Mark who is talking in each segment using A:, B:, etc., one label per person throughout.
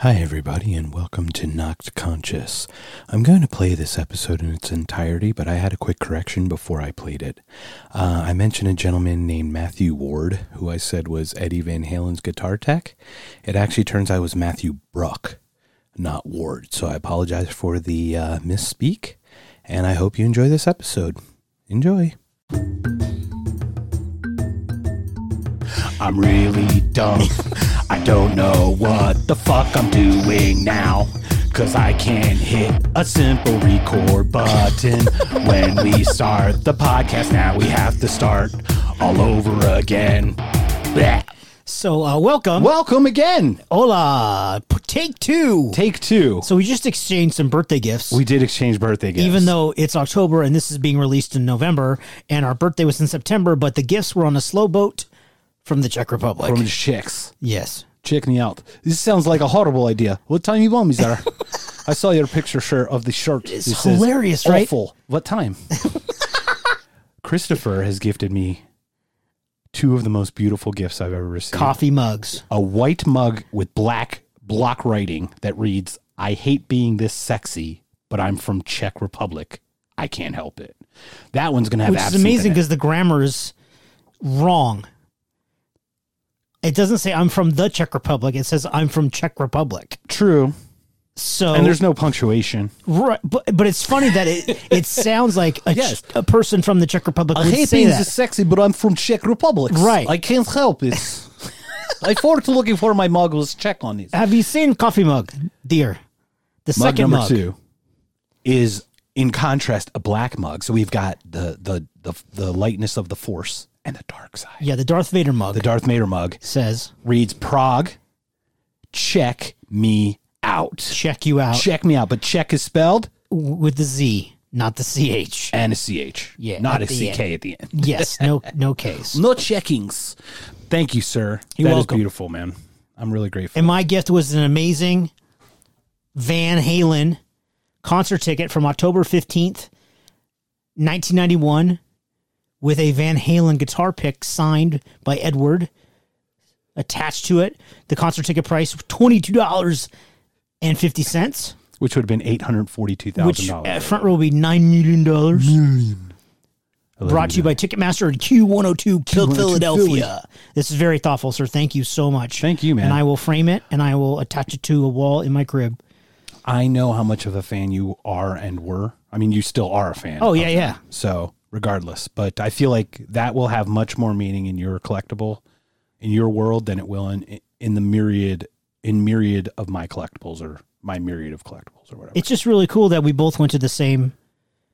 A: Hi, everybody, and welcome to Knocked Conscious. I'm going to play this episode in its entirety, but I had a quick correction before I played it. Uh, I mentioned a gentleman named Matthew Ward, who I said was Eddie Van Halen's guitar tech. It actually turns out it was Matthew Bruck, not Ward. So I apologize for the uh, misspeak, and I hope you enjoy this episode. Enjoy.
B: I'm really dumb. I don't know what the fuck I'm doing now. Cause I can't hit a simple record button when we start the podcast. Now we have to start all over again. Bleh.
C: So uh, welcome.
B: Welcome again. Oh,
C: Hola. P- Take two.
B: Take two.
C: so we just exchanged some birthday gifts.
B: We did exchange birthday gifts.
C: even though it's October and this is being released in November, and our birthday was in September, but the gifts were on a slow boat from the Czech Republic.
B: from chicks.
C: yes.
B: Check me out. This sounds like a horrible idea. What time you want me there? I saw your picture sure of the shirt. It's
C: hilarious, right?
B: Awful. What time? Christopher has gifted me two of the most beautiful gifts I've ever received.
C: Coffee mugs.
B: A white mug with black block writing that reads, "I hate being this sexy, but I'm from Czech Republic. I can't help it." That one's gonna have
C: Which is
B: absinthe in
C: amazing
B: it.
C: because the grammar is wrong. It doesn't say I'm from the Czech Republic. It says I'm from Czech Republic.
B: true,
C: So
B: and there's no punctuation.
C: right, but, but it's funny that it it sounds like a,
B: Yes.
C: a person from the Czech Republic
B: I
C: would
B: hate
C: say
B: being
C: that.
B: this sexy, but I'm from Czech Republic.
C: Right.
B: I can't help it. I forgot looking for my mug. Let's check on these.
C: Have you seen Coffee Mug, dear? The
B: Mug
C: second
B: number
C: mug.
B: two is, in contrast, a black mug. So we've got the the the, the lightness of the force and the dark side.
C: Yeah, the Darth Vader mug
B: The Darth Vader mug
C: says,
B: reads Prague. Check me out.
C: check you out
B: Check me out. But check is spelled
C: w- with the Z, not the CH.
B: and a ch.
C: Yeah,
B: not
C: at
B: a
C: the
B: ck at the end.
C: Yes, no no case.
B: No checkings. Thank you, sir. That is
C: You're welcome.
B: beautiful, man. I'm really grateful.
C: And my gift was an amazing Van Halen concert ticket from October 15th, 1991, with a Van Halen guitar pick signed by Edward attached to it. The concert ticket price, $22.50.
B: which would have been eight hundred forty-two thousand
C: which
B: dollars.
C: at front row will be nine million dollars. Brought to you by Ticketmaster and Q102 Phil- Philadelphia. This is very thoughtful, sir. Thank you so much.
B: Thank you, man.
C: And I will frame it and I will attach it to a wall in my crib.
B: I know how much of a fan you are and were. I mean, you still are a fan.
C: Oh yeah, yeah.
B: So regardless, but I feel like that will have much more meaning in your collectible, in your world than it will in in the myriad in myriad of my collectibles or my myriad of collectibles or whatever.
C: It's just really cool that we both went to the same.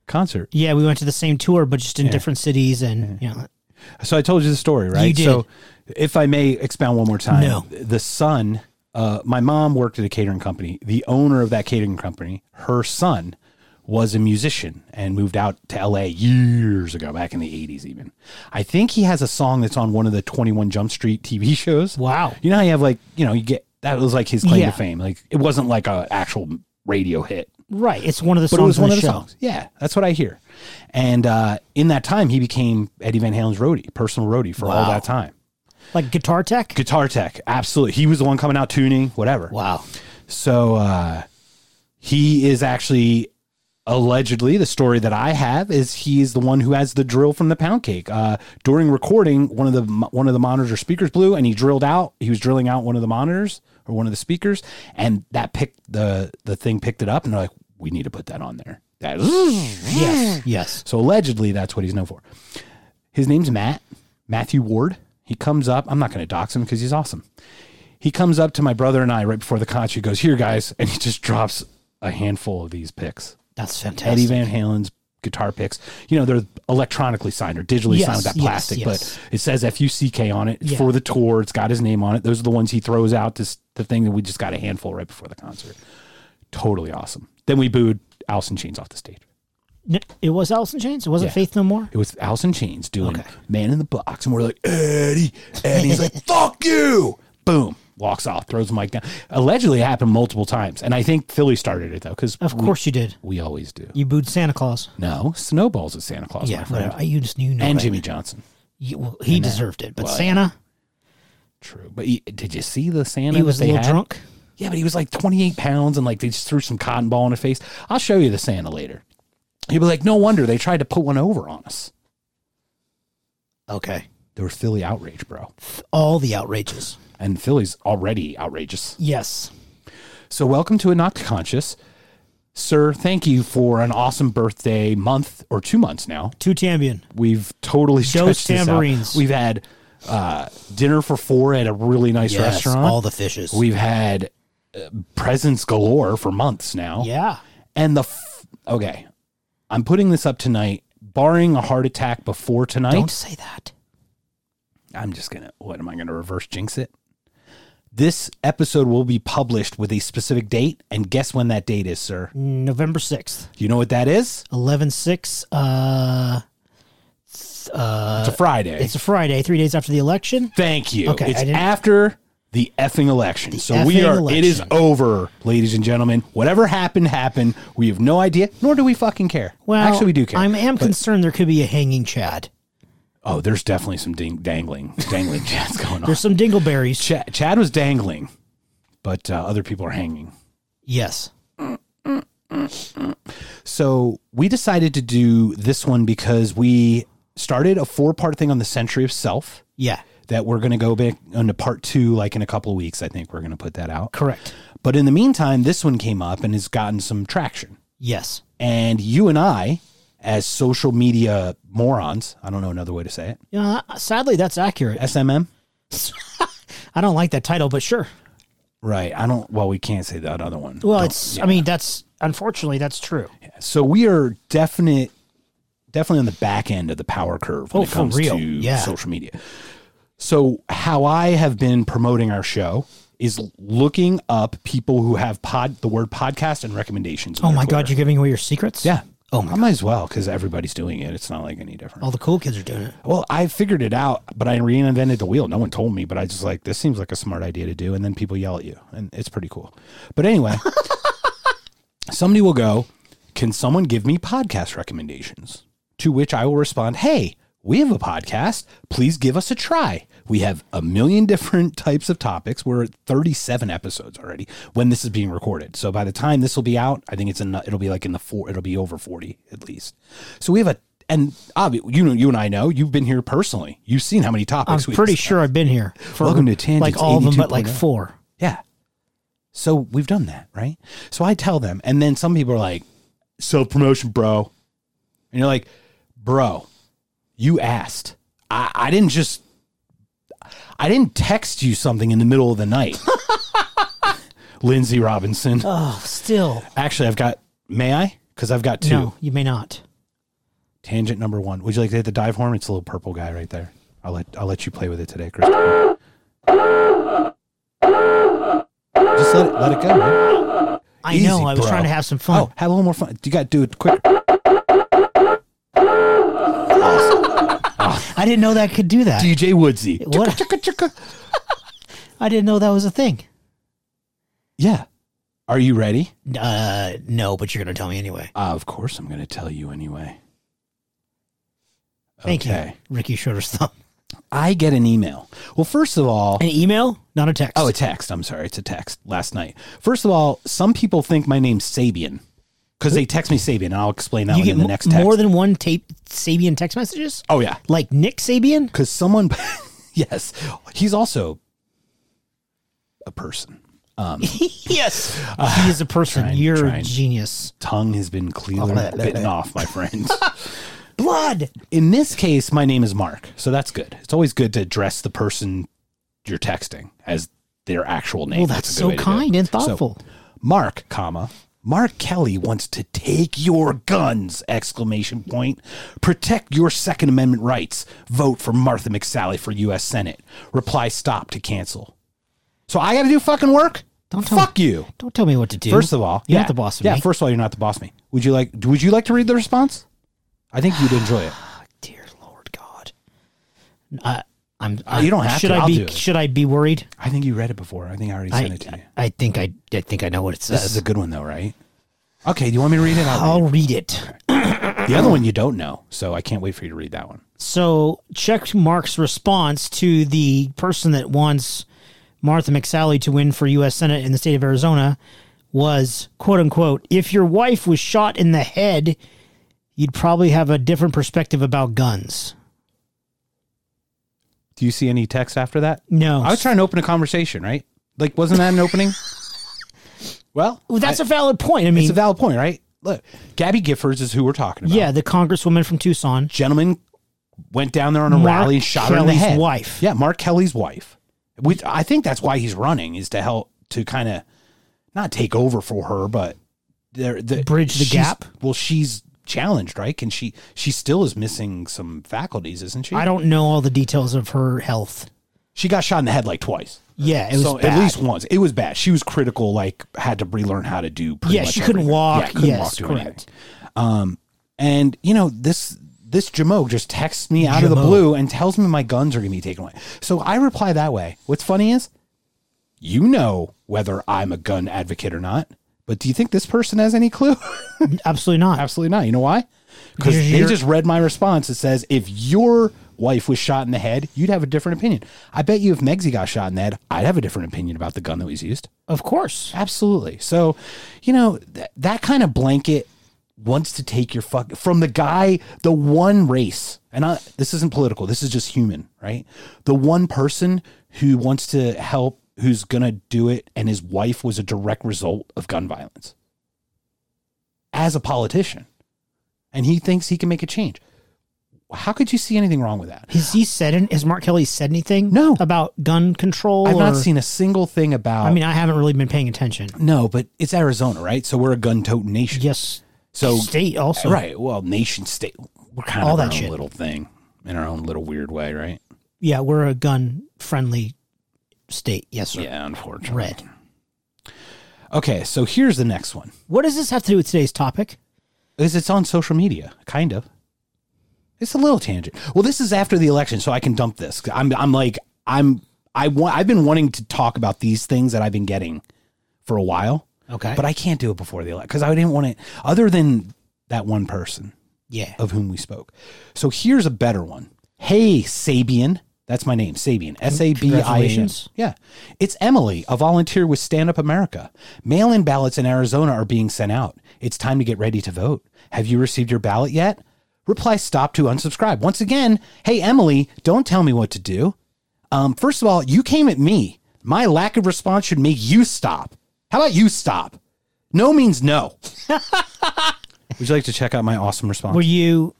B: Concert.
C: Yeah, we went to the same tour, but just in different cities, and you know,
B: So I told you the story, right?
C: You did.
B: So if I may expound one more time,
C: No.
B: the son, uh, my mom worked at a catering company. The owner of that catering company, her son was a musician and moved out to LA years ago, back in the 80s, even. I think he has a song that's on one of the 21 Jump Street TV shows.
C: Wow.
B: You know how you have like, you know, you get that was like his claim
C: Yeah.
B: to fame. Like it wasn't like a actual radio hit
C: right? It's one of the songs.
B: but it was
C: on
B: one
C: the
B: of the
C: show.
B: songs. Yeah, that's what I hear. And uh, in that time, he became Eddie Van Halen's roadie, personal roadie for all
C: Wow.
B: that time.
C: like Guitar Tech.
B: Guitar tech, absolutely. He was the one coming out tuning, whatever.
C: Wow,
B: So uh, he is actually allegedly the story that I have is he is the one who has the drill from the pound cake. Uh, during recording, one of the one of the monitor speakers blew, and he drilled out. He was drilling out one of the monitors or one of the speakers, and that picked the the thing picked it up, and they're like, "We need to put that on there." That
C: yes, yes.
B: so allegedly, that's what he's known for. His name's Matt, Matthew Ward. He comes up. I'm not going to dox him because he's awesome. He comes up to my brother and I right before the concert. He goes, Here, guys. And he just drops a handful of these picks
C: That's
B: Eddie
C: fantastic.
B: Van Halen's guitar picks. You know, they're electronically signed or digitally
C: Yes,
B: signed with that
C: yes,
B: plastic,
C: yes.
B: but it says FUCK on it It's
C: Yeah.
B: for the tour. It's got his name on it. Those are the ones he throws out. This the thing that we just got a handful right before the concert. Totally awesome. Then we booed Allison Chains off the stage.
C: N- It was Alice in Chains. It wasn't
B: Yeah.
C: Faith No More.
B: It was Alice in Chains doing Man in the Box, and we're like, Eddie, Eddie's like, fuck you. Boom. Walks off, throws the mic down. Allegedly it happened multiple times. And I think Philly started it though, because
C: Of course you did.
B: we always do.
C: You booed Santa Claus.
B: No, snowballs at Santa Claus,
C: Yeah,
B: my friend.
C: whatever. I- You just knew. no
B: and
C: better.
B: Jimmy Johnson.
C: You- well, he deserved it, but Santa,
B: True. But y- did you see the Santa?
C: he was a
B: that they
C: little
B: had?
C: drunk.
B: Yeah, but he was like 28 pounds and like they just threw some cotton ball in his face. I'll show you the Santa later. He'd be like, no wonder they tried to put one over on us.
C: Okay.
B: They were Philly outrage, bro.
C: All the outrages.
B: And Philly's already outrageous.
C: Yes.
B: So, welcome to a Not Conscious. Sir, thank you for an awesome birthday month or two months now.
C: Two Tambien.
B: We've totally stretched this out.
C: tambourines.
B: We've had uh, dinner for four at a really nice restaurant.
C: All the fishes.
B: We've had uh, presents galore for months now.
C: yeah.
B: And the f- okay, I'm putting this up tonight, barring a heart attack before tonight.
C: Don't say that.
B: I'm just gonna. What am I gonna reverse jinx it? This episode will be published with a specific date, and guess when that date is, sir?
C: November 6th,
B: You know what that is?
C: 11 6. Uh,
B: it's a Friday.
C: it's a Friday, three days after the election.
B: Thank you.
C: Okay, I
B: it's
C: didn't-
B: after the effing election. so we
C: effing
B: are. It is
C: election.
B: over, ladies and gentlemen. Whatever happened, happened. We have no idea, nor do we fucking care.
C: Well,
B: actually, we do care.
C: I am concerned there could be a hanging Chad.
B: oh, there's definitely some ding- dangling, dangling chats going on.
C: There's some dingleberries.
B: Chad, Chad was dangling, but uh, other people are hanging.
C: Yes.
B: So we decided to do this one because we started a four-part thing on the century of self
C: Yeah.
B: that we're going to go back into part two, like in a couple of weeks. I think we're going to put that out.
C: Correct.
B: But in the meantime, this one came up and has gotten some traction.
C: Yes.
B: And you and I, as social media morons, I don't know another way to say it,
C: You know, uh, sadly, that's accurate.
B: SMM?
C: I don't like that title, but sure.
B: Right. I don't, well, we can't say that other one.
C: Well,
B: Don't-
C: it's. I mean, that's unfortunately that's true.
B: so we are definite, definitely on the back end of the power curve when
C: Oh,
B: it
C: for
B: comes
C: real.
B: to
C: Yeah.
B: social media. So how I have been promoting our show is looking up people who have pod the word podcast and recommendations. on
C: Oh
B: their
C: my God,
B: Twitter.
C: you're giving away your secrets.
B: yeah. Oh, I might as well because everybody's doing it. It's not like any different.
C: All the cool kids are doing it.
B: Well, I figured it out, but I reinvented the wheel. No one told me, but I just like this seems like a smart idea to do, and then people yell at you, and it's pretty cool. But anyway, somebody will go, "Can someone give me podcast recommendations?" To which I will respond, "Hey, we have a podcast. Please give us a try. We have a million different types of topics. We're at 37 episodes already when this is being recorded. So by the time this will be out, I think it's in, the- it'll be like in the four. It'll be over 40 at least. So we have a and obvi- you know you and I know you've been here personally. You've seen how many
C: I'm
B: topics. we've
C: pretty
B: discussed.
C: sure I've been here. For
B: Welcome to Tangents
C: Like all of them, but like
B: 82.0.
C: four.
B: Yeah. So we've done that, right? So I tell them, and then some people are like, self promotion, bro. And you're like, bro, you asked. I, I didn't just, I didn't text you something in the middle of the night. Lindsay Robinson.
C: Oh, still.
B: Actually, I've got, may I? Because I've got two.
C: No, you may not.
B: Tangent number one. Would you like to hit the dive horn? It's a little purple guy right there. I'll let I'll let you play with it today, Chris. Just let it, let it go. Man.
C: I
B: Easy,
C: know. I was
B: bro.
C: trying to have some fun.
B: Oh, have a little more fun. You got to do it quicker.
C: I didn't know that could do that.
B: DJ Woodsy.
C: What? I didn't know that was a thing.
B: Yeah. Are you ready? Uh,
C: Uh, no, but you're gonna tell me anyway.
B: of course, I'm going to tell you anyway.
C: Thank
B: Okay.
C: you, Ricky Schroeder's thumb.
B: I get an email. Well, first of all,
C: An email, not a text.
B: oh, a text. I'm sorry, it's a text. Last night. First of all, some people think my name's Sabian because they text me Sabian, and I'll explain that
C: you
B: one
C: get
B: in the
C: mo-
B: next text.
C: more than one tape Sabian text messages,
B: oh yeah,
C: like Nick Sabian.
B: because someone, yes, he's also a person.
C: yes, he is a person.
B: Uh, trying-
C: you're a
B: trying.
C: genius.
B: Tongue has been cleanly
C: blah, blah,
B: bitten off, my friends.
C: Blood.
B: in this case, my name is Mark, so that's good. It's always good to address the person you're texting as their actual name.
C: Well, that's
B: a good way
C: so
B: to do it.
C: kind and
B: So,
C: thoughtful.
B: Mark, comma Mark Kelly wants to take your guns! Exclamation point. Protect your Second Amendment rights. Vote for Martha McSally for U.S. Senate. Reply stop to cancel. So I got to do fucking work.
C: Don't tell
B: fuck you.
C: Don't tell me what to do.
B: First of all,
C: you're
B: yeah,
C: not the boss of
B: yeah.
C: me.
B: First of all, you're not the boss of me. Would you like? Would you like to read the response? I think you'd enjoy it.
C: Dear Lord God, I, I'm.
B: Oh, you don't have
C: should
B: to.
C: I
B: I'll
C: be?
B: do it.
C: Should I be worried?
B: I think you read it before. I think I already sent
C: I,
B: it to you.
C: I think I. I think I know what it
B: This
C: says.
B: is a good one though, right? Okay, do you want me to read it? I'll
C: I'll read it.
B: read it. The other one you don't know, so I can't wait for you to read that one.
C: So check Mark's response to the person that wants Martha McSally to win for U.S. Senate in the state of Arizona was, quote unquote, if your wife was shot in the head, you'd probably have a different perspective about guns.
B: Do you see any text after that?
C: No.
B: I was trying to open a conversation, right? Like, wasn't that an opening? well,
C: Well, that's a valid point. I mean,
B: it's a valid point, right? Look, Gabby Giffords is who we're talking about.
C: yeah, the congresswoman from Tucson.
B: gentleman went down there on a
C: Mark
B: rally and shot her in the
C: Kelly's
B: head.
C: wife.
B: Yeah, Mark Kelly's wife. Which I think that's why he's running is to help to kind of not take over for her, but there the,
C: Bridge the
B: she's-
C: gap?
B: Well, she's challenged, right? Can she? She still is missing some faculties, isn't she?
C: I don't know all the details of her health.
B: she got shot in the head like twice.
C: Yeah, it was
B: so
C: bad.
B: at least once. It was bad. She was critical. Like had to relearn how to do. Pretty
C: Yeah,
B: much
C: she couldn't
B: everything.
C: walk.
B: Yeah, couldn't
C: yes,
B: walk. do
C: correct.
B: anything. And you know this this Jamo just texts me out of the
C: Jameau.
B: blue and tells me my guns are going to be taken away. So I reply that way. What's funny is, you know whether I'm a gun advocate or not. But do you think this person has any clue?
C: Absolutely not.
B: Absolutely not. You know why? Because
C: Because
B: they
C: you're-
B: just read my response. It says, if your wife was shot in the head, you'd have a different opinion. I bet you if Megsy got shot in the head, I'd have a different opinion about the gun that was used.
C: Of course.
B: Absolutely. So, you know, th- that kind of blanket wants to take your fuck from the guy, the one race. And I, this isn't political. This is just human, right? The one person who wants to help, who's going to do it, and his wife was a direct result of gun violence as a politician. And he thinks he can make a change. How could you see anything wrong with that?
C: Has he said? an- Has Mark Kelly said anything?
B: No.
C: about gun control.
B: I've not
C: or-
B: seen a single thing about.
C: I mean, I haven't really been paying attention.
B: no, but it's Arizona, right? So we're a gun toting nation.
C: Yes.
B: So
C: state also.
B: right. Well, nation state. We're kind
C: All
B: of
C: that
B: our own
C: shit.
B: little thing in our own little weird way, right?
C: Yeah, we're a gun friendly state. Yes, sir.
B: Yeah, unfortunately.
C: Red.
B: Okay, so here's the next one.
C: What does this have to do with today's topic?
B: Is it's on social media, kind of. It's a little tangent. Well, this is after the election, so I can dump this. I'm I'm like I'm I want I've been wanting to talk about these things that I've been getting for a while,
C: Okay.
B: but I can't do it before the election because I didn't want it. Other than that one person,
C: yeah.
B: of whom we spoke. So here's a better one. Hey, Sabian. That's my name, Sabian. S A B I A N.
C: Congratulations.
B: Yeah. It's Emily, a volunteer with Stand Up America. Mail in ballots in Arizona are being sent out. It's time to get ready to vote. Have you received your ballot yet? Reply stop to unsubscribe. Once again, hey, Emily, don't tell me what to do. Um, first of all, you came at me. My lack of response should make you stop. How about you stop? No means no. Would you like to check out my awesome response?
C: Were you?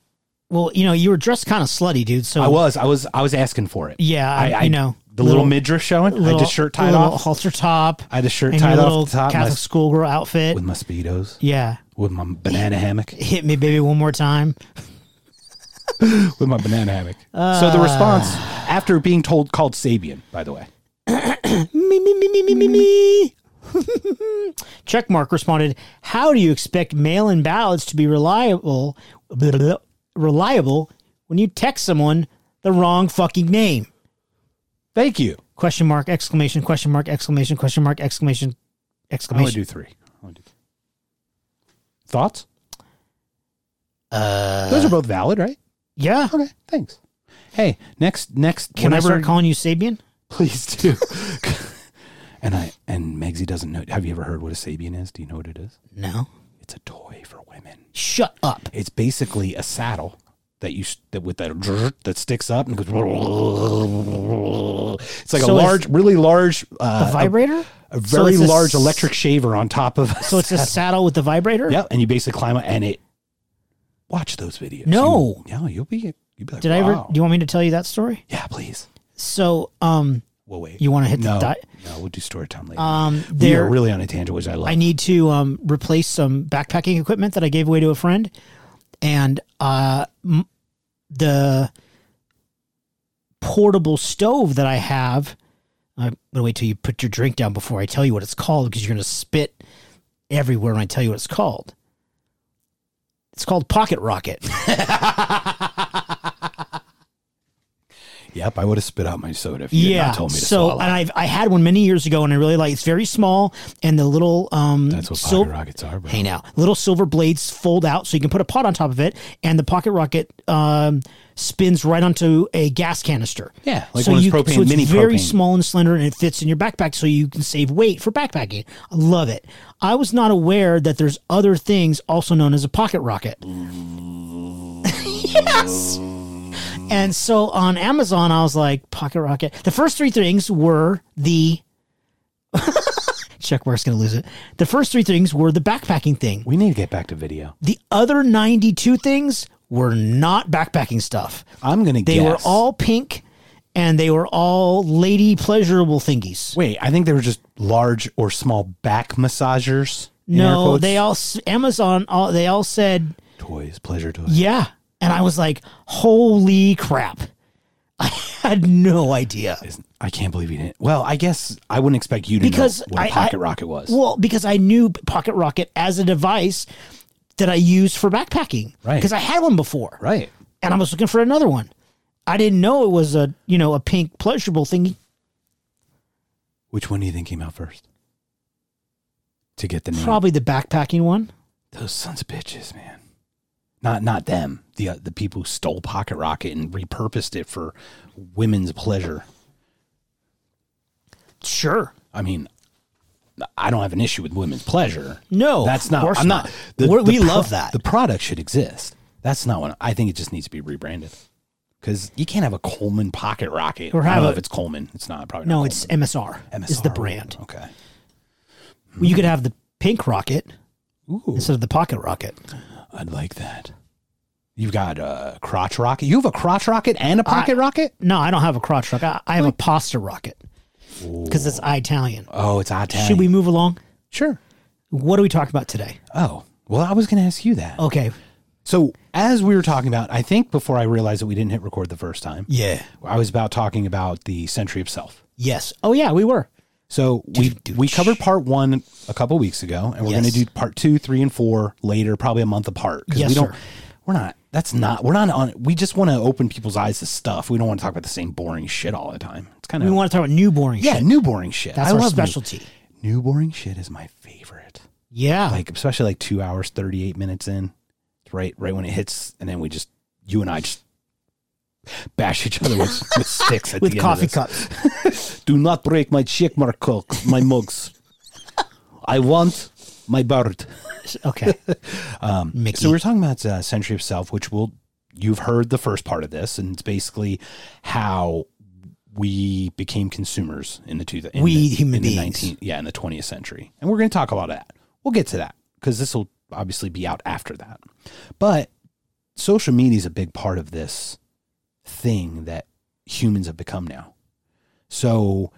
C: Well, you know, you were dressed kind of slutty, dude. So
B: I was, I was, I was asking for it.
C: Yeah, I- you know,
B: the little,
C: little-
B: midriff showing. I had the shirt tied
C: little
B: off.
C: halter top.
B: I had the shirt
C: and
B: tied
C: your
B: off
C: little
B: the top, my-
C: Catholic schoolgirl outfit.
B: with my speedos,
C: yeah,
B: with my banana hammock,
C: hit me, baby, one more time.
B: with my banana hammock. so the response after being told called Sabian, by the way,
C: me, me, me, me, me, me, me. Checkmark responded, How do you expect mail in ballots to be reliable blah, blah, reliable when you text someone the wrong fucking name?
B: thank you.
C: Question mark, exclamation, question mark, exclamation, question mark, exclamation,
B: I'm gonna
C: exclamation.
B: do three. I'm gonna do three. Thoughts? Uh, Those are both valid, right?
C: yeah.
B: Okay, thanks. Hey, next, next,
C: Can I start calling you Sabian?
B: please do. and I and Megsy doesn't know. Have you ever heard what a Sabian is? Do you know what it is?
C: No.
B: It's a toy for women.
C: Shut up.
B: It's basically a saddle that you s- that with that drrrt that sticks up and goes. It's like
C: So
B: a
C: it's-
B: large, really large,
C: The
B: uh, a-
C: vibrator?
B: a,
C: So
B: very
C: it's a
B: large
C: s-
B: electric shaver on top of.
C: So it's a saddle with the vibrator?
B: yeah, and you basically climb up and it. Watch those videos.
C: No.
B: you, no, you'll be you'll be like.
C: Did I ever?
B: wow.
C: Do you want me to tell you that story?
B: yeah, please.
C: So, um,
B: Well, wait.
C: You wanna hit the
B: no,
C: di-
B: No, we'll do story time later.
C: um,
B: we
C: there,
B: are really on a tangent, which I love.
C: I need to um, replace some backpacking equipment that I gave away to a friend, and uh, m- the portable stove that I have. I'm gonna wait till you put your drink down before I tell you what it's called because you're gonna spit everywhere when I tell you what it's called. It's called Pocket Rocket.
A: Yep, I would have spit out my soda if you yeah, had not told me to
C: so,
A: swallow.
C: and I've, I had one many years ago, and I really like. It's very small, and the little um,
A: That's what
C: sil-
A: pocket rockets are, bro.
C: Hey now, little silver blades fold out, so you can put a pot on top of it, and the pocket rocket um, spins right onto a gas canister.
B: Yeah, like one of those propane-
C: so it's
B: mini
C: very
B: propane.
C: small and slender, and it fits in your backpack, so you can save weight for backpacking. I love it. I was not aware that there's other things also known as a pocket rocket. yes. And so on Amazon, I was like, Pocket Rocket. The first three things were the. Checkmark's going to lose it. The first three things were the backpacking thing.
A: We need to get back to video.
C: The other 92 things were not backpacking stuff.
B: I'm gonna.
C: They were
B: guess-
C: all pink and they were all lady pleasurable thingies.
B: Wait, I think they were just large or small back massagers. in air
C: No,
B: quotes.
C: they all, s- Amazon, all, they all said,
A: Toys, pleasure toys.
C: yeah. And I was like, holy crap. I had no idea.
A: Isn't-
B: I can't believe you didn't. Well, I guess I wouldn't expect you to
C: Because
B: know what a
C: I-
B: pocket
C: I-
B: rocket was,
C: Well, because I knew Pocket Rocket as a device that I used for backpacking.
B: Right.
C: Because I had one before.
B: right?
C: And I was looking for another one. I didn't know it was a you know a pink pleasurable thingy.
A: Which one do you think came out first? To get the
B: Hmm.
A: name.
C: Probably the backpacking one.
A: Those sons of bitches, man.
B: Not not them. The uh, the people who stole pocket rocket and repurposed it for women's pleasure.
C: Sure.
B: I mean, I don't have an issue with women's pleasure.
C: No,
B: that's
C: Oh, of
B: not.
C: course
B: I'm not.
C: not. We're- we love that.
B: The product should exist. That's not what I think. It just needs to be rebranded because you can't have a Coleman pocket rocket.
C: Or
B: I
C: have
B: don't know
C: a-
B: if it's Coleman. It's not probably.
C: No,
B: not
C: it's MSR.
B: Coleman.
C: Is the
B: MSR.
C: brand.
B: Okay.
C: You could have the pink rocket
B: Ooh,
C: instead of the pocket rocket.
B: I'd like that. You've got a crotch rocket. You have a crotch rocket and a pocket
C: I-
B: rocket.
C: No, I don't have a crotch rocket. I, I have a pasta rocket because it's Italian.
B: Oh, it's Italian.
C: Should we move along?
B: Sure.
C: What are we talking about today?
B: Oh, well, I was going to ask you that.
C: Okay.
B: So, as we were talking about, I think before I realized that we didn't hit record the first time,
C: Yeah.
B: I was about talking about the century of self.
C: Yes. Oh yeah, we were.
B: So we we covered part one a couple weeks ago, and we're
C: Yes.
B: going to do part two, three, and four later, probably a month apart. 'cause
C: Yes,
B: we don't.
C: sir.
B: We're not. That's not. We're not on. We just want to open people's eyes to stuff. We don't want to talk about the same boring shit all the time. It's kind
C: We
B: of
C: want to talk about new boring
B: yeah,
C: shit.
B: new boring shit.
C: That's
B: I
C: our
B: love new-
C: specialty.
B: New, boring shit is my favorite.
C: Yeah.
B: Like especially like two hours thirty eight minutes in, It's right right when it hits, and then we just you and I just bash each other with, with sticks at
C: with
B: the
C: coffee
B: end of this.
C: cups.
B: Do not break my check mark cooks, my mugs. I want my bird.
C: Okay. um, Mickey.
B: So we we're talking about uh, Century of Self, which will you've heard the first part of this, and it's basically how we became consumers in the two in
C: We
B: the,
C: human
B: in the
C: beings.
B: 19th yeah, in the twentieth century, and we're going to talk about that. We'll get to that because this will obviously be out after that. But social media is a big part of this thing that humans have become now. So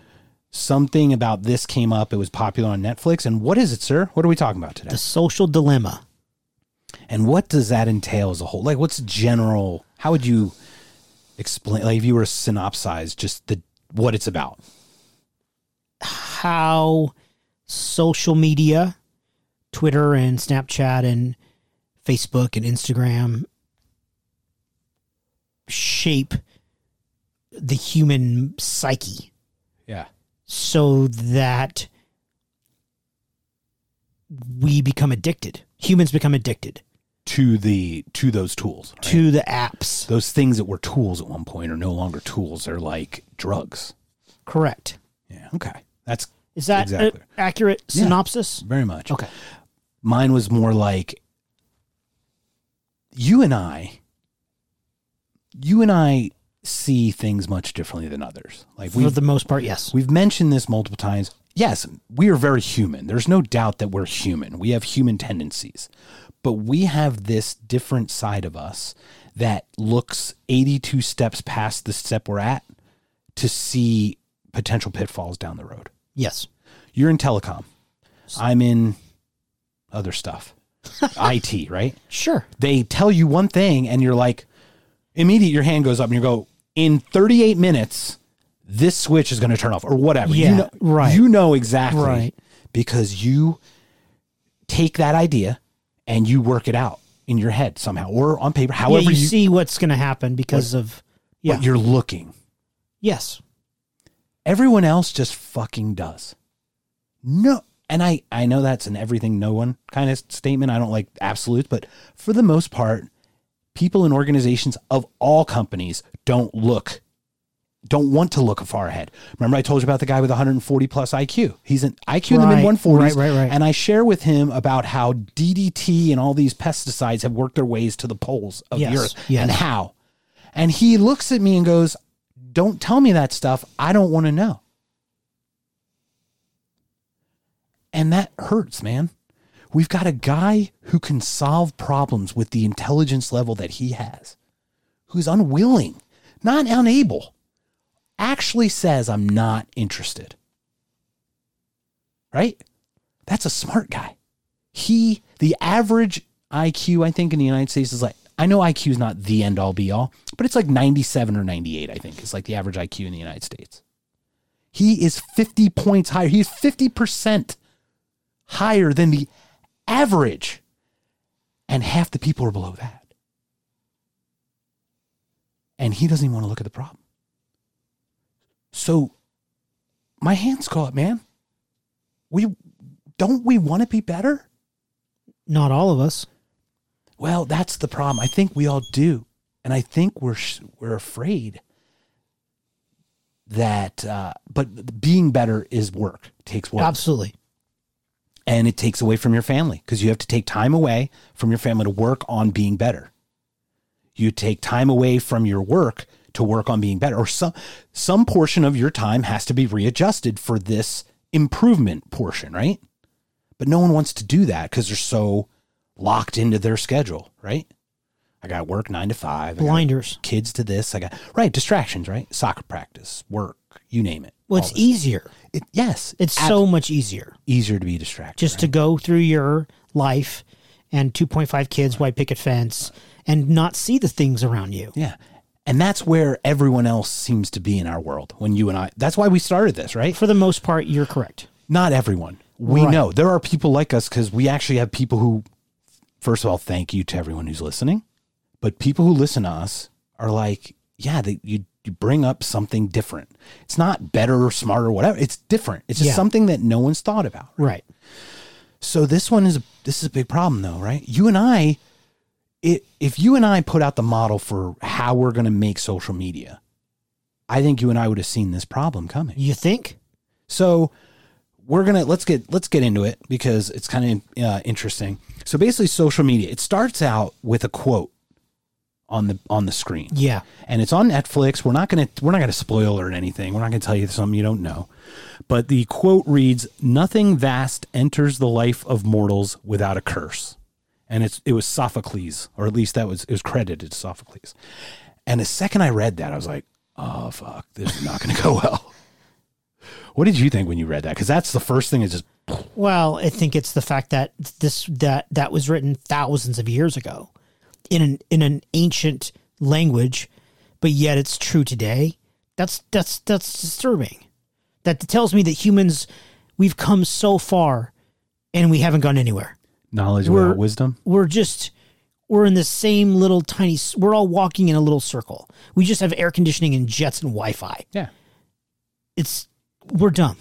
B: something about this came up. It was popular on Netflix. And what is it, sir? What are we talking about today?
C: the social dilemma.
B: And what does that entail as a whole? Like, what's general? How would you explain? Like, if you were to synopsize just the what it's about,
C: How social media, Twitter and Snapchat and Facebook and Instagram shape the human psyche
B: yeah,
C: so that we become addicted. Humans become addicted
B: to the to those tools, right?
C: to the apps.
B: those things that were tools at one point are no longer tools. They're like drugs.
C: Correct.
B: Yeah. Okay. That's
C: Is that a
B: Exactly.
C: accurate
B: Yeah.
C: synopsis?
B: very much
C: Okay.
B: mine was more like you and I you and I see things much differently than others. Like
C: For
B: we've
C: the most part, yes.
B: we've mentioned this multiple times. Yes, we are very human. There's no doubt that we're human. We have human tendencies. But we have this different side of us that looks 82 steps past the step we're at to see potential pitfalls down the road.
C: Yes.
B: You're in telecom. I'm in other stuff. IT, right?
C: Sure.
B: They tell you one thing and you're like, immediate your hand goes up and you go, in 38 minutes, this switch is going to turn off or whatever.
C: Yeah,
B: you know,
C: right.
B: You know exactly
C: Right.
B: because you take that idea and you work it out in your head somehow or on paper,
C: Yeah,
B: however
C: you,
B: you,
C: see what's going to happen because of yeah,
B: but you're looking.
C: Yes.
B: Everyone else just fucking does. No, and I I know that's an everything no one kind of statement. I don't like absolutes, but for the most part, people and organizations of all companies don't look don't want to look far ahead. Remember I told you about the guy with 140 plus IQ. He's an IQ in the
C: Right,
B: mid 140s.
C: right, right, right.
B: And I share with him about how DDT and all these pesticides have worked their ways to the poles of
C: Yes,
B: the earth
C: yes.
B: and how. And he looks at me and goes, "Don't tell me that stuff. I don't want to know." And that hurts, man. We've got a guy who can solve problems with the intelligence level that he has, who's unwilling, not unable, actually says, I'm not interested. Right? That's a smart guy. He, the average IQ, I think, in the United States is like, I know IQ is not the end all be all, but it's like 97 or 98, I think, is like the average IQ in the United States. He is 50 points higher. He is 50% higher than the average. And half the people are below that. And he doesn't even want to look at the problem. So my hands caught, man. We don't we want to be better?
C: Not all of us.
B: Well, that's the problem. I think we all do, and I think we're sh- we're afraid that. Uh, but being better is work. Takes work,
C: Absolutely.
B: and it takes away from your family because you have to take time away from your family to work on being better. You take time away from your work to work on being better, or some some portion of your time has to be readjusted for this improvement portion, right? But no one wants to do that because they're so locked into their schedule, right? I got work nine to five. I got
C: Blinders.
B: kids to this. I got right distractions, right? Soccer practice, work, you name it.
C: Well,
B: all
C: it's
B: this.
C: easier.
B: It- yes,
C: It's
B: ab-
C: so much easier
B: easier to be distracted.
C: just to go through your life and 2.5 kids, white picket fence, and not see the things around you.
B: Yeah. And that's where everyone else seems to be in our world when you and I. That's why we started this, right?
C: For the most part, you're correct.
B: Not everyone. We
C: Right.
B: know there are people like us because we actually have people who, first of all, thank you to everyone who's listening. But people who listen to us are like, yeah, they, you, you bring up something different. It's not better or smarter or whatever. It's different. It's just
C: Yeah.
B: something that no one's thought about.
C: Right.
B: So this one is this is a big problem though, right? You and I it, if you and I put out the model for how we're going to make social media, I think you and I would have seen this problem coming.
C: You think?
B: So we're gonna let's get let's get into it because it's kind of uh, interesting. So basically, social media it starts out with a quote on the on the screen,
C: Yeah.
B: and it's on Netflix. We're not gonna we're not gonna spoil or anything. We're not gonna tell you something you don't know. But the quote reads, "Nothing vast enters the life of mortals without a curse," and it's it was Sophocles, or at least that was it was credited to Sophocles. And the second I read that, I was like, "Oh fuck, this is not gonna go well." What did you think when you read that? Because that's the first thing is just
C: Well, I think it's the fact that this that that was written thousands of years ago in an in an ancient language, but yet it's true today. That's that's that's disturbing. That tells me that humans we've come so far and we haven't gone anywhere.
B: knowledge
C: We're-
B: without wisdom.
C: We're just we're in the same little tiny s- we're all walking in a little circle. We just have air conditioning and jets and Wi-Fi.
B: Yeah,
C: It's we're dumb.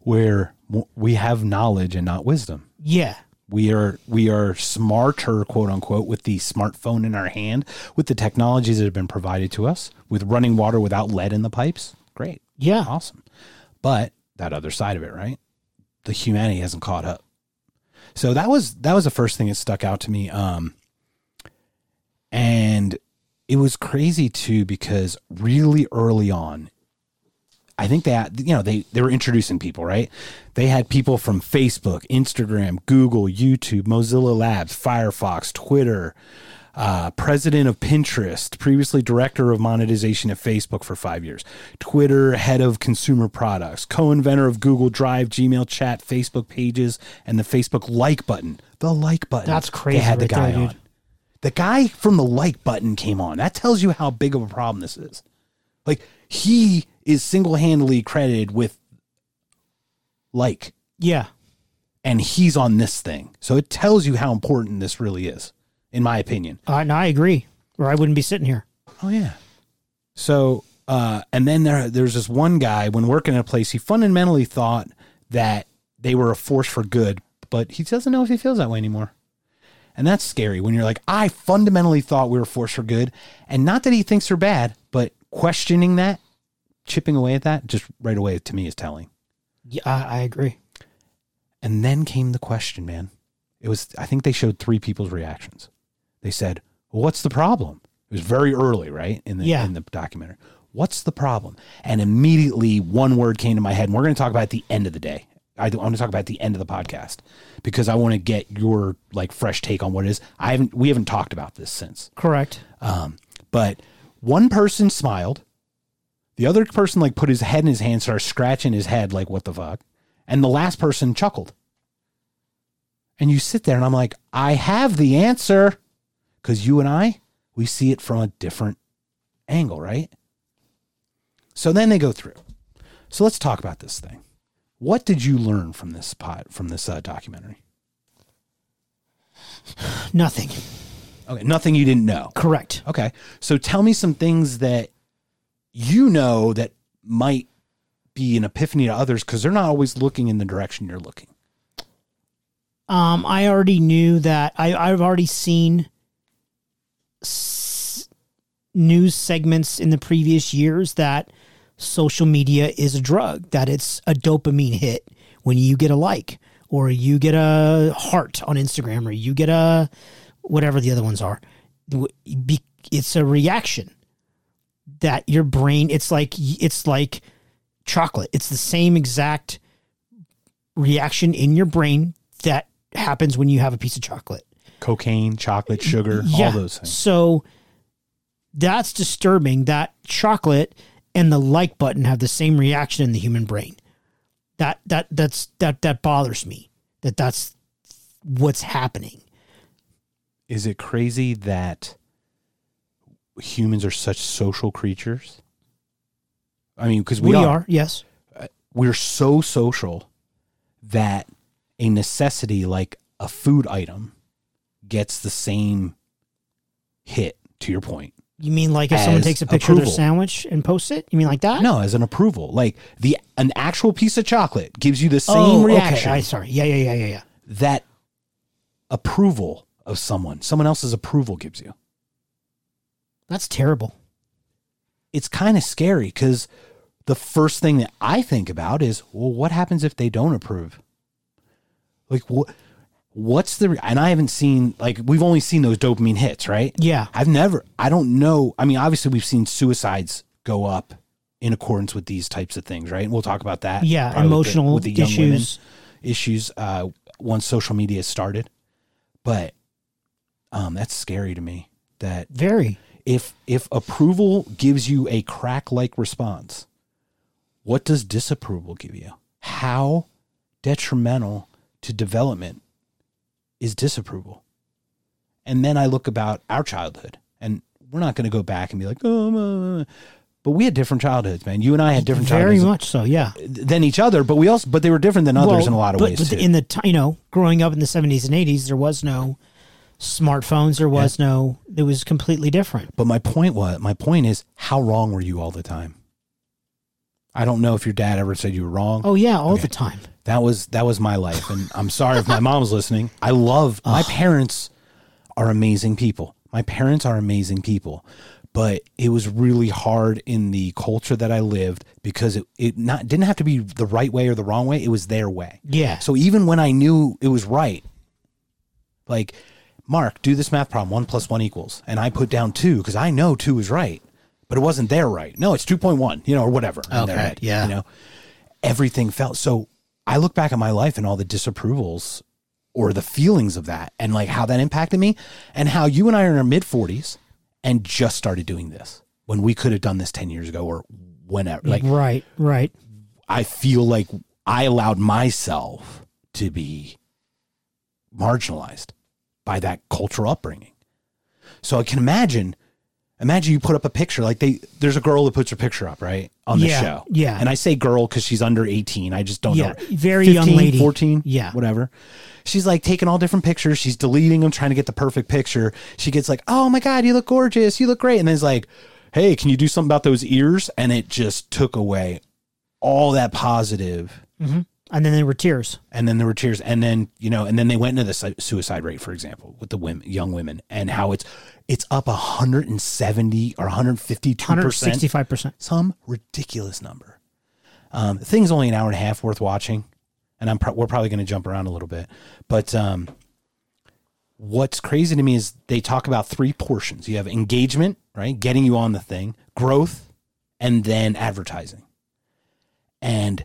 B: where w- we have knowledge and not wisdom.
C: Yeah.
B: we are we are smarter quote unquote with the smartphone in our hand with the technologies that have been provided to us with running water without lead in the pipes great
C: Yeah.
B: awesome but that other side of it right the humanity hasn't caught up so that was that was the first thing that stuck out to me um and it was crazy too because really early on I think that you know they they were introducing people, right? They had people from Facebook, Instagram, Google, YouTube, Mozilla Labs, Firefox, Twitter, uh, president of Pinterest, previously director of monetization at Facebook for five years, Twitter head of consumer products, co-inventor of Google Drive, Gmail chat, Facebook pages, and the Facebook like button. The like button.
C: That's crazy
B: They had the
C: right
B: guy
C: there, dude.
B: on. The guy from the like button came on. That tells you how big of a problem this is. Like he is single-handedly credited with like
C: Yeah.
B: and he's on this thing. So it tells you how important this really is in my opinion.
C: I, and I agree, or I wouldn't be sitting here.
B: Oh yeah. So Uh, and then there, there's this one guy when working at a place, he fundamentally thought that they were a force for good, but he doesn't know if he feels that way anymore. And that's scary when you're like, I fundamentally thought we were a force for good. And not that he thinks they're bad, but questioning that, chipping away at that, just right away to me is telling.
C: Yeah, I, I agree.
B: And then came the question, man. It was, I think they showed three people's reactions. They said, well, What's the problem? It was very early, right? In the,
C: Yeah.
B: in the documentary. What's the problem? And immediately one word came to my head. And we're going to talk about it at the end of the day. I do, I'm going to talk about it at the end of the podcast because I want to get your like fresh take on what it is. I haven't, we haven't talked about this since.
C: Correct.
B: Um, but one person smiled. The other person like put his head in his hand, started scratching his head, like what the fuck. And the last person chuckled. And you sit there, and I'm like, I have the answer, because you and I, we see it from a different angle, right? So then they go through. So let's talk about this thing. What did you learn from this pot from this uh, documentary?
C: Nothing.
B: Okay, nothing you didn't know.
C: Correct.
B: Okay. So tell me some things that you know that might be an epiphany to others because they're not always looking in the direction you're looking.
C: Um, I already knew that. I, I've already seen s- news segments in the previous years that social media is a drug, that it's a dopamine hit when you get a like, or you get a heart on Instagram, or you get a whatever the other ones are. W- be- It's a reaction that your brain, it's like, it's like chocolate. It's the same exact reaction in your brain that happens when you have a piece of chocolate.
B: Cocaine, chocolate, sugar, all those things.
C: So that's disturbing that chocolate and the like button have the same reaction in the human brain. That that that's that that bothers me. That that's what's happening.
B: Is it crazy that humans are such social creatures? I mean, because we,
C: We,
B: are.
C: are, yes.
B: We're so social that a necessity like a food item gets the same hit, to your point.
C: You mean like if someone
B: As
C: takes a picture of
B: approval.
C: their sandwich and posts it? You mean like that?
B: No, as an approval. Like the an actual piece of chocolate gives you the same
C: Oh, okay.
B: reaction
C: I sorry. Yeah, yeah, yeah, yeah, yeah.
B: that approval of someone, someone else's approval gives you.
C: That's terrible.
B: It's kind of scary because the first thing that I think about is, well, what happens if they don't approve? Like what what's the re- and I haven't seen like we've only seen those dopamine hits, right?
C: Yeah.
B: I've never, I don't know. I mean, obviously, we've seen suicides go up in accordance with these types of things, right? And we'll talk about that.
C: Yeah,
B: probably
C: emotional
B: young women
C: issues.
B: issues uh, once social media started. But um, that's scary to me that
C: Very.
B: if if approval gives you a crack like response, what does disapproval give you? How detrimental to development is disapproval? And then I look about our childhood, and we're not going to go back and be like, oh, uh, but we had different childhoods, man. You and I had different
C: Very
B: childhoods
C: much so, yeah.
B: than each other, but we also, but they were different than others
C: Well,
B: in a lot of
C: but,
B: ways
C: But
B: too.
C: in the ti- you know, growing up in the seventies and eighties, there was no smartphones. There was no. It was completely different.
B: But my point was, my point is, how wrong were you all the time? I don't know if your dad ever said you were wrong.
C: Oh yeah, all the time.
B: That was that was my life, and I'm sorry if my mom's listening. I love my parents are amazing people. My parents are amazing people, but it was really hard in the culture that I lived because it, it not didn't have to be the right way or the wrong way. It was their way.
C: Yeah.
B: So even when I knew it was right, like, Mark, do this math problem, one plus one equals. And I put down two because I know two is right, but it wasn't their right. No, it's 2.1, you know, or whatever. in their
C: Okay, yeah.
B: You know, everything felt so. I look back at my life and all the disapprovals or the feelings of that and like how that impacted me and how you and I are in our mid 40s and just started doing this when we could have done this 10 years ago or whenever. Like,
C: right, right.
B: I feel like I allowed myself to be marginalized by that cultural upbringing. So I can imagine, imagine you put up a picture like they, there's a girl that puts her picture up, right? On the
C: Yeah,
B: show.
C: yeah.
B: And I say girl because she's under 18. I just don't
C: Yeah,
B: know. her.
C: very young lady.
B: 14.
C: Yeah.
B: Whatever. She's like taking all different pictures. She's deleting them, trying to get the perfect picture. She gets like, oh my God, you look gorgeous. You look great. And then it's like, hey, can you do something about those ears? And it just took away all that positive.
C: And then there were tears.
B: And then there were tears. And then, you know, and then they went into the su- suicide rate, for example, with the women, young women and how it's, it's up 170 or 152%,
C: 165%.
B: some ridiculous number. Um, the thing's only an hour and a half worth watching. And I'm, pro- we're probably going to jump around a little bit, but, um, what's crazy to me is they talk about three portions. You have engagement, right? Getting you on the thing, growth, and then advertising. And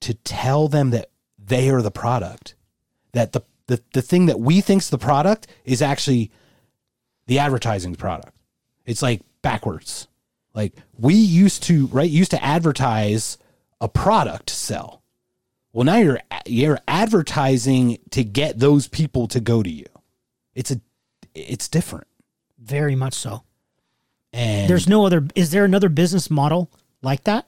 B: to tell them that they are the product, that the the, the thing that we think's the product is actually the advertising product. It's like backwards. Like we used to, right? Used to advertise a product sell. Well, now you're you're advertising to get those people to go to you it's a it's different
C: Very much so.
B: and
C: There's no other. Is there another business model like that?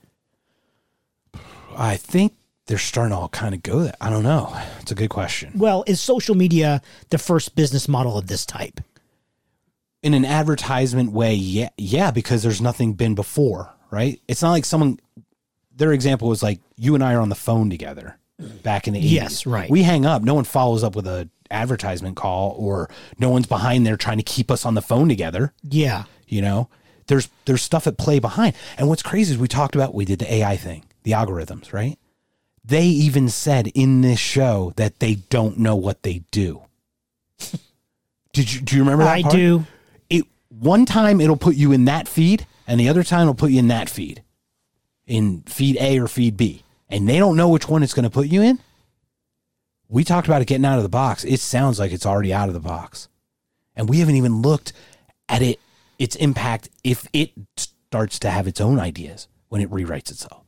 B: i think they're starting to all kind of go that i don't know it's a good question
C: Well, is social media the first business model of this type?
B: in an advertisement way yeah yeah because there's nothing been before right it's not like someone their example was like you and i are on the phone together back in the 80s
C: Yes, right.
B: we hang up no one follows up with a advertisement call or no one's behind there trying to keep us on the phone together
C: Yeah.
B: you know there's there's stuff at play behind and what's crazy is we talked about we did the ai thing the algorithms right they even said in this show that they don't know what they do did you do you remember that
C: I
B: part?
C: do.
B: it one time it'll put you in that feed and the other time it'll put you in that feed in feed a or feed b and they don't know which one it's going to put you in we talked about it getting out of the box it sounds like it's already out of the box and we haven't even looked at it its impact if it starts to have its own ideas when it rewrites itself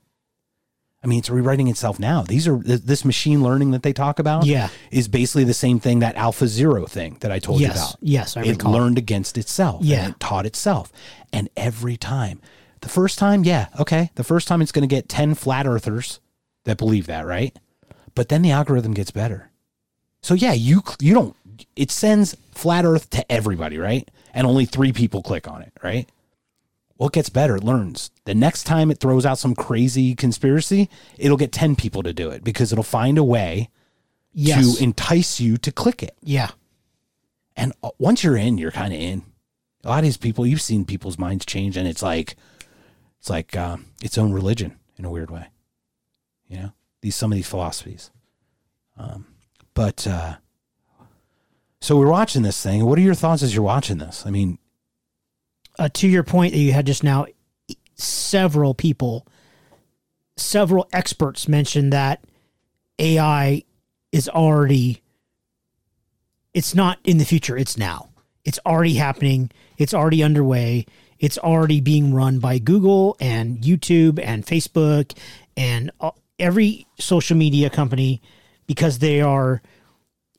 B: i mean it's rewriting itself now these are th- this machine learning that they talk about
C: Yeah.
B: is basically the same thing that alpha zero thing that i told you
C: Yes.
B: about
C: Yes. I
B: it
C: recall.
B: learned against itself.
C: Yeah.
B: And it taught itself. And every time, the first time, yeah, okay. The first time it's going to get 10 flat earthers that believe that, right? But then the algorithm gets better. So yeah, you you don't it sends flat earth to everybody, right? And only 3 people click on it, right? Well, it gets better, it learns. The next time it throws out some crazy conspiracy, it'll get 10 people to do it because it'll find a way
C: yes.
B: to entice you to click it.
C: yeah.
B: And uh, once you're in, you're kind of in. A lot of these people, you've seen people's minds change, and it's like, it's like um, its own religion in a weird way. You know, these some of these philosophies. Um, but uh, so we're watching this thing. What are your thoughts as you're watching this? I mean,
C: uh, to your point that you had just now, several people, several experts mentioned that AI is already, it's not in the future, it's now. It's already happening, it's already underway, it's already being run by Google and YouTube and Facebook and all- every social media company because they are,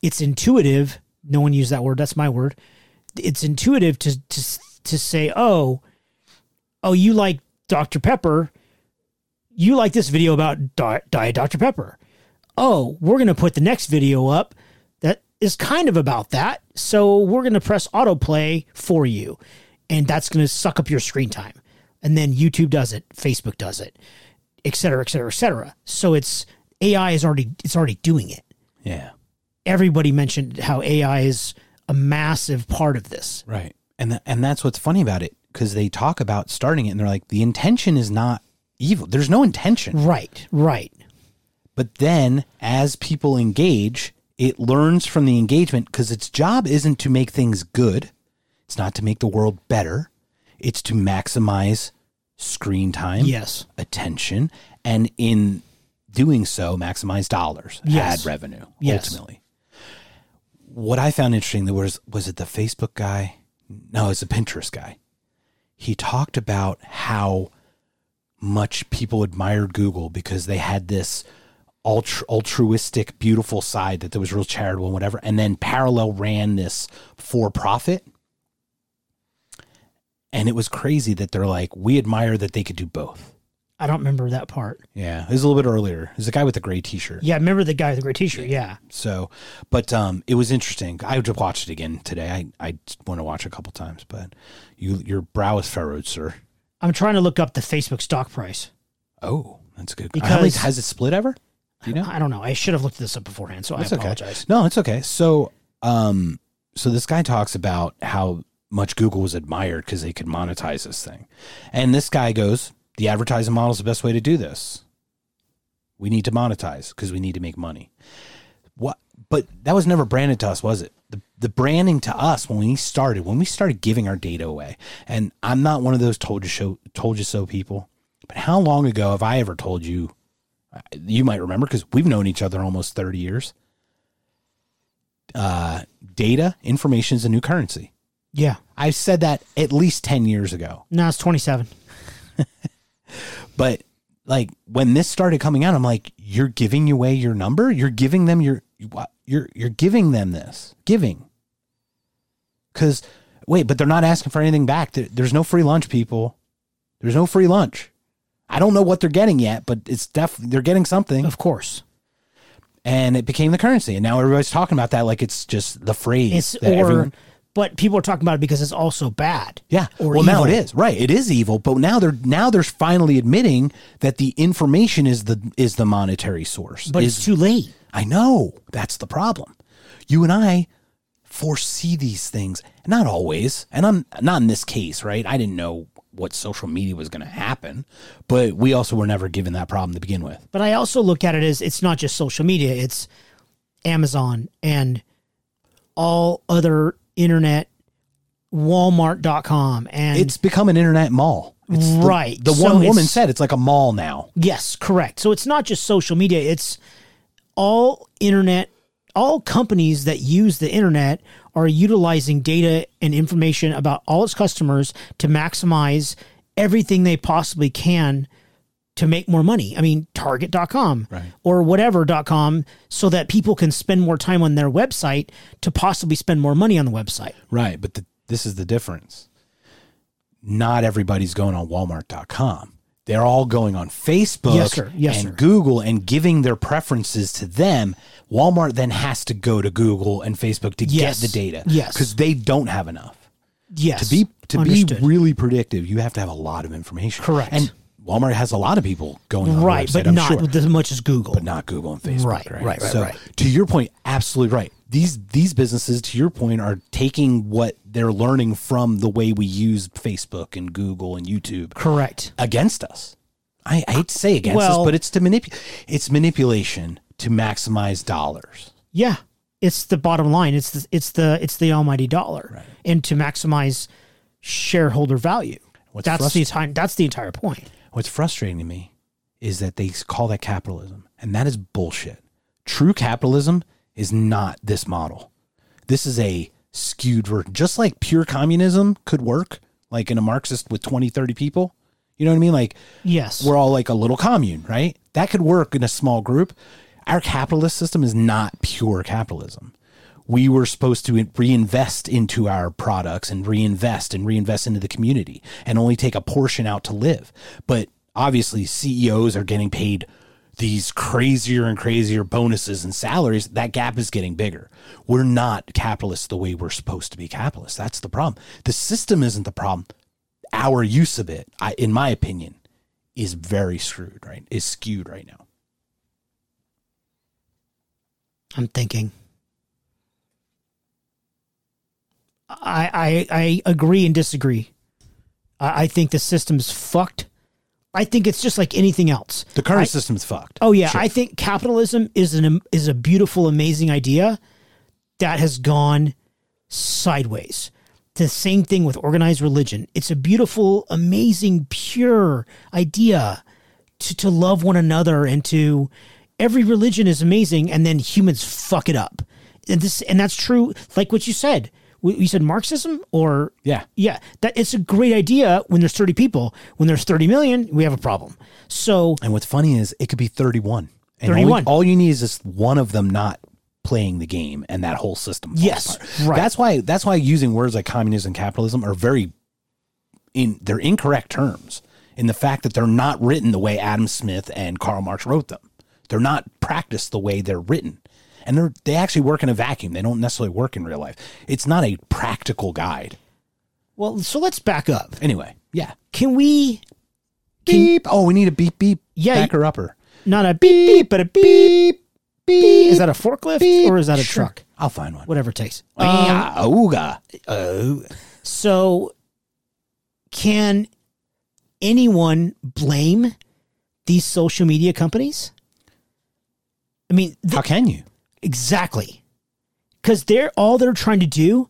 C: it's intuitive. No one used that word, that's my word it's intuitive to to to say, oh, oh, you like Dr Pepper, you like this video about Di- Diet Dr Pepper. Oh, we're gonna put the next video up that is kind of about that, so we're gonna press autoplay for you, and that's gonna suck up your screen time. And then YouTube does it, Facebook does it, et cetera, et cetera, et cetera. So it's AI is already it's already doing it.
B: yeah,
C: Everybody mentioned how AI is a massive part of this.
B: right. And tha- and that's what's funny about it because they talk about starting it, and they're like, the intention is not evil. There's no intention.
C: Right, right.
B: But then as people engage, it learns from the engagement because its job isn't to make things good. It's not to make the world better. It's to maximize screen time,
C: Yes.
B: attention, and in doing so, maximize dollars,
C: Yes.
B: ad revenue,
C: Yes.
B: ultimately. What I found interesting there was was it the Facebook guy? No, it's the Pinterest guy. He talked about how much people admired Google because they had this altru- altruistic, beautiful side that there was real charitable and whatever. And then Parallel ran this for profit. And it was crazy that they're like, we admire that they could do both.
C: I don't remember that part.
B: Yeah. It was a little bit earlier. It was the guy with the gray t shirt.
C: Yeah, I remember the guy with the gray t-shirt. Yeah.
B: So, but um, it was interesting. I would have watched it again today. I, I want to watch a couple times, but you, your brow is furrowed, sir.
C: I'm trying to look up the Facebook stock price.
A: Oh, that's good.
B: How many-
C: Because-
B: has it split ever? Do you know?
C: I don't know. I should have looked this up beforehand, so
B: That's
C: I
B: okay.
C: apologize.
B: No, it's okay. So, um, so this guy talks about how much Google was admired because they could monetize this thing, and this guy goes, "The advertising model is the best way to do this. We need to monetize because we need to make money." What? But that was never branded to us, was it? The, the branding to us when we started, when we started giving our data away, and I'm not one of those told you so, told you so people. But how long ago have I ever told you? You might remember because we've known each other almost 30 years uh, data, information is a new currency.
C: Yeah.
B: I've said that at least 10 years ago.
C: No, it's 27.
B: But like when this started coming out, I'm like, you're giving away your number. You're giving them your, you- what? you're, you're giving them this giving. Cause wait, but they're not asking for anything back. There- There's no free lunch people. There's no free lunch. I don't know what they're getting yet, but it's def they're getting something.
C: Of course.
B: And it became the currency. And now everybody's talking about that. Like it's just the phrase
C: It's
B: that
C: or
B: everyone-
C: but people are talking about it because it's also bad.
B: Yeah.
C: Or
B: well, now it
C: evil.
B: is right. It is evil, but now they're now they're finally admitting that the information is the is the monetary source.
C: But
B: is,
C: it's too late.
B: I know that's the problem. You and I foresee these things, not always, and I'm not in this case, right? I didn't know what social media was going to happen, but we also were never given that problem to begin with.
C: But I also look at it as it's not just social media, it's Amazon and all other internet Walmart.com and
B: It's become an internet mall. It's the-
C: Right.
B: The,
C: So
B: one woman
C: it's-
B: said it's like a mall now.
C: Yes, correct. So it's not just social media, it's all internet, all companies that use the internet are utilizing data and information about all its customers to maximize everything they possibly can to make more money. I mean, target.com or whatever.com so that people can spend more time on their website to possibly spend more money on the website.
B: Right, but the, this is the difference. Not everybody's going on Walmart.com. They're all going on Facebook
C: Yes, sir. Yes,
B: and
C: sir.
B: Google and giving their preferences to them. Walmart then has to go to Google and Facebook to
C: Yes.
B: get the data.
C: Yes.
B: Because they don't have enough.
C: Yes.
B: To be to
C: Understood.
B: be really predictive, you have to have a lot of information.
C: Correct.
B: And Walmart has a lot of people going on the
C: right,
B: website,
C: but
B: I'm
C: not
B: sure
C: as much as Google.
B: but not Google and Facebook.
C: Right,
B: Right,
C: right, right,
B: so
C: right.
B: to your point, absolutely right. These these businesses, to your point, are taking what they're learning from the way we use Facebook and Google and YouTube
C: correct.
B: against us. I, I hate to say against
C: Well-
B: us, but it's to manipulate. It's manipulation to maximize dollars.
C: Yeah, it's the bottom line. It's the it's the it's the almighty dollar, and to maximize shareholder value.
B: What's
C: that's
B: frust-
C: the entire that's the entire point.
B: What's frustrating to me is that they call that capitalism, and that is bullshit. True capitalism is not this model. This is a skewed version. Just like pure communism could work, like in a Marxist with 20, 30 people. You know what I mean? Like
C: Yes,
B: we're all like a little commune, right? That could work in a small group. Our capitalist system is not pure capitalism. We were supposed to reinvest into our products and reinvest and reinvest into the community and only take a portion out to live. But obviously, CEOs are getting paid these crazier and crazier bonuses and salaries. That gap is getting bigger. We're not capitalists the way we're supposed to be capitalists. That's the problem. The system isn't the problem. Our use of it, I, in my opinion, is very screwed right is skewed right now
C: I'm thinking. I I I agree and disagree. I, I think the system's fucked. I think it's just like anything else.
B: the current
C: I-
B: system's fucked
C: Oh yeah,
B: Sure.
C: I think capitalism is an is a beautiful, amazing idea that has gone sideways. The same thing with organized religion. It's a beautiful, amazing, pure idea to, to love one another and to every religion is amazing, and then humans fuck it up. And this and that's true. Like what you said, W- you said Marxism or
B: yeah
C: yeah, that it's a great idea when there's 30 people. When there's 30 million, we have a problem. So
B: and what's funny is it could be 31 and all-
C: 31.
B: all, you need is just one of them not playing the game and that whole system falls
C: Yes,
B: apart.
C: right.
B: that's why that's why using words like communism and capitalism are very in they're incorrect terms in the fact that they're not written the way adam smith and karl marx wrote them they're not practiced the way they're written and they're they actually work in a vacuum they don't necessarily work in real life it's not a practical guide
C: Well, so let's back up.
B: anyway Yeah.
C: Can we
B: Beep. Oh, we need a beep beep.
C: Yeah,
B: Backer upper.
C: not a beep beep, but a beep?
B: Beep. Beep.
C: Is that a forklift or is that a
B: Sure. Uh,
C: truck?
B: I'll find one.
C: Whatever it takes. Um,
B: Yeah, Uh, ooga.
C: so, can anyone blame these social media companies? I mean, th-
B: How can you?
C: exactly, because they're all they're trying to do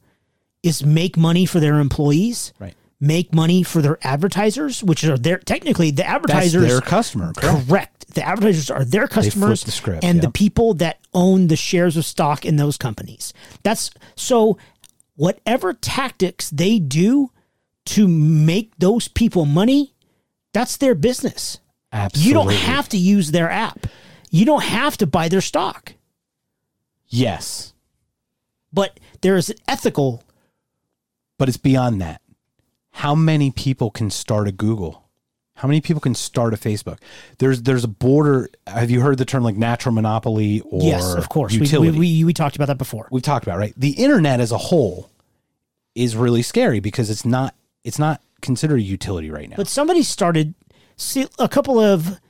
C: is make money for their employees,
B: Right.
C: make money for their advertisers, which are their technically the
B: That's
C: advertisers
B: their customer. correct?
C: Correct. The advertisers are their customers
B: the script,
C: and
B: yeah.
C: the people that own the shares of stock in those companies. That's so whatever tactics they do to make those people money, that's their business.
B: Absolutely.
C: You don't have to use their app. You don't have to buy their stock.
B: Yes,
C: But there is an ethical
B: but it's beyond that. How many people can start a Google? How many people can start a Facebook? There's there's a border. Have you heard the term like natural monopoly or
C: yes, of course. We, we,
B: utility?
C: we we talked about that before.
B: we've talked about, right? The internet as a whole is really scary because it's not it's not considered a utility right now.
C: But somebody started see a couple of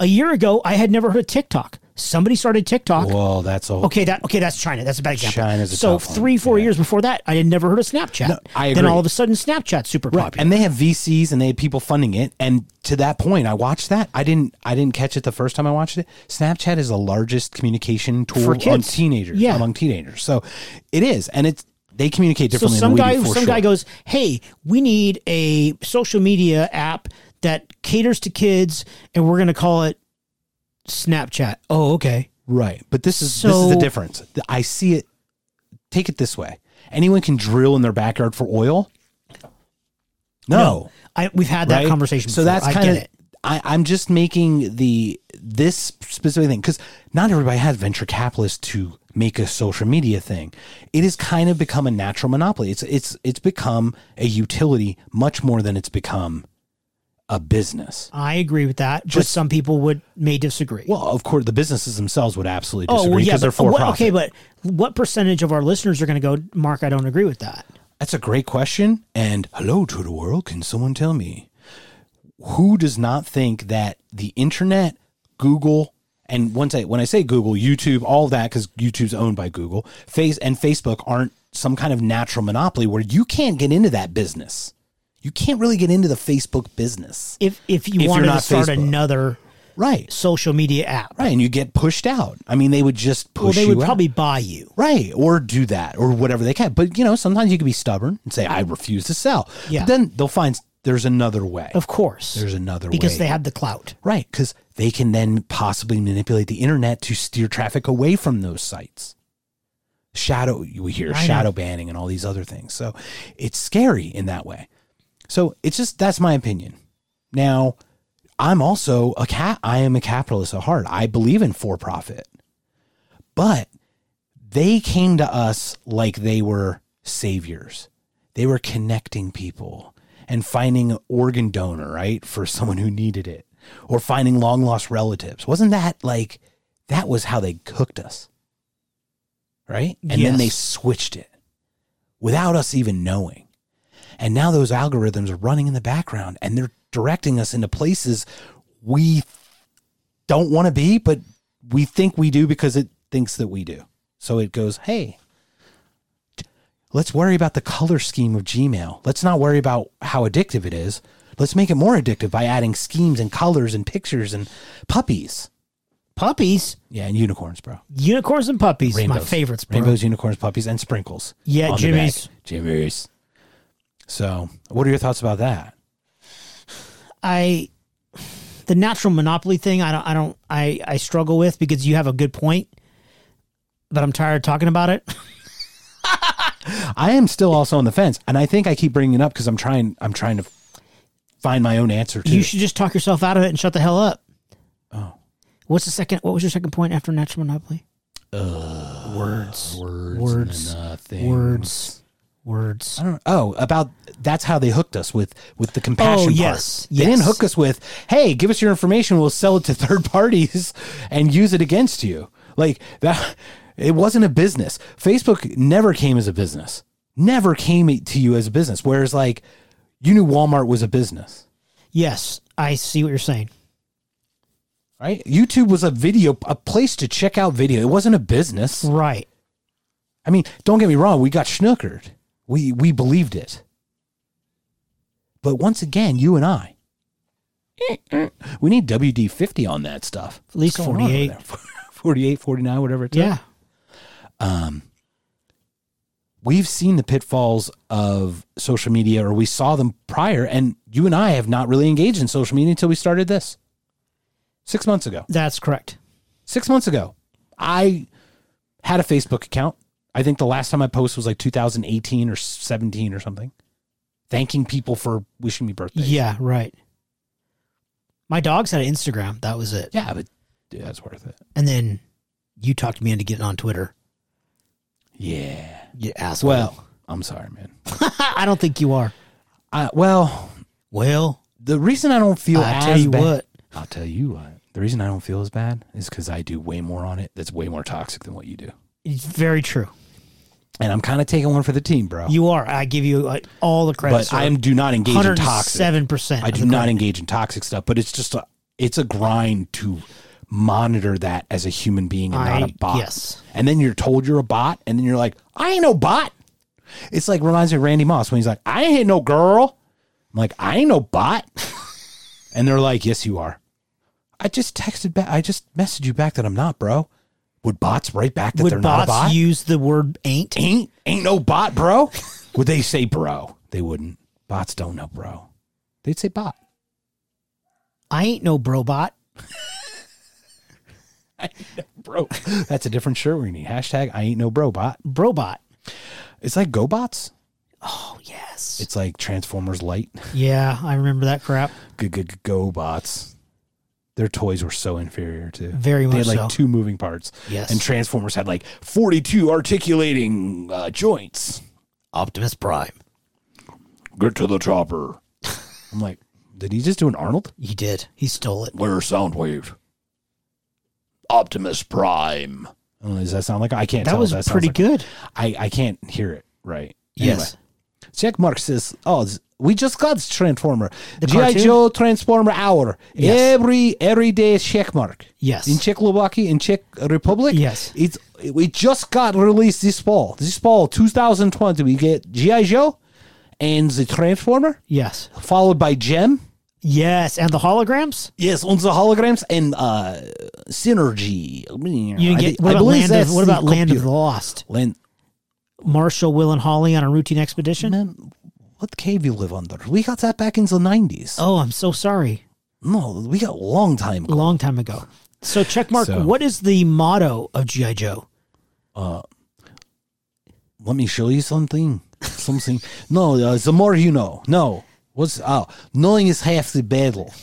C: a year ago I had never heard of TikTok. Somebody started TikTok.
B: Whoa, that's a
C: Okay, that okay, that's China. That's a bad example.
B: China's a
C: so
B: tough one,
C: three, four
B: yeah.
C: years before that, I had never heard of Snapchat.
B: No, I
C: Then
B: agree.
C: all of a sudden, Snapchat's super popular.
B: And they have VCs and they had people funding it. And to that point, I watched that. I didn't I didn't catch it the first time I watched it. Snapchat is the largest communication tool
C: For
B: on
C: kids.
B: teenagers
C: Yeah.
B: among teenagers. So it is, and it's they communicate
C: so
B: differently.
C: some
B: than we
C: guy,
B: do,
C: some
B: for
C: guy
B: sure.
C: goes, "Hey, we need a social media app that caters to kids, and we're going to call it Snapchat." Oh, okay.
B: Right. But this is this is the
C: So-
B: difference. Th- I see it take it this way. Anyone can drill in their backyard for oil? No.
C: I, we've had that
B: right?
C: conversation.
B: So
C: before.
B: that's
C: I
B: kind
C: get
B: of
C: it.
B: I, I'm just making the this specific thing because not everybody has venture capitalists to make a social media thing. It has kind of become a natural monopoly. It's it's it's become a utility much more than it's become a business.
C: I agree with that, but some people would may disagree. Oh,
B: Well, of course, the businesses themselves would absolutely disagree because they're
C: but
B: for
C: what-
B: profit.
C: okay, but what percentage of our listeners are going to go, Mark? I don't agree with that.
B: That's a great question. And hello to the world. Can someone tell me who does not think that the internet, Google, and once I when I say Google, YouTube, all of that because YouTube's owned by Google, Face and Facebook aren't some kind of natural monopoly where you can't get into that business. You can't really get into the Facebook business,
C: If if
B: If
C: you
B: you're
C: wanted to
B: not
C: start
B: Facebook.
C: another
B: right?
C: social media app.
B: Right, and you get pushed out. I mean, they would just push
C: Well, they
B: you
C: would
B: out.
C: probably buy you.
B: Right. Or do that or whatever they can. But, you know, sometimes you can be stubborn and say, I refuse to sell.
C: Yeah.
B: But then they'll find s- there's another way.
C: Of course.
B: There's another
C: because
B: way.
C: they have the clout.
B: right. Because they can then possibly manipulate the internet to steer traffic away from those sites. Shadow, we hear
C: I know.
B: shadow banning and all these other things. So it's scary in that way. So it's just, that's my opinion. Now, I'm also a cat. I am a capitalist at heart. I believe in for profit, but they came to us like they were saviors. They were connecting people and finding an organ donor, right, for someone who needed it, or finding long lost relatives. Wasn't that like that was how they cooked us, right? And then they
C: Yes.
B: switched it without us even knowing. And now those algorithms are running in the background and they're directing us into places we don't want to be, but we think we do because it thinks that we do. So it goes, hey, let's worry about the color scheme of Gmail. Let's not worry about how addictive it is. Let's make it more addictive by adding schemes and colors and pictures and puppies.
C: Puppies,
B: Yeah, and unicorns, bro.
C: unicorns, and puppies. My
B: Rainbows.
C: favorites, bro.
B: Rainbows, unicorns, puppies, and sprinkles.
C: Yeah,
B: on the
C: Jimmy's.
B: back. Jimmy's. So, what are your thoughts about that?
C: I the natural monopoly thing. I don't. I don't. I I struggle with because you have a good point, but I'm tired of talking about it.
B: I am still also on the fence, and I think I keep bringing it up because I'm trying. I'm trying to find my own answer to.
C: You
B: it.
C: should just talk yourself out of it and shut the hell up.
B: Oh.
C: What's the second? What was your second point after natural monopoly? words,
B: words,
C: words,
B: nothing.
C: words, words.
B: I don't. Oh, about that's how they hooked us with with the compassion.
C: Oh,
B: part.
C: yes,
B: They didn't
C: yes.
B: hook us with, "Hey, give us your information. We'll sell it to third parties and use it against you." Like that. It wasn't a business. Facebook never came as a business. Never came to you as a business. Whereas, like You knew Walmart was a business,
C: Yes, I see what you're saying.
B: right? YouTube was a video, a place to check out video. It wasn't a business.
C: Right.
B: I mean, don't get me wrong, we got schnookered. We we believed it. But once again, you and I, we need WD 50 on that stuff.
C: At least
B: What's going on over
C: 48.
B: there? 48, 49, whatever it's
C: Yeah.
B: we've seen the pitfalls of social media or we saw them prior and you and i have not really engaged in social media until we started this six months ago
C: That's correct.
B: six months ago i had a facebook account i think the last time i posted was like 2018 or 17 or something thanking people for wishing me birthdays
C: Yeah, right. My dogs had an Instagram. That was it.
B: yeah but dude, that's worth it
C: And then you talked me into getting on Twitter.
B: yeah
C: You asshole.
B: well i'm sorry man
C: I don't think you are.
B: I, well
C: Well,
B: the reason i don't feel
C: I
B: as
C: tell you
B: bad-
C: what.
B: I'll tell you what. The reason I don't feel as bad is because I do way more on it. That's way more toxic than what you do.
C: It's very true.
B: And I'm kind of taking one for the team, bro.
C: You are. I give you uh, all the credit.
B: Oh. but I am do not engage in toxic.
C: 107%.
B: I
C: of
B: do
C: the
B: not
C: credit.
B: engage in toxic stuff. But it's just a it's a grind to monitor that as a human being and not
C: I-
B: a bot.
C: yes.
B: And then you're told you're a bot, and then you're like, I ain't no bot. It's like reminds me of Randy Moss when he's like, I ain't no girl. I'm like, I ain't no bot. and they're like, Yes, you are. I just texted back. I just messaged you back that I'm not, bro. Would bots write back that they're
C: Would
B: not a
C: bots
B: bot?
C: use the word ain't?
B: ain't ain't no bot, bro. Would they say bro? They wouldn't. Bots don't know bro. They'd say bot.
C: I ain't no brobot.
B: Bro, that's a different shirt we need. Hashtag I ain't no bro bot.
C: Brobot.
B: It's like GoBots.
C: Oh, yes.
B: It's like Transformers Light.
C: yeah, I remember that crap.
B: Good, good, good GoBots. Their toys were so inferior to
C: Very
B: They had
C: much
B: like
C: so.
B: two moving parts.
C: Yes.
B: And Transformers had like forty-two articulating uh, joints.
C: Optimus Prime.
B: Get to the chopper. I'm like, did he just do an Arnold?
C: He did. He stole it.
B: Where's Soundwave? Optimus Prime. Oh, does that sound like I can't
C: That
B: tell
C: was
B: if sounds
C: pretty
B: like-
C: good.
B: I, I can't hear it right.
C: Yes.
B: Anyway, Jack Mark says, "Oh, this- we just got this Transformer,
C: The
B: GI
C: cartoon?
B: Joe Transformer Hour
C: Yes.
B: every every day." Check mark.
C: Yes.
B: In Czechoslovakia, in Czech Republic.
C: Yes.
B: It's we just got released this fall. This fall, 2020, we get GI Joe and the Transformer,
C: Yes.
B: followed by Gem.
C: Yes. And the holograms?
B: Yes, on the holograms and uh, synergy. You
C: You didn't get, what about, land of, what about land of the Lost?
B: land?
C: Marshall, Will, and Holly on a routine expedition?
B: Man, what cave you live under? We got that back in the nineties.
C: Oh, I'm so sorry.
B: No, we got long time.
C: A long time ago. So, check mark,
B: So-
C: what is the motto of G.I. Joe?
B: Let me show you something. Something. no, uh, the more you know. No, what's oh, knowing is half the battle.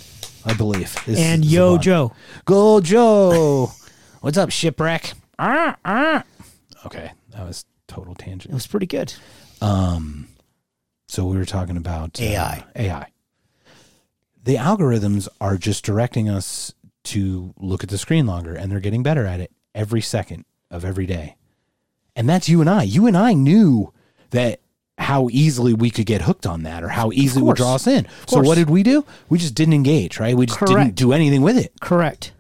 B: I believe. is-
C: And
B: is
C: Yo
B: one.
C: Joe.
B: Go Joe. what's up, shipwreck? Ah, ah. Okay, that was total
C: It
B: tangent.
C: was pretty good.
B: So we were talking about uh,
C: AI.
B: AI. The algorithms are just directing us to look at the screen longer, and they're getting better at it every second of every day. And that's you and I. You and I knew that how easily we could get hooked on that or how easily it would
C: course.
B: draw us in. So
C: course.
B: what did we do? We just didn't engage, right? We just didn't
C: Correct.
B: do anything with it.
C: Correct.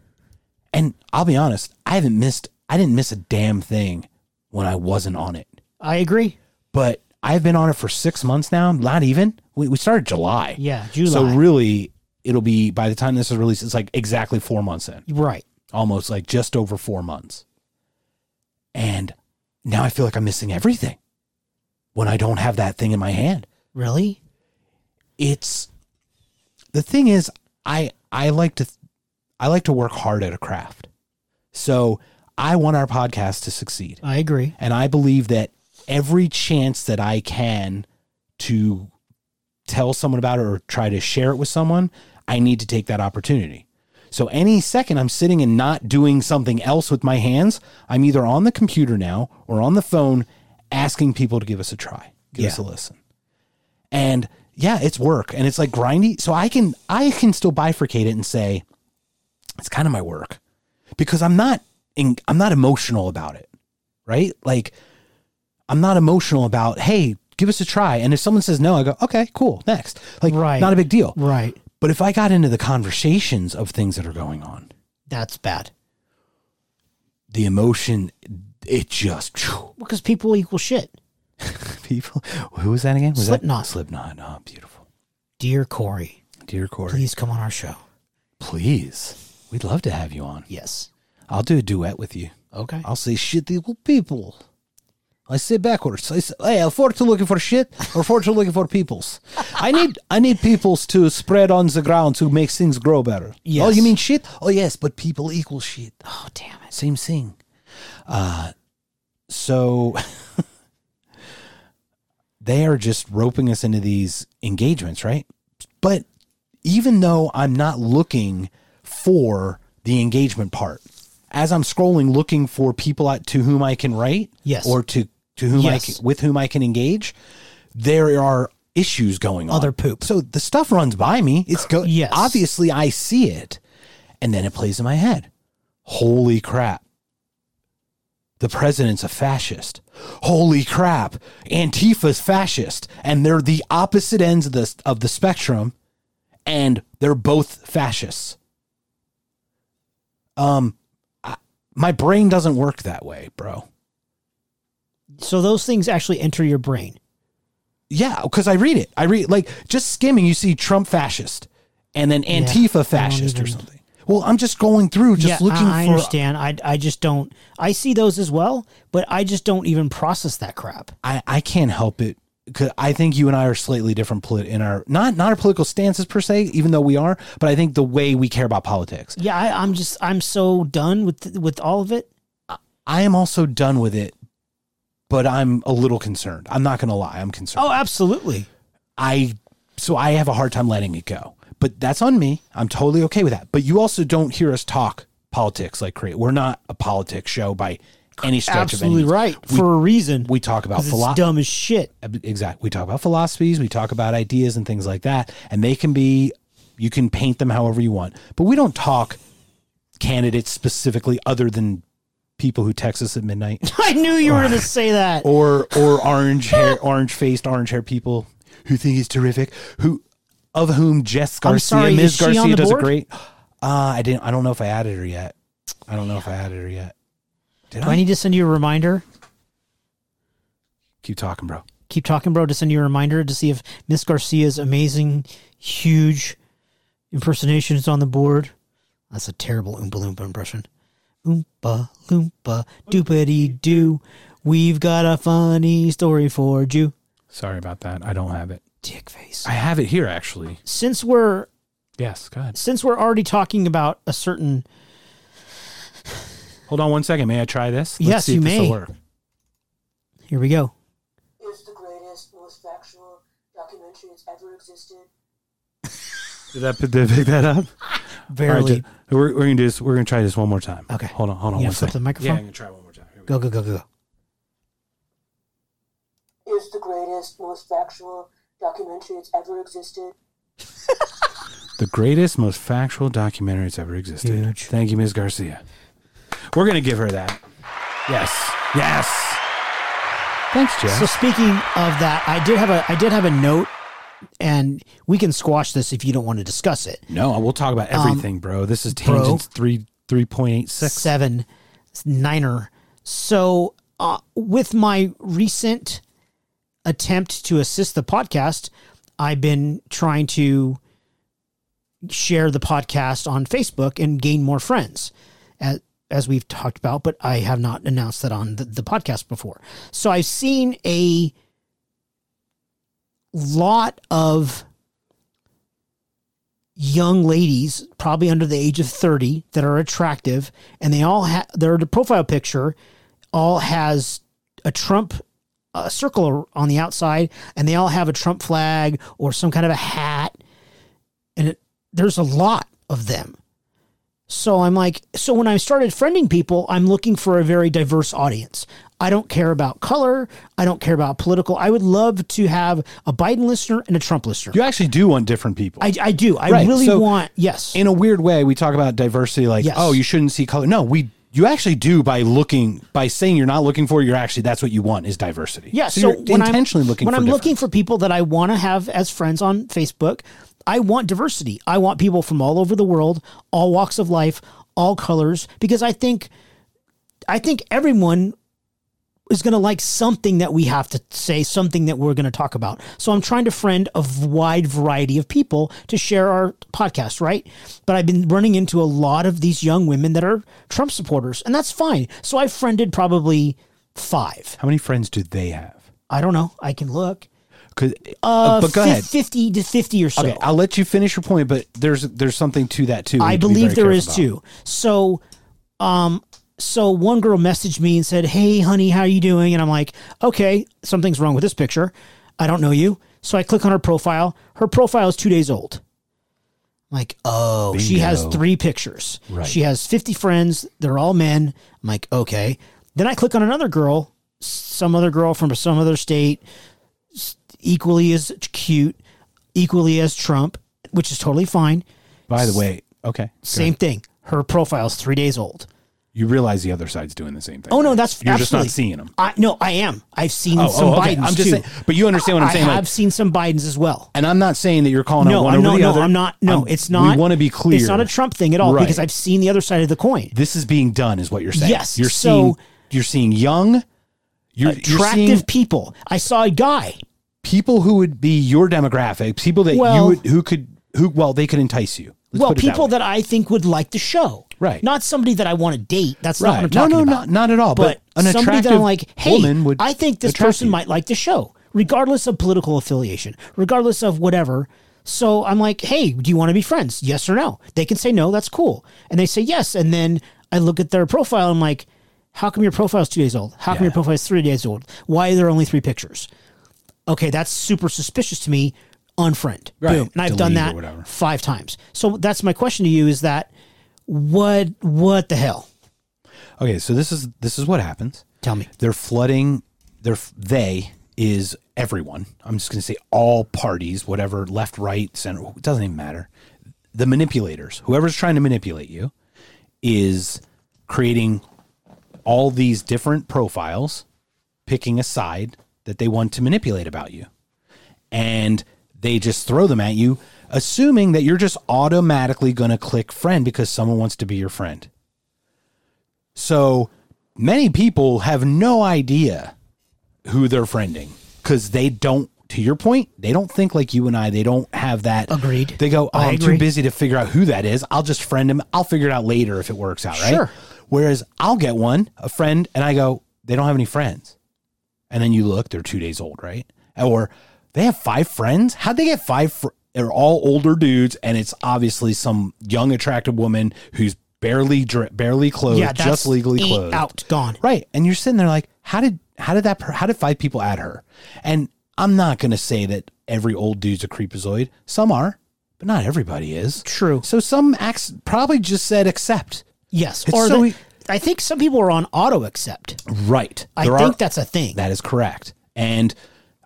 B: And I'll be honest, I haven't missed I didn't miss a damn thing when I wasn't on it.
C: I agree.
B: But I've been on it for six months now, not even. We, we started July.
C: Yeah, July.
B: So really, it'll be by the time this is released, it's like exactly four months in,
C: right.
B: almost like just over four months. And now I feel like I'm missing everything when I don't have that thing in my hand.
C: Really?
B: It's the thing is, I I like to I like to work hard at a craft, so I want our podcast to succeed.
C: I agree.
B: And I believe that every chance that I can to tell someone about it or try to share it with someone, I need to take that opportunity. So any second I'm sitting and not doing something else with my hands, I'm either on the computer now or on the phone asking people to give us a try, give us a
C: Yeah.
B: listen. And yeah, it's work and it's like grindy. So I can I can still bifurcate it and say it's kind of my work because I'm not in, I'm not emotional about it right? Like, I'm not emotional about, hey, give us a try. And if someone says no, I go, okay, cool, next. Like,
C: Right.
B: not a big deal.
C: Right.
B: But if I got into the conversations of things that are going on,
C: That's bad.
B: the emotion, it just phew,
C: Because people equal shit.
B: people. Who was that again? Was
C: Slipknot.
B: That? Slipknot. Oh, beautiful.
C: Dear Corey,
B: Dear Corey, please.
C: please come on our show.
B: We'd love to have you on.
C: Yes.
B: I'll do a duet with you.
C: Okay.
B: I'll say shit evil people. I say backwards. I say, hey, I'm fortune looking for shit or fortune looking for peoples. I need I need peoples to spread on the ground to make things grow better. Oh,
C: Yes.
B: you mean shit? Oh yes, but people equal shit.
C: Oh, damn it.
B: Same thing. Uh so they are just roping us into these engagements, right? But even though I'm not looking for the engagement part, as I'm scrolling looking for people at, to whom I can write,
C: Yes.
B: or to to whom
C: Yes.
B: I can, with whom I can engage, there are issues going on.
C: Other poop.
B: So the stuff runs by me. It's go-
C: Yes.
B: obviously I see it, and then it plays in my head. Holy crap! the president's a fascist. Holy crap, Antifa's fascist, and they're the opposite ends of the of the spectrum, and they're both fascists. Um, I, my brain doesn't work that way, bro.
C: So those things actually enter your brain.
B: Yeah, because I read it. I read like just skimming, you see Trump fascist, and then
C: Yeah,
B: Antifa
C: I don't
B: fascist or
C: even-
B: something. Well, I'm just going through, just
C: yeah,
B: looking
C: I, I
B: for.
C: understand. I, I just don't. I see those as well, but I just don't even process that crap.
B: I, I can't help it because I think you and I are slightly different polit- in our not not our political stances per se, even though we are, but I think the way we care about politics.
C: Yeah, I, I'm just. I'm so done with with all of it.
B: I am also done with it, but I'm a little concerned. I'm not gonna lie, I'm concerned.
C: Oh, absolutely.
B: I so I have a hard time letting it go. But that's on me. I'm totally okay with that. But you also don't hear us talk politics like crazy. We're not a politics show by any stretch
C: Absolutely
B: of any.
C: right.
B: We-
C: For a reason.
B: We talk about
C: 'Cause it's
B: philosophy.
C: dumb as shit.
B: exactly. We talk about philosophies, we talk about ideas and things like that, and they can be you can paint them however you want. But we don't talk candidates specifically other than people who text us at midnight
C: I knew you were going to say that.
B: or or orange hair orange faced orange hair people who think he's terrific who of whom Jess Garcia
C: sorry,
B: Ms.
C: is she on
B: Garcia
C: the
B: does
C: board?
B: a great uh I didn't I don't know if I added her yet. I don't know if I added her yet. Did
C: Do I
B: I
C: need to send you a reminder?
B: keep talking, bro?
C: Keep talking, bro. To send you a reminder to see if Miss Garcia's amazing, huge impersonation is on the board. That's a terrible Oompa Loompa impression. Oompa Loompa doopity doo. We've got a funny story for you.
A: Sorry about that. I don't have it.
C: Dick face.
A: I have it here, actually.
C: Since we're
A: Yes, God.
C: since we're already talking about a certain
A: Hold on one second. May I try this? Let's
C: Yes,
A: see
C: you
A: if this'll
C: may.
A: work.
C: here we go.
D: is the greatest, most factual documentary that's ever existed.
A: Did that did I pick that up? All right,
C: Barely.
A: ju- we're, we're gonna do this. We're gonna try this one more time.
C: Okay.
A: Hold on. Hold on.
C: you
A: One
C: gonna flip the
A: second.
C: microphone?
A: gonna try one more time. Here we
C: Go go go go go.
D: Is the greatest, most factual documentary that's ever existed.
A: The greatest, most factual documentary that's ever existed.
C: Huge.
A: Thank you, Ms. Garcia. We're gonna give her that. Yes. Yes. Thanks, Jeff.
C: So speaking of that, I did have a I did have a note, and we can squash this if you don't want to discuss it.
A: no, we'll talk about everything, bro. This is
C: Um, bro.
A: tangents three three point eight six.
C: Seven, niner. So uh, with my recent attempt to assist the podcast, I've been trying to share the podcast on Facebook and gain more friends, as, as we've talked about. But I have not announced that on the, the podcast before. So I've seen a lot of young ladies, probably under the age of thirty, that are attractive, and they all have their profile picture all has a Trump a circle on the outside, and they all have a Trump flag or some kind of a hat. And it, there's a lot of them. So I'm like, so when I started friending people, I'm looking for a very diverse audience. I don't care about color. I don't care about political. I would love to have a Biden listener and a Trump listener.
B: You actually do want different people.
C: I, I do. I
B: Right,
C: really
B: so-
C: want, yes.
B: in a weird way, we talk about diversity like,
C: Yes.
B: oh, you shouldn't see color. No, we You actually do by looking by saying you're not looking for. You're actually that's what you want is diversity.
C: Yeah,
B: so,
C: so,
B: you're
C: when
B: intentionally
C: I'm,
B: looking
C: when
B: for
C: I'm
B: different.
C: looking for people that I want to have as friends on Facebook, I want diversity. I want people from all over the world, all walks of life, all colors, because I think, I think everyone is going to like something that we have to say, something that we're going to talk about. So I'm trying to friend a wide variety of people to share our podcast, right? But I've been running into a lot of these young women that are Trump supporters, and that's fine. So I friended probably five.
B: How many friends do they have?
C: I don't know. I can look.
B: 'Cause-
C: Uh,
B: but go
C: fif-
B: ahead.
C: 50 to 50 or so.
B: Okay, I'll let you finish your point, but there's there's something to that too. we
C: I
B: need to be
C: believe
B: very
C: there is
B: careful about.
C: too. So, um, so one girl messaged me and said, "Hey, honey, how you doing?" And I'm like, "Okay, something's wrong with this picture. I don't know you." So I click on her profile. Her profile is two days old. I'm like, oh, she has
B: Bingo.
C: three pictures.
B: Right.
C: She has 50 friends. They're all men. I'm like, okay. Then I click on another girl, s- some other girl from some other state, s- equally as cute, equally as Trump, which is totally fine.
B: By the way, okay, go
C: Same
B: ahead.
C: thing. Her profile's three days old.
B: You realize the other side's doing the same thing.
C: Oh no,
B: right?
C: that's
B: you're
C: absolutely.
B: just not seeing them.
C: I no, I am. I've seen
B: Oh,
C: some
B: oh, okay.
C: Bidens
B: I'm just
C: too.
B: saying- but you understand what I'm
C: I
B: saying, like-
C: have seen some Bidens as well.
B: And I'm not saying that you're calling out
C: No,
B: one
C: I'm
B: over
C: no,
B: the
C: no,
B: other.
C: I'm not. No,
B: I'm-
C: it's not.
B: We want to be clear.
C: It's not a Trump thing at all
B: Right.
C: because I've seen the other side of the coin.
B: This is being done, is what you're saying.
C: Yes,
B: you're
C: so-
B: seeing you're seeing young, you're, you're
C: Attractive
B: seeing
C: people. I saw a guy.
B: people who would be your demographic, people that
C: Well-
B: you would who could who well they could entice you. Let's
C: well,
B: put it
C: people
B: that,
C: that, I think would like the show.
B: Right.
C: Not somebody that I want to date. That's
B: way.
C: not what I'm
B: right? No,
C: talking
B: no,
C: about.
B: not not at all. But,
C: but
B: an
C: somebody
B: attractive
C: that I'm like,
B: woman
C: hey,
B: would.
C: I think this
B: attract
C: person
B: you.
C: might like the show, regardless of political affiliation, regardless of whatever. So I'm like, hey, do you want to be friends? Yes or no? They can say no, that's cool. And they say yes. And then I look at their profile, I'm like, how come your profile's two days old? How come your profile's three days old? Why are there only three pictures? Okay, that's super suspicious to me. Unfriend.
B: Right.
C: Boom. And I've
B: Delete
C: done
B: or
C: that
B: whatever.
C: five times. So that's my question to you is that what what the hell?
B: Okay, so this is this is what happens.
C: Tell me.
B: They're flooding. They're f- they is everyone. I'm just going to say all parties, whatever left, right, center. It doesn't even matter. The manipulators, whoever's trying to manipulate you, is creating all these different profiles, picking a side that they want to manipulate about you, and they just throw them at you, assuming that you're just automatically going to click friend because someone wants to be your friend. So many people have no idea who they're friending because they don't. To your point, they don't think like you and I. They don't have that.
C: Agreed.
B: They go, oh,
C: I
B: I'm
C: agree.
B: too busy to figure out who that is. I'll just friend him. I'll figure it out later if it works out, right?
C: Sure.
B: Whereas I'll get one, a friend, and I go, they don't have any friends. And then you look, they're two days old, right? Or they have five friends. How'd they get five? Fr- they're all older dudes, and it's obviously some young, attractive woman who's barely, dr- barely clothed,
C: yeah, that's
B: just legally
C: ain't
B: clothed,
C: Out, gone.
B: right? And you're sitting there like, how did how did that per- how did five people add her? And I'm not gonna say that every old dude's a creepazoid. Some are, but not everybody is.
C: True.
B: So some acts probably just said accept.
C: Yes.
B: It's
C: or
B: so e- we-
C: the- I think some people are on auto accept.
B: Right.
C: I
B: There
C: think
B: are-
C: that's a thing.
B: That is correct. And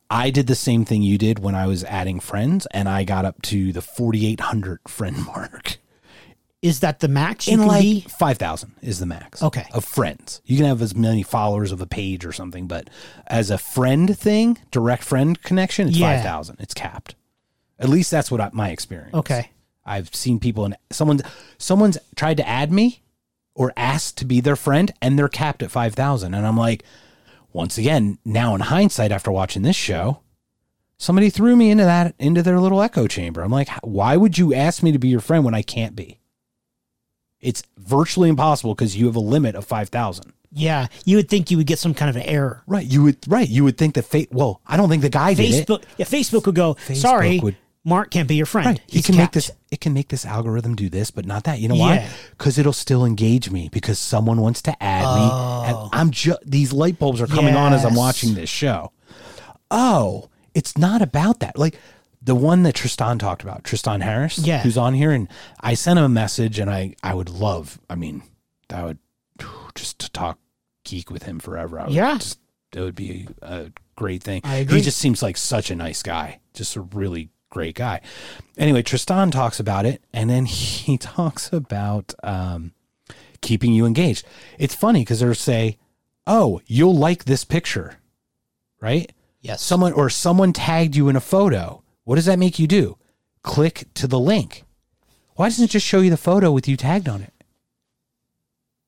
B: I did the same thing you did when I was adding friends, and I got up to the 4,800 friend mark.
C: Is that the max you
B: In
C: can
B: like
C: be?
B: 5,000 is the max.
C: Okay.
B: Of friends. You can have as many followers of a page or something, but as a friend thing, direct friend connection, it's
C: Yeah.
B: 5,000. It's capped. At least that's what I, my experience.
C: Okay.
B: I've seen people and someone someone's tried to add me or asked to be their friend and they're capped at 5000 and I'm like once again now in hindsight after watching this show somebody threw me into that into their little echo chamber. I'm like why would you ask me to be your friend when I can't be? It's virtually impossible cuz you have a limit of 5000.
C: Yeah. You would think you would get some kind of an error.
B: Right, you would right, you would think that fate well, I don't think the guy did it.
C: Facebook yeah, Facebook would go, sorry,
B: Facebook would-
C: Mark can't be your friend.
B: Right.
C: He's
B: it can make
C: capped."
B: this it can make this algorithm do this, but not that. You know
C: Yeah.
B: why? Because it'll still engage me because someone wants to add me. And I'm just these light bulbs are coming on as I'm
C: Oh. Yes.
B: watching this show. Oh, it's not about that. Like the one that Tristan talked about, Tristan Harris,
C: Yeah.
B: who's on here, and I sent him a message, and I I would love. I mean, that would just to talk geek with him forever. I would
C: Yeah.
B: just, it would be a great thing.
C: I agree.
B: He just seems like such a nice guy, just a really great guy. Anyway, Tristan talks about it, and then he talks about um, keeping you engaged. It's funny because they'll say, "Oh, you'll like this picture," right?
C: Yes.
B: Someone or someone tagged you in a photo. What does that make you do? Click to the link. Why doesn't it just show you the photo with you tagged on it?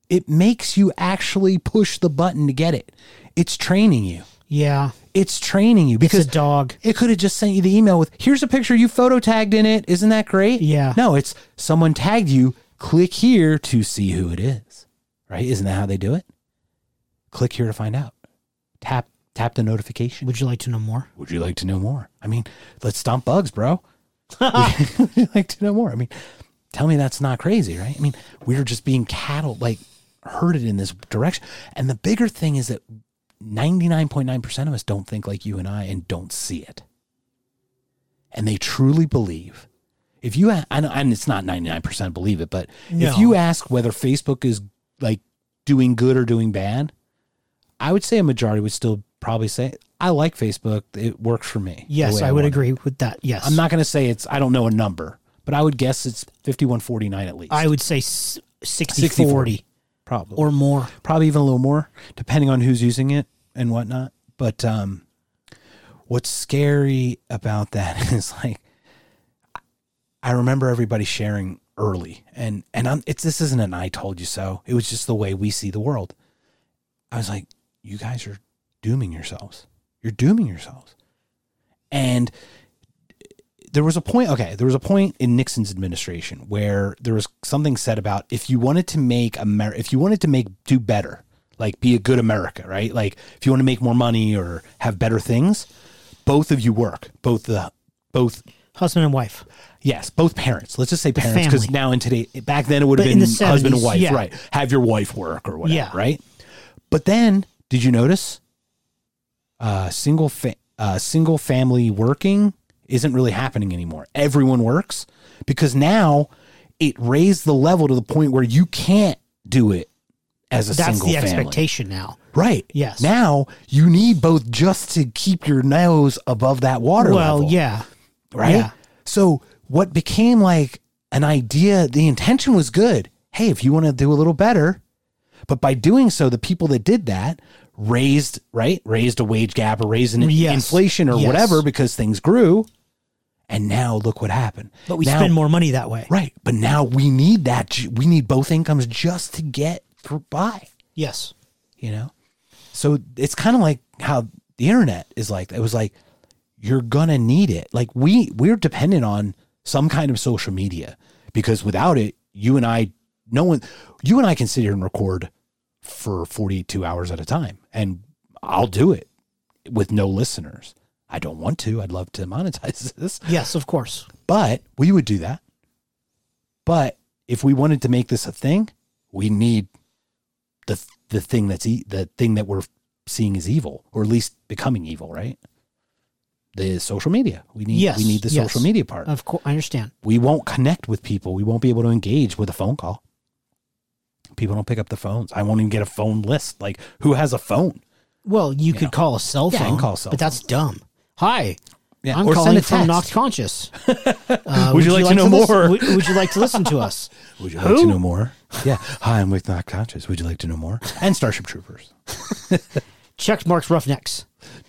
B: It makes you actually push the button to get it. It's training you.
C: yeah.
B: It's training you because
C: it's a dog.
B: it could have just sent you the email with here's a picture you photo tagged in it. Isn't that great?
C: Yeah.
B: No, it's someone tagged you. Click here to see who it is. Right? Isn't that how they do it? Click here to find out. Tap tap the notification.
C: Would you like to know more?
B: Would you like to know more? I mean, let's stomp bugs, bro. Would you like to know more? I mean, tell me that's not crazy, right? I mean, we're just being cattle, like herded in this direction. And the bigger thing is that 99.9% of us don't think like you and I and don't see it. And they truly believe. If you, a- I know, and it's not 99% believe it, but
C: No.
B: if you ask whether Facebook is like doing good or doing bad, I would say a majority would still probably say, I like Facebook. It works for me. the
C: Yes,
B: way
C: I would
B: want it."
C: agree with that. Yes.
B: I'm not going to say it's, I don't know a number, but I would guess it's 5149 at least.
C: I would say s- 60,
B: 60,
C: 40
B: probably.
C: or more.
B: probably even a little more, depending on who's using it and whatnot. But um, what's scary about that is like, I remember everybody sharing early, and and I'm, it's this isn't an I told you so. It was just the way we see the world. I was like, you guys are dooming yourselves. You're dooming yourselves, and there was a point okay there was a point in nixon's administration where there was something said about if you wanted to make Amer- if you wanted to make do better like be a good america right like if you want to make more money or have better things both of you work both the both
C: Husband and wife.
B: yes both parents let's just say parents because
C: family.
B: now in today back then it would have
C: But
B: been
C: in the
B: husband and
C: 70s,
B: wife
C: yeah.
B: right have your wife work or whatever
C: Yeah.
B: right but then did you notice uh single fa- uh single family working isn't really happening anymore. Everyone works because now it raised the level to the point where you can't do it as a
C: That's
B: single
C: the
B: family.
C: expectation now.
B: Right.
C: Yes.
B: Now you need both just to keep your nose above that water
C: well,
B: level
C: yeah.
B: right?
C: Yeah.
B: So what became like an idea, the intention was good. Hey, if you want to do a little better, but by doing so, the people that did that raised, right? Raised a wage gap or raised an
C: Yes.
B: inflation or
C: Yes.
B: whatever because things grew. And now look what happened.
C: But we
B: Now-
C: spend more money that way.
B: Right. But now we need that. ju- We need both incomes just to get through by
C: Yes.
B: you know so it's kind of like how the internet is like it was like you're gonna need it like we we're dependent on some kind of social media because without it you and i no one you and i can sit here and record for 42 hours at a time and i'll do it with no listeners i don't want to i'd love to monetize this
C: Yes, of course.
B: but we would do that. But if we wanted to make this a thing, we need the the thing that's e- the thing that we're seeing is evil, or at least becoming evil, right? The social media. We need
C: Yes,
B: we need the
C: yes.
B: social media part.
C: Of course. I understand.
B: we won't connect with people. We won't be able to engage with a phone call. People don't pick up the phones. I won't even get a phone list. Like who has a phone?
C: Well, you, could
B: know.
C: call a cell
B: Yeah, I
C: phone.
B: can call a cell
C: but that's dumb. Hi.
B: Yeah,
C: I'm
B: or send
C: calling
B: a
C: from
B: text.
C: Knocked Conscious. Uh,
B: Would you like to know
C: listen-
B: more?
C: would, would you like to listen to us?
B: Would you like to know more? Yeah. Hi, I'm with Not Conscious. Would you like to know more? And Starship Troopers.
C: Check marks Roughnecks.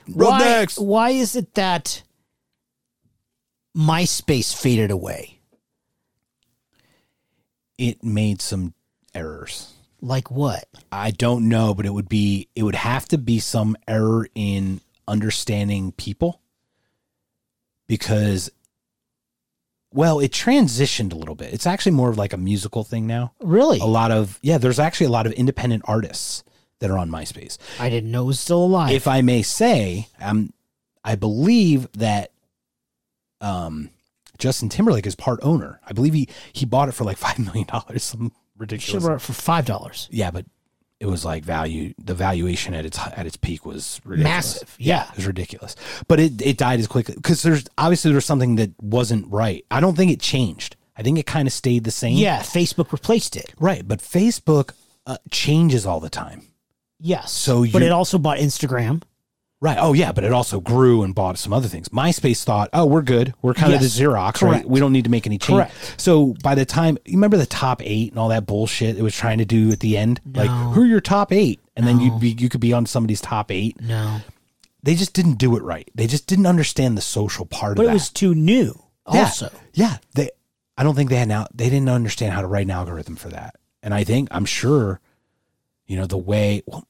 B: Roughnecks!
C: Why, why is it that MySpace faded away?
B: It made some errors.
C: Like what?
B: I don't know, but it would be it would have to be some error in understanding people because well, it transitioned a little bit. It's actually more of like a musical thing now.
C: Really?
B: A lot of yeah, there's actually a lot of independent artists that are on MySpace.
C: I didn't know it was still alive.
B: if I may say, um, I believe that um, Justin Timberlake is part owner. I believe he he bought it for like five million dollars, some
C: should
B: ridiculous.
C: have for five dollars.
B: Yeah, but it was like value. The valuation at its at its peak was ridiculous.
C: Massive. Yeah.
B: It was ridiculous, but it it died as quickly because there's obviously there's something that wasn't right. I don't think it changed. I think it kind of stayed the same.
C: Yeah. Facebook replaced it.
B: right. But Facebook uh, changes all the time.
C: Yes.
B: So
C: but
B: you-
C: it also bought Instagram.
B: Right. Oh, yeah. But it also grew and bought some other things. MySpace thought, oh, we're good. We're kind of
C: Yes.
B: the Xerox,
C: Correct.
B: right? We don't need to make any change.
C: Correct.
B: So by the time, you remember the top eight and all that bullshit it was trying to do at the end?
C: No.
B: Like, who are your top eight? And then you'd be, you could be on somebody's top eight.
C: No.
B: They just didn't do it right. They just didn't understand the social part
C: But
B: of
C: it
B: that.
C: was too new
B: Yeah.
C: also.
B: Yeah. They I don't think they had now they didn't understand how to write an algorithm for that. And I think I'm sure, you know, the way well,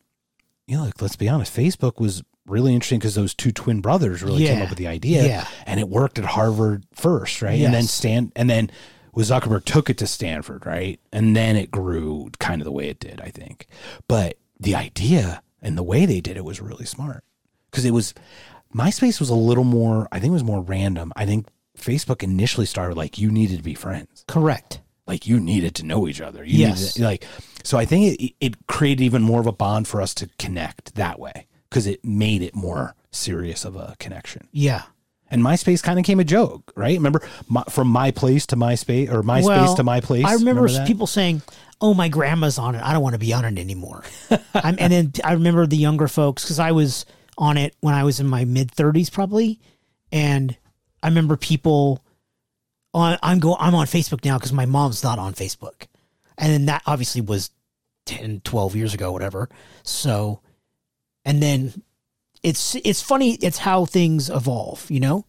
B: you know, like, let's be honest, Facebook was really interesting because those two twin brothers really came
C: Yeah.
B: up with the idea.
C: Yeah.
B: And it worked at Harvard first, right? And then
C: Yes.
B: Stan and then was Zuckerberg took it to Stanford, right? And then it grew kind of the way it did, I think. But the idea and the way they did it was really smart because it was MySpace was a little more. I think it was more random. I think Facebook initially started like you needed to be friends,
C: Correct.
B: like you needed to know each other. You
C: Yes.
B: needed, like so. I think it it created even more of a bond for us to connect that way because it made it more serious of a connection.
C: Yeah.
B: And MySpace kind of came a joke, right? Remember my, from my place to MySpace or MySpace
C: Well,
B: to my place.
C: I remember,
B: that?
C: people saying, "Oh, my grandma's on it. I don't want to be on it anymore." I'm, and then I remember the younger folks because I was on it when I was in my mid 30s, probably. And I remember people on I'm go I'm on Facebook now because my mom's not on Facebook, and then that obviously was 10, 12 years ago, whatever. So, and then it's it's funny. It's how things evolve, you know.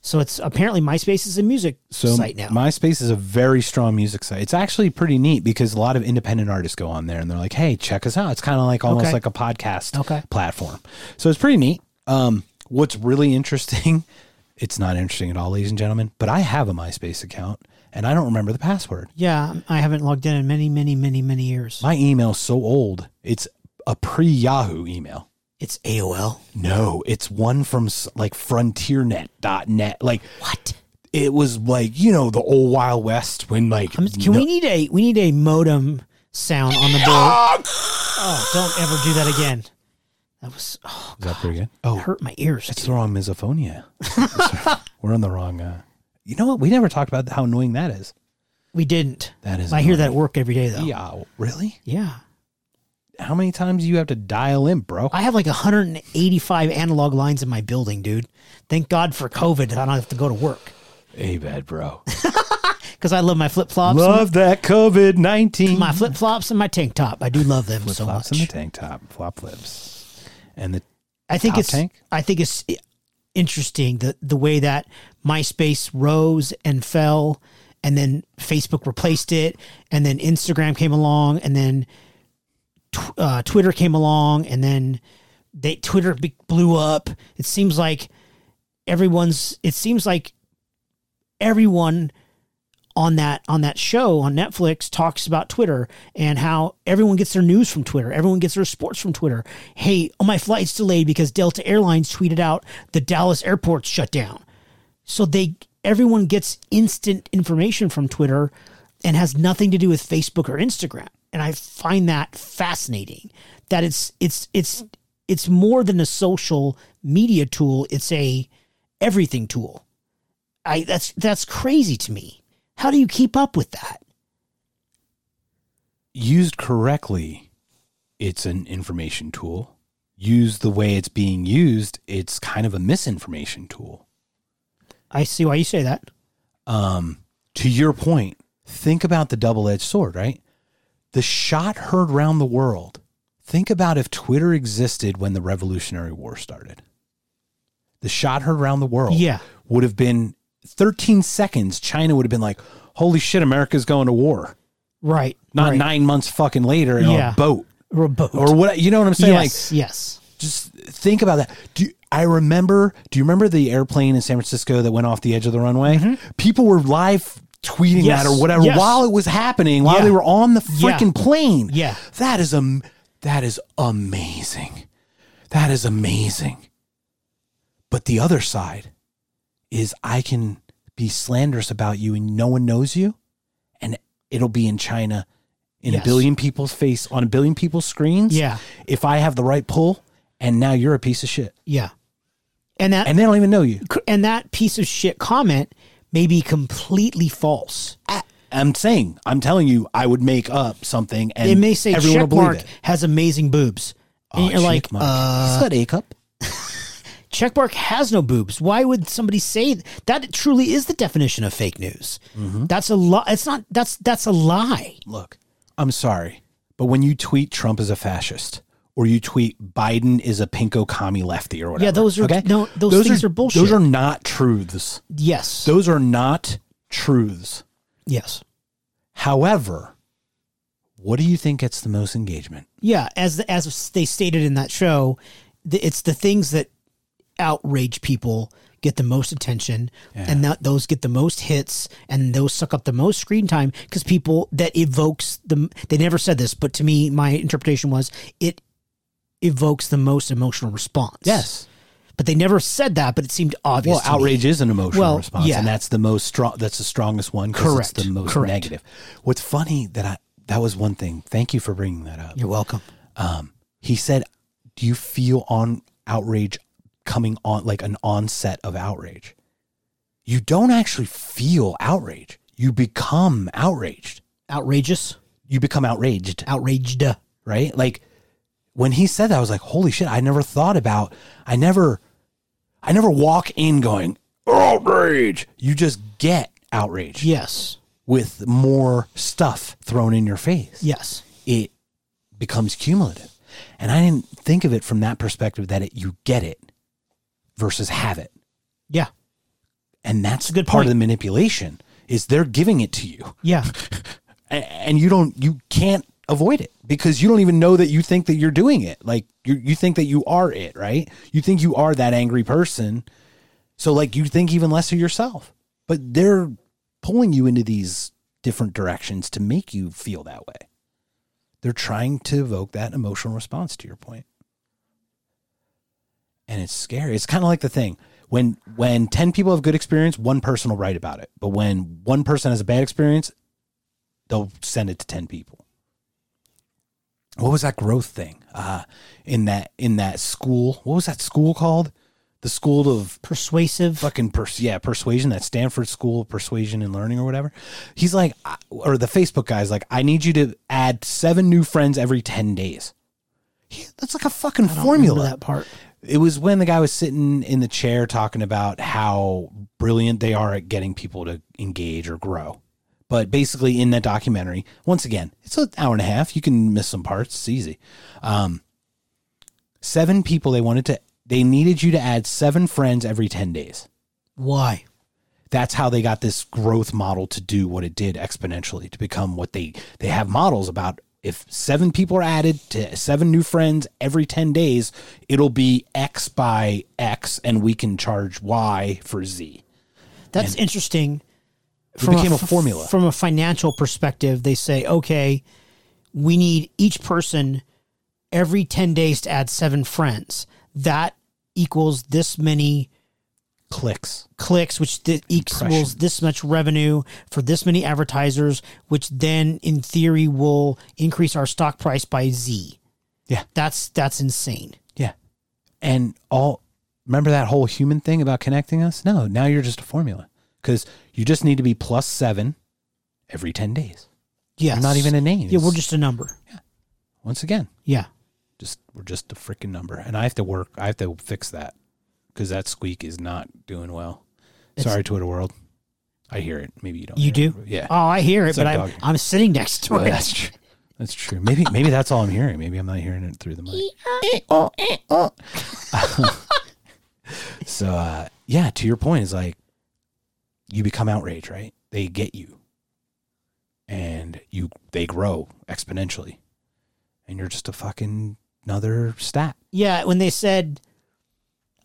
C: So it's apparently MySpace is a music
B: so
C: site now.
B: MySpace is a very strong music site. It's actually pretty neat because a lot of independent artists go on there and they're like, "Hey, check us out." It's kind of like almost
C: Okay.
B: like a podcast
C: Okay.
B: platform. So it's pretty neat. Um, what's really interesting? It's not interesting at all, ladies and gentlemen. But I have a MySpace account and I don't remember the password.
C: Yeah, I haven't logged in in many, many, many, many years.
B: My email's so old. It's a pre-Yahoo email.
C: It's AOL.
B: No, it's one from s- like frontiernet.net. Like
C: What?
B: it was like, you know, the old Wild West when like
C: I'm, can
B: no-
C: we need a we need a modem sound on the board? Oh, don't ever do that again. That was oh,
B: Is that pretty good?
C: it hurt my ears.
B: It's the wrong misophonia. We're on the wrong. Uh, you know what? We never talked about how annoying that is.
C: we didn't.
B: That is
C: I hear that at work every day though. Yeah.
B: Yeah, really? How many times do you have to dial in, bro?
C: I have like 185 analog lines in my building, dude. Thank God for COVID. that I don't have to go to work
B: Hey, bad bro.
C: because I love my flip flops,
B: Love that COVID nineteen.
C: my flip flops, and my tank top. I do love them so
B: flops
C: much.
B: in the tank top, flop flips, and the
C: I think
B: Top
C: it's
B: tank?
C: I think it's interesting the the way that MySpace rose and fell, and then Facebook replaced it, and then Instagram came along, and then tw- uh, Twitter came along, and then they Twitter be- blew up. It seems like everyone's. It seems like everyone on that on that show on Netflix talks about Twitter and how everyone gets their news from Twitter. Everyone gets their sports from Twitter. Hey, oh my flight's delayed because Delta Airlines tweeted out the Dallas airport's shut down. So they everyone gets instant information from Twitter and has nothing to do with Facebook or Instagram. And I find that fascinating. That it's it's it's it's more than a social media tool. It's a everything tool. I that's that's crazy to me. How do you keep up with that?
B: used correctly, it's an information tool. Used the way it's being used, it's kind of a misinformation tool.
C: I see why you say that.
B: Um, to your point, think about the double edged sword, right? The shot heard round the world. Think about if Twitter existed when the Revolutionary War started. The shot heard round the world
C: Yeah.
B: would have been 13 seconds. China would have been like, holy shit, America's going to war.
C: Right.
B: Not
C: right.
B: nine months fucking later in
C: Yeah.
B: a boat
C: Or a boat.
B: or what you know what I'm saying?
C: yes, yes.
B: Like just think about that. Do you- I remember do you remember the airplane in San Francisco that went off the edge of the runway? People were live tweeting
C: Mm-hmm. Yes,
B: that or whatever
C: yes.
B: while it was happening, while
C: Yeah.
B: they were on the
C: Yeah.
B: freaking plane.
C: Yeah.
B: That is um that is amazing. That is amazing. But the other side is I can be slanderous about you and no one knows you and it'll be in China in
C: Yes.
B: a billion people's face on a billion people's screens.
C: Yeah.
B: If I have the right pull and now you're a piece of shit
C: Yeah. And that
B: and they don't even know you.
C: and that piece of shit comment may be completely false.
B: I'm saying, I'm telling you, I would make up something and
C: it may say
B: everyone will believe
C: checkmark
B: it. Oh,
C: has amazing boobs. And you're like,
B: checkmark.
C: uh,
B: he's got A cup.
C: Checkmark has no boobs. Why would somebody say th- that? Truly is the definition of fake news.
B: Mm-hmm.
C: That's a lie. It's not. That's that's a lie.
B: Look,
A: I'm sorry.
B: but when you tweet Trump is a fascist or you tweet Biden is a pinko commie lefty or whatever.
C: Yeah, those are
B: okay?
C: no. Those, things are, bullshit.
B: Those are not truths.
C: yes.
B: Those are not truths.
C: yes.
B: However, what do you think gets the most engagement?
C: Yeah. As the, as they stated in that show, the, it's the things that outrage people get the most attention, and that those get the most hits, and those suck up the most screen time because people that evokes the. They never said this, but to me, my interpretation was it evokes the most emotional response. but they never said that. But it seemed obvious.
B: Well,
C: to me.
B: outrage is an emotional
C: Well,
B: response,
C: yeah.
B: and that's the most strong. That's the strongest one. 'cause
C: Correct,
B: It's the most
C: correct.
B: negative. What's funny that I that was one thing. Thank you for bringing that up. Um,
C: You're welcome.
B: He said, "Do you feel on outrage coming on like an onset of outrage? You don't actually feel outrage. You become outraged.
C: Outrageous.
B: You become outraged,
C: Outraged.
B: right? Like when he said that, I was like, holy shit! I never thought about. I never, I never walk in going outrage. You just get outraged.
C: Yes.
B: with more stuff thrown in your face.
C: Yes.
B: It becomes cumulative. And I didn't think of it from that perspective that it, you get it versus have it.
C: Yeah.
B: And that's
C: a good
B: part of
C: point.
B: the manipulation is they're giving it to you
C: Yeah.
B: A- and you don't you can't avoid it because you don't even know that you think that you're doing it. Like you you think that you are it, right? You think you are that angry person. So like you think even less of yourself. But they're pulling you into these different directions to make you feel that way. They're trying to evoke that emotional response to your point. And it's scary. It's kind of like the thing when when 10 people have good experience, one person will write about it. But when one person has a bad experience, they'll send it to 10 people what was that growth thing uh in that in that school what was that school called the school of
C: Persuasive.
B: fucking pers- yeah persuasion that stanford school of persuasion and learning or whatever he's like I- or the facebook guy's like i need you to add seven new friends every 10 days He- that's like a fucking
C: I don't
B: formula
C: remember that part.
B: it was when the guy was sitting in the chair talking about how brilliant they are at getting people to engage or grow. But basically, in that documentary, once again, it's an hour and a half. You can miss some parts. It's easy. Um, seven people they wanted to, they needed you to add seven friends every 10 days.
C: Why?
B: That's how they got this growth model to do what it did exponentially to become what they, they have models about. If seven people are added to seven new friends every 10 days, it'll be X by X and we can charge Y for Z.
C: That's interesting.
B: became a
C: f-
B: formula.
C: From a financial perspective, they say, okay, we need each person every 10 days to add seven friends. That equals this many
B: Clicks.
C: clicks, which th- equals
B: Impressions.
C: this much revenue for this many advertisers, which then in theory will increase our stock price by Z.
B: Yeah.
C: That's that's insane.
B: Yeah. And all remember that whole human thing about connecting us? No, now you're just a formula because you just need to be plus seven every 10 days.
C: Yes.
B: Not even a name.
C: Yeah, we're just a number.
B: once again,
C: Yeah.
B: just we're just a freaking number. And I have to work, I have to fix that because that squeak is not doing well.
C: It's-
B: Sorry, Twitter world. I hear it. Maybe you don't.
C: You
B: hear
C: do?
B: It. Yeah.
C: Oh, I hear it,
B: a
C: but I'm,
B: dog.
C: I'm sitting next to
B: Well,
C: it.
B: that's true. That's true. Maybe maybe that's all I'm hearing. Maybe I'm not hearing it through the mic. so uh, yeah, to your point is like you become outraged, right? They get you, and you they grow exponentially, and you're just a fucking another stat.
C: Yeah, when they said,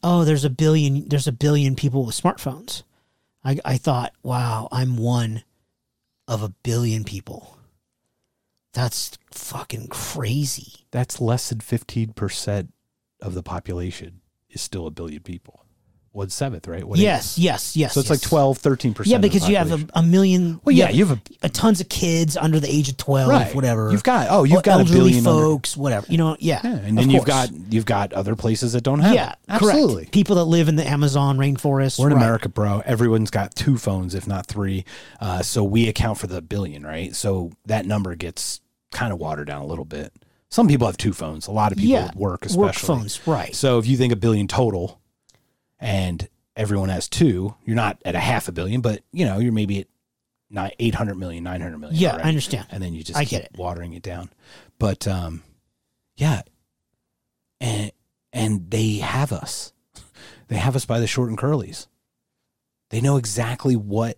C: "Oh, there's a billion, there's a billion people with smartphones," I, I thought, "Wow, I'm one of a billion people." That's fucking crazy.
B: That's less than fifteen percent of the population is still a billion people. One seventh, right? What
C: yes, yes, yes.
B: So it's like
C: yes.
B: 12, 13 percent.
C: Yeah, because you have a, a million.
B: Well,
C: you
B: yeah,
C: have
B: you have a
C: a tons of kids under the age of twelve, whatever.
B: You've got oh, you've
C: Or
B: got a
C: elderly
B: billion under-
C: folks, whatever. You know, yeah.
B: yeah, and
C: of
B: then you've
C: course.
B: got you've got other places that don't have.
C: yeah,
B: it. absolutely.
C: correct. people that live in the Amazon rainforest.
B: We're in
C: right.
B: America, bro. Everyone's got two phones, if not three. Uh, so we account for the billion, right? So that number gets kind of watered down a little bit. Some people have two phones. A lot of people
C: Yeah,
B: work, especially
C: work phones, right?
B: So if you think a billion total, and everyone has two, you're not at a half a billion, but you know, you're maybe at nine, 800 million, 900 million.
C: Yeah,
B: already.
C: I understand.
B: And then you just
C: I
B: keep
C: get it.
B: watering it down. But um, yeah, and and they have us. They have us by the short and curlies. They know exactly what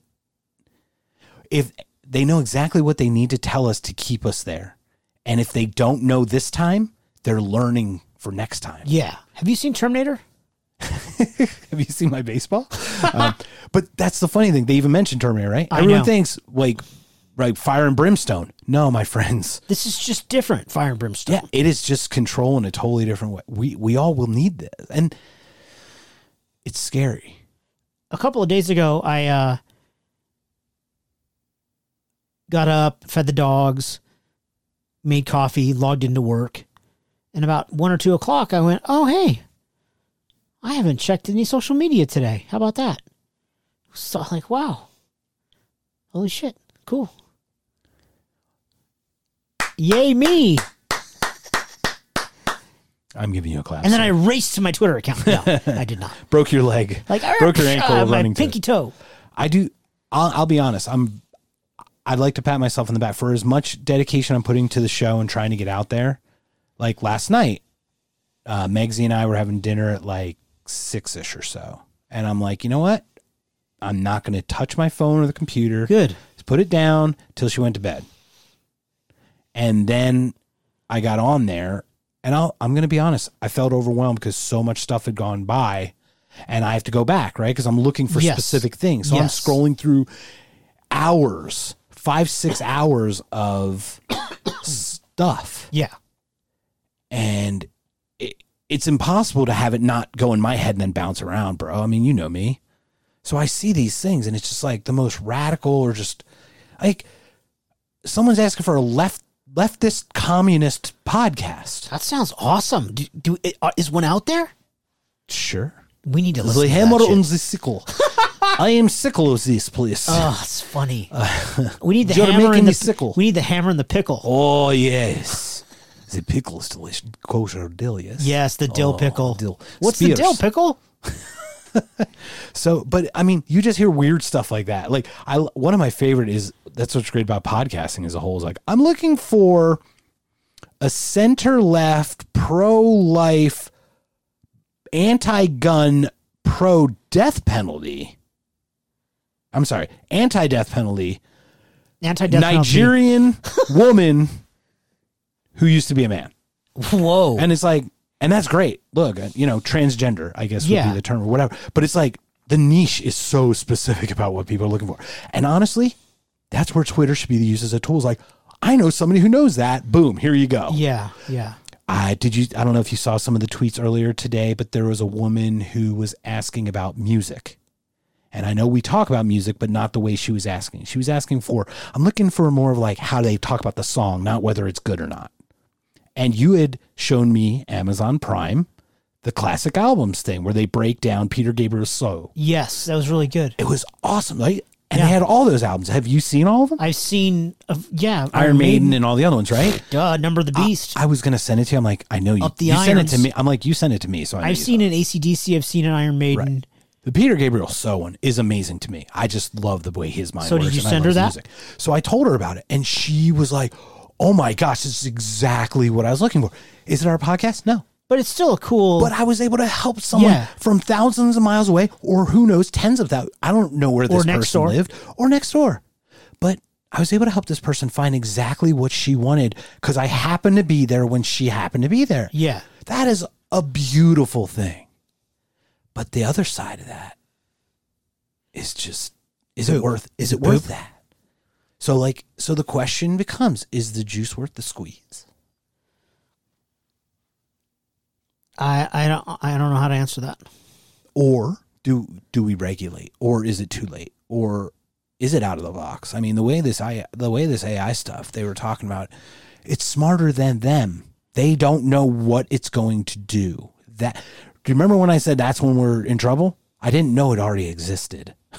B: if they know exactly what they need to tell us to keep us there. And if they don't know this time, they're learning for next time.
C: Yeah. Have you seen Terminator?
B: Have you seen my baseball? um, but that's the funny thing. They even mentioned Terminator, right?
C: I
B: Everyone
C: know.
B: thinks like, right, fire and brimstone. No, my friends.
C: This is just different. Fire and brimstone.
B: Yeah, it is just control in a totally different way. We we all will need this, and it's scary.
C: a couple of days ago, I uh, got up, fed the dogs, made coffee, logged into work, and about one or two o'clock, I went, "Oh hey, I haven't checked any social media today. How about that?" So I'm like, wow, holy shit, cool, yay me!
B: I'm giving you a class.
C: And then I raced to my Twitter account. No, I did not.
B: broke your leg.
C: Like
B: broke your ankle
C: ah, my
B: running. to it.
C: pinky toe.
B: I do. I'll, I'll be honest. I'm. I'd like to pat myself on the back for as much dedication I'm putting to the show and trying to get out there. Like last night, uh, Megsy and I were having dinner at like six ish or so, and I'm like, you know what? I'm not going to touch my phone or the computer.
C: Good.
B: Put it down till she went to bed, and then I got on there, and I'll, I'm going to be honest. I felt overwhelmed because so much stuff had gone by, and I have to go back right because I'm looking for
C: Yes.
B: specific things. So
C: Yes.
B: I'm scrolling through hours, five, six hours of stuff.
C: Yeah.
B: And it, it's impossible to have it not go in my head and then bounce around, bro. I mean, you know me. So I see these things and it's just like the most radical or just like someone's asking for a left leftist communist podcast.
C: That sounds awesome. Do, do uh, is one out there?
B: Sure.
C: We need to listen.
B: The
C: to that
B: hammer on
C: shit.
B: the sickle. I am sickle of this place.
C: Oh, it's funny.
B: Uh,
C: we need the
B: You're
C: hammer
B: making
C: and the
B: me sickle.
C: We need the hammer and the pickle.
B: Oh yes, the pickle is delicious. Kosher dill, yes.
C: Yes, the dill
B: Oh,
C: pickle.
B: dill.
C: What's
B: Spears.
C: the dill pickle?
B: So, but I mean, you just hear weird stuff like that. Like, I one of my favorite is that's what's great about podcasting as a whole is like I'm looking for a center left, pro life, anti gun, pro death penalty. I'm sorry, anti death penalty.
C: Anti-death penalty.
B: Nigerian woman who used to be a man.
C: Whoa.
B: And it's like, and that's great. Look, uh, you know, transgender, I guess would
C: Yeah.
B: be the term or whatever. But it's like the niche is so specific about what people are looking for. And honestly, that's where Twitter should be used as a tool. It's like, I know somebody who knows that. Boom, here you go.
C: yeah, yeah.
B: I did you I don't know if you saw some of the tweets earlier today, but there was a woman who was asking about music. And I know we talk about music, but not the way she was asking. She was asking for I'm looking for more of like how they talk about the song, not whether it's good or not. And you had shown me Amazon Prime, the classic albums thing where they break down Peter Gabriel's soul.
C: Yes, that was really good.
B: It was awesome. Like and
C: Yeah.
B: they had all those albums. Have you seen all of them?
C: I've seen, uh, yeah,
B: Iron Maiden, and all the other ones, right?
C: Duh, Number of the Beast.
B: I was gonna send it to you. I'm like, I know you.
C: Up the
B: you sent it to
C: irons.
B: me. I'm like, you sent it to me. So I know
C: I,
B: you
C: have
B: saw
C: seen an ACDC. I've seen an Iron Maiden.
B: The Peter Gabriel so one is amazing to me. I just love the way his mind
C: So did
B: works.
C: you
B: and I
C: send
B: love
C: her
B: his music.
C: that?
B: So I told her about it, and she was like, "Oh my gosh, this is exactly what I was looking for." Is it our podcast? No,
C: But it's still a cool.
B: but I was able to help someone
C: Oh. Yeah.
B: from thousands of miles away, or who knows, tens of thousands. I don't know where this
C: next
B: person
C: door.
B: lived, or next door. But I was able to help this person find exactly what she wanted because I happened to be there when she happened to be there.
C: yeah.
B: That is a beautiful thing. But the other side of that is just is it worth is it worth that? So like so the question becomes is the juice worth the squeeze?
C: I, I, don't, I don't know how to answer that.
B: Or do do we regulate or is it too late? Or is it out of the box? I mean the way this I the way this AI stuff they were talking about it's smarter than them. They don't know what it's going to do. That do you remember when I said that's when we're in trouble? I didn't know it already existed.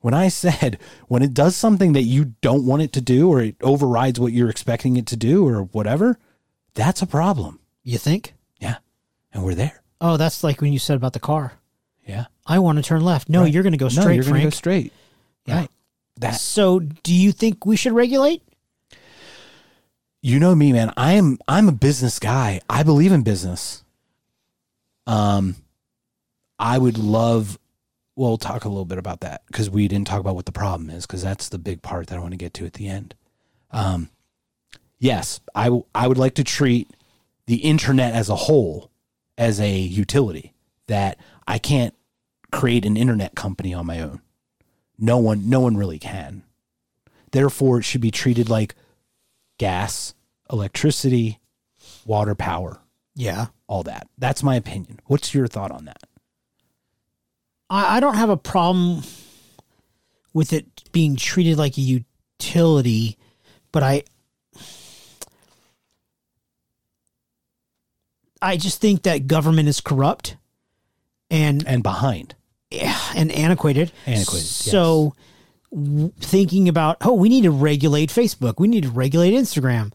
B: When I said when it does something that you don't want it to do or it overrides what you're expecting it to do or whatever, that's a problem.
C: You think?
B: Yeah. And we're there.
C: Oh, that's like when you said about the car.
B: Yeah.
C: I want to turn left. No,
B: Right.
C: you're going to go
B: no,
C: straight,
B: you're gonna
C: Frank.
B: go straight.
C: Yeah.
B: Right. That
C: So, do you think we should regulate?
B: you know me, man. I am I'm a business guy. I believe in business. Um I would love we'll talk a little bit about that because we didn't talk about what the problem is because that's the big part that I want to get to at the end. Um yes, I w- I would like to treat the internet as a whole as a utility that I can't create an internet company on my own. No one no one really can. Therefore, it should be treated like gas, electricity, water, power,
C: Yeah.
B: all that. That's my opinion. What's your thought on that?
C: I, I don't have a problem with it being treated like a utility, but I I just think that government is corrupt and
B: And behind.
C: and antiquated.
B: Antiquated,
C: So w- thinking about, oh, we need to regulate Facebook. We need to regulate Instagram.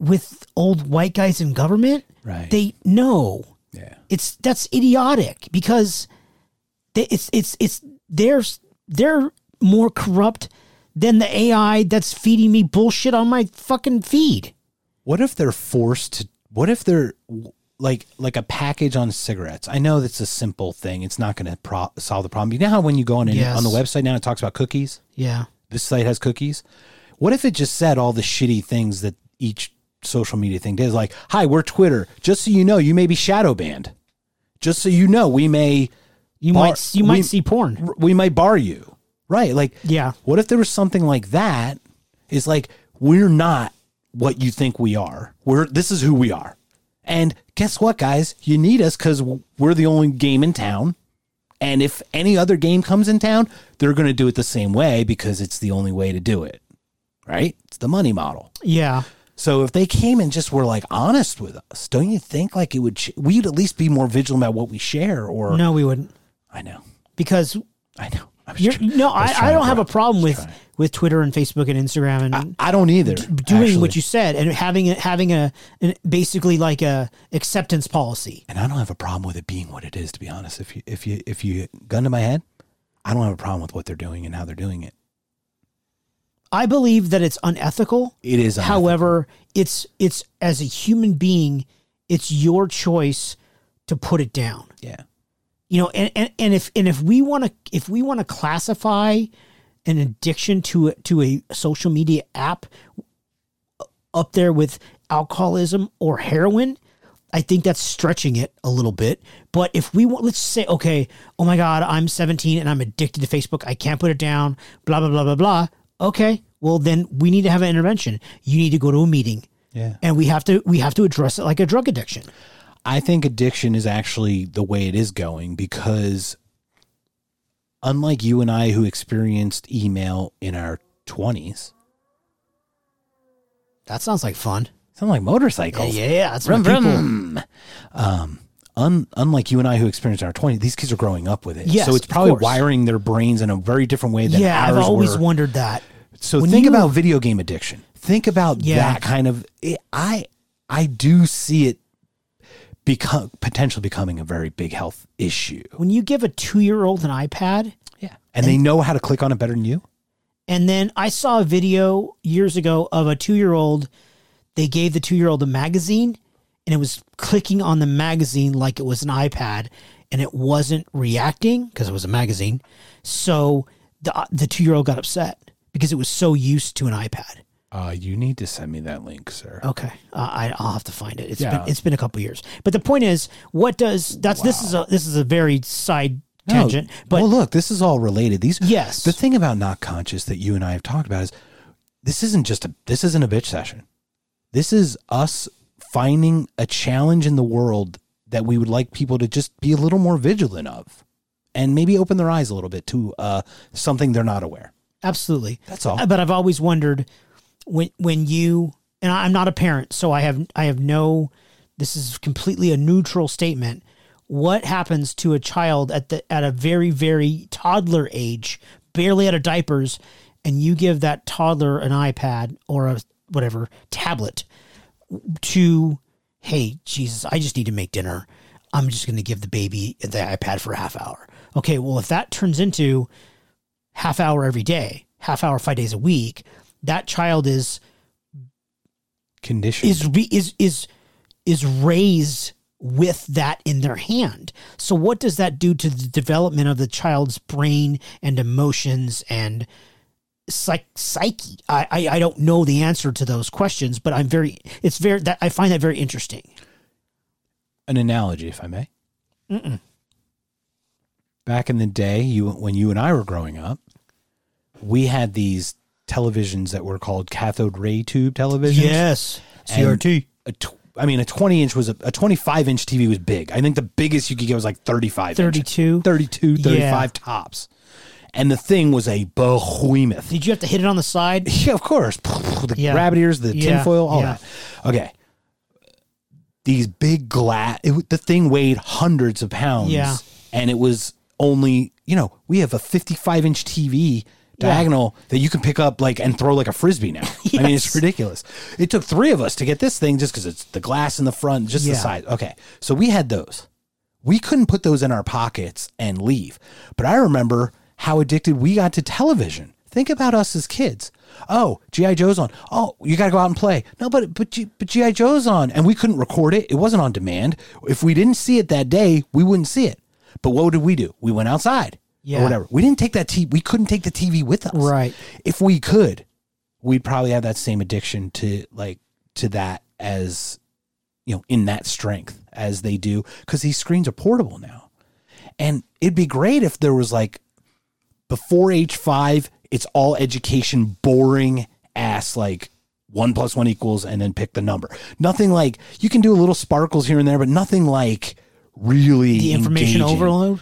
C: With old white guys in government,
B: Right.
C: they know
B: yeah.
C: it's that's idiotic because they, it's it's it's they're they're more corrupt than the AI that's feeding me bullshit on my fucking feed.
B: What if they're forced to what if they're like like a package on cigarettes? I know that's a simple thing. It's not going to pro- solve the problem. You know how when you go on an,
C: Yes.
B: on the website now it talks about cookies?
C: Yeah.
B: This site has cookies. What if it just said all the shitty things that each social media thing does like, "Hi, we're Twitter. Just so you know, you may be shadow banned. Just so you know, we may
C: You
B: Bar-
C: might you
B: we-
C: might see porn.
B: r- we might bar you. Right. Like,
C: Yeah.
B: what if there was something like that? Is like, we're not what you think we are. We're, this is who we are. And guess what, guys? You need us because we're the only game in town. And if any other game comes in town, they're going to do it the same way because it's the only way to do it. Right. It's the money model.
C: Yeah.
B: So if they came and just were like honest with us, don't you think like it would, ch- we'd at least be more vigilant about what we share or,
C: No, we wouldn't
B: I know,
C: because
B: I know. I was
C: you're
B: tr-
C: no.
B: was
C: I,
B: trying
C: I
B: to
C: don't have
B: throw-
C: a problem with
B: trying.
C: with Twitter and Facebook and Instagram and
B: I don't either.
C: doing what
B: actually.
C: you said and having a, having a an, basically like a acceptance policy.
B: and I don't have a problem with it being what it is. To be honest, if you if you if you gun to my head, I don't have a problem with what they're doing and how they're doing it.
C: I believe that it's unethical.
B: It is unethical.
C: However, it's it's as a human being, it's your choice to put it down.
B: yeah,
C: You know, and, and, and if and if we want to if we want to classify an addiction to a, to a social media app up there with alcoholism or heroin, I think that's stretching it a little bit. But if we want, let's say, okay, oh my God, I'm 17 and I'm addicted to Facebook. I can't put it down, blah, blah, blah, blah, blah. Okay. Well, then we need to have an intervention. You need to go to a meeting.
B: Yeah.
C: And we have to, we have to address it like a drug addiction.
B: I think addiction is actually the way it is going because, unlike you and I, who experienced email in our twenties,
C: That sounds like fun.
B: sound like motorcycles.
C: yeah. That's
B: Vroom,
C: what people,
B: vroom. Um, un, unlike you and I who experienced in our 20s, these kids are growing up with it.
C: Yes,
B: so it's
C: of
B: probably
C: course.
B: wiring their brains in a very different way than
C: yeah. I've
B: ours
C: always
B: were.
C: wondered that.
B: So
C: When
B: think
C: you-
B: about video game addiction. Think about
C: Yeah.
B: that kind of. It, I I do see it become potentially becoming a very big health issue.
C: When you give a two year old an iPad,
B: Yeah, and, they know how to click on it better than you.
C: And then I saw a video years ago of a two year old. They gave the two year old a magazine and it was clicking on the magazine like it was an iPad and it wasn't reacting because it was a magazine. So the, uh, the two year old got upset because it was so used to an iPad.
B: Uh, you need to send me that link, sir.
C: Okay, uh, I, I'll have to find it. It's
B: Yeah.
C: been it's been a couple years, but the point is, what does that's this is a this is a very side tangent, but
B: well, look, this is all related. These
C: Yes.
B: The thing about not conscious that you and I have talked about is this isn't just a this isn't a bitch session. This is us finding a challenge in the world that we would like people to just be a little more vigilant of, and maybe open their eyes a little bit to uh, something they're not aware.
C: absolutely,
B: That's all.
C: Uh, But I've always wondered when when you and I- I'm not a parent, so I have I have no. This is completely a neutral statement. What happens to a child at the at a very very toddler age, barely out of diapers, and you give that toddler an iPad or a whatever tablet to, hey Jesus, I just need to make dinner. I'm just going to give the baby the iPad for a half hour. Okay, well, if that turns into half hour every day, half hour five days a week, that child is
B: Condition.
C: is re- is is is raised with that in their hand. So what does that do to the development of the child's brain and emotions and psych- psyche? I, I I don't know the answer to those questions, but I'm very it's very that I find that very interesting.
B: an analogy, if I may. Back in the day, you when you and I were growing up, we had these televisions that were called cathode ray tube televisions.
C: Yes,
B: And
C: CRT.
B: A tw- I mean, a 20 inch was a, a 25 inch TV was big. I think the biggest you could get was like 35 inch.
C: 32.
B: 32,
C: Yeah.
B: 35 tops. And the thing was a behemoth.
C: Did you have to hit it on the side?
B: Yeah, of course. The
C: Yeah.
B: rabbit ears, the
C: Yeah.
B: tinfoil, all
C: Yeah.
B: that. Okay. These big glass, it, w- the thing weighed hundreds of pounds.
C: Yeah.
B: And it was only, you know, we have a 55 inch TV diagonal that you can pick up like and throw like a frisbee now. I mean, it's ridiculous. It took three of us to get this thing just because it's the glass in the front, just the
C: Yeah.
B: size. Okay. So we had those we couldn't put those in our pockets and leave. But I remember how addicted we got to television. Think about us as kids. Oh, GI Joe's on. Oh, you got to go out and play. No, but but G, but GI Joe's on, and we couldn't record it. It wasn't on demand. If we didn't see it that day, we wouldn't see it. But what did we do? We went outside
C: Yeah.
B: or whatever. We didn't take that T. We couldn't take the TV with us.
C: Right.
B: If we could, we'd probably have that same addiction to like to that as you know in that strength as they do because these screens are portable now and it'd be great if there was like before age five it's all education boring ass like one plus one equals and then pick the number nothing like you can do a little sparkles here and there but nothing like really
C: The
B: engaging.
C: information overload?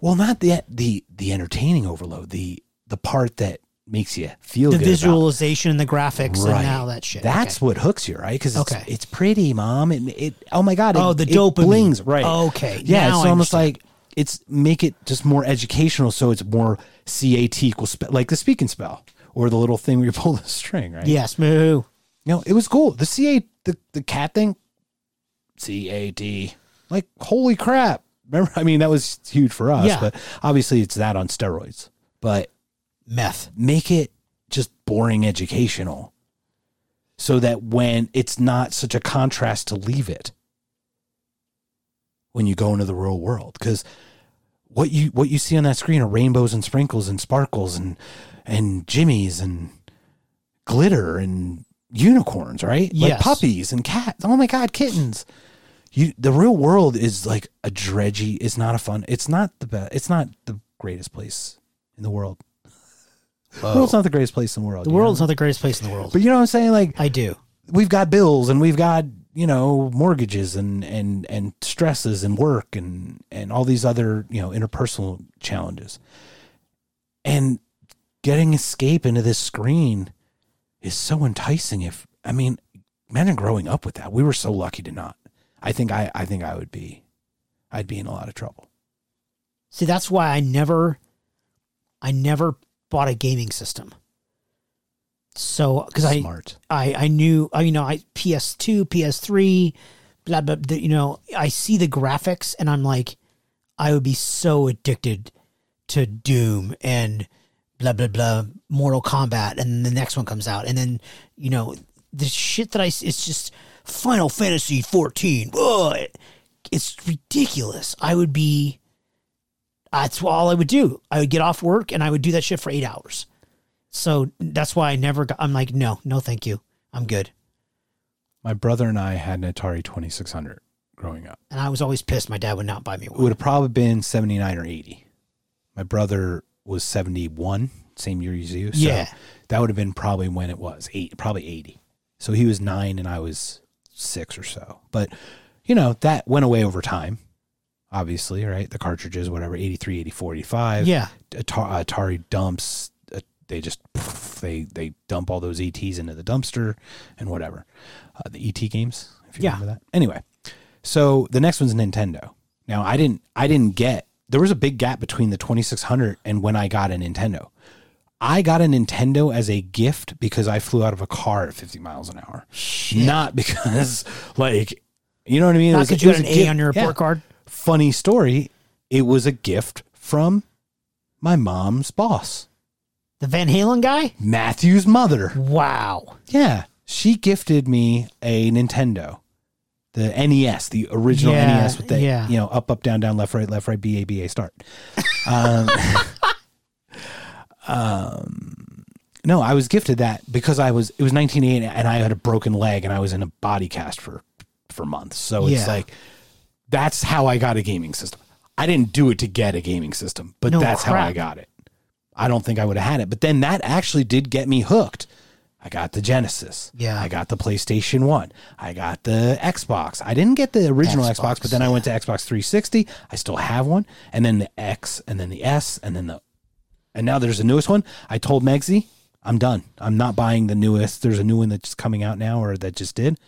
B: well not the the the entertaining overload the the part that makes you feel
C: The
B: good about it.
C: visualization and the graphics
B: Right.
C: and all that shit.
B: That's
C: Okay.
B: what hooks you, right? Because it's,
C: Okay.
B: it's pretty, mom. It, it oh my god. It,
C: Oh, the
B: it
C: dopamine.
B: blings, right?
C: Okay,
B: Yeah,
C: now
B: it's
C: I
B: almost like it's make it just more educational, so it's more CAT equals spe- like the speaking spell or the little thing where you pull the string, right?
C: Yes, moo.
B: You know, it was cool. The CA the the cat thing, CAT. Like holy crap! Remember, I mean that was huge for us,
C: Yeah.
B: but obviously it's that on steroids. But
C: Meth.
B: make it just boring educational so that when it's not such a contrast to leave it when you go into the real world because what you what you see on that screen are rainbows and sprinkles and sparkles and and jimmies and glitter and unicorns right like
C: Yes.
B: puppies and cats oh my god kittens you the real world is like a dredgy it's not a fun it's not the best it's not the greatest place in the world the world's not the greatest place in the world
C: The
B: you
C: world's
B: know?
C: not the greatest place in the world.
B: but you know what i'm saying like
C: I do.
B: we've got bills and we've got you know mortgages and and and stresses and work and and all these other you know interpersonal challenges and getting escape into this screen is so enticing if i mean men are growing up with that we were so lucky to not i think i i think i would be i'd be in a lot of trouble
C: See, that's why I never, I never bought a gaming system. So, because I,
B: smart
C: I, I knew, I, you know, I PS2, PS3, blah blah. blah you know, I see the graphics and I'm like, I would be so addicted to Doom and blah blah blah, Mortal Kombat, and the next one comes out, and then you know, the shit that I, s- it's just Final Fantasy 14. Whoa, it- it's ridiculous. I would be. That's all I would do. I would get off work and I would do that shit for eight hours. So that's why I never got. I'm like, no, no, thank you. I'm good.
B: my brother and i had an atari 2600 growing up
C: And I was always pissed my dad would not buy me
B: it
C: one.
B: would have probably been 79 or 80. My brother was 71, same year as you. So
C: Yeah.
B: that would have been probably when it was, eight, probably 80. So he was nine and I was six or so. But, you know, that went away over time, obviously, right? The cartridges, whatever, 83, 84, 85.
C: Yeah.
B: Atari, Atari dumps. uh, They just they they dump all those ETs into the dumpster and whatever. Uh, the ET games, if you
C: Yeah.
B: remember that. Anyway, so the next one's Nintendo. Now I didn't I didn't get there was a big gap between the 2600 and when I got a Nintendo. I got a Nintendo as a gift because I flew out of a car at 50 miles an hour, not because like you know what I mean. It
C: Not
B: was-
C: because
B: it
C: you
B: was
C: had an A
B: gift-
C: on your report
B: yeah.
C: card.
B: Funny story, it was a gift from my mom's boss,
C: The Van Halen guy?
B: Matthew's mother.
C: Wow.
B: Yeah, she gifted me a Nintendo, the NES, the original
C: Yeah,
B: NES with the
C: yeah.
B: you know up, up, down, down, left, right, left, right, B A B A start. Um, um, no, I was gifted that because I was it was 1980 and I had a broken leg and I was in a body cast for for months. So it's
C: Yeah.
B: like that's how I got a gaming system. I didn't do it to get a gaming system, but
C: No
B: that's how I
C: crap.
B: got it. I don't think I would have had it. But then that actually did get me hooked. I got the Genesis.
C: Yeah.
B: I got the PlayStation 1. I got the Xbox. I didn't get the original Xbox,
C: Xbox,
B: but then I went to Xbox 360. I still have one. And then the X, and then the S, and then the. And now there's the newest one. I told Megsy, I'm done. I'm not buying the newest. There's a new one that's coming out now or that just did.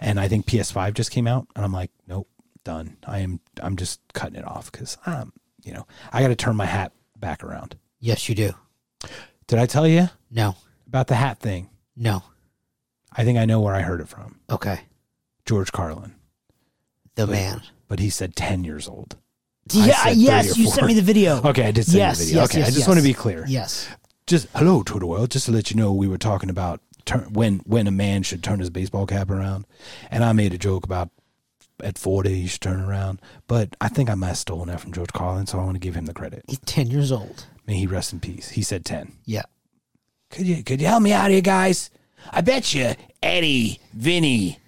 B: And I think PS5 just came out. And I'm like, nope, done. I am, I'm just cutting it off because I'm, you know, I got to turn my hat back around.
C: Yes, you do.
B: Did I tell you
C: No.
B: about the hat thing?
C: No.
B: I think I know where I heard it from.
C: Okay.
B: George Carlin.
C: The man.
B: But he said 10 years old. I
C: Yeah,
B: said
C: yes,
B: three or
C: you sent
B: four.
C: me the video.
B: Okay, I did send you
C: Yes,
B: the video.
C: yes,
B: okay,
C: yes,
B: I just
C: yes.
B: want to be clear.
C: Yes.
B: Just hello, Twitter world. Just to let you know, we were talking about turn, when when a man should turn his baseball cap around, and I made a joke about at forty you should turn around. But I think I might have stolen that from George Carlin, so I want to give him the credit.
C: He's 10 years old.
B: May he rest in peace. He said ten.
C: Yeah.
B: Could you could you help me out here, guys? I bet you Eddie, Vinny,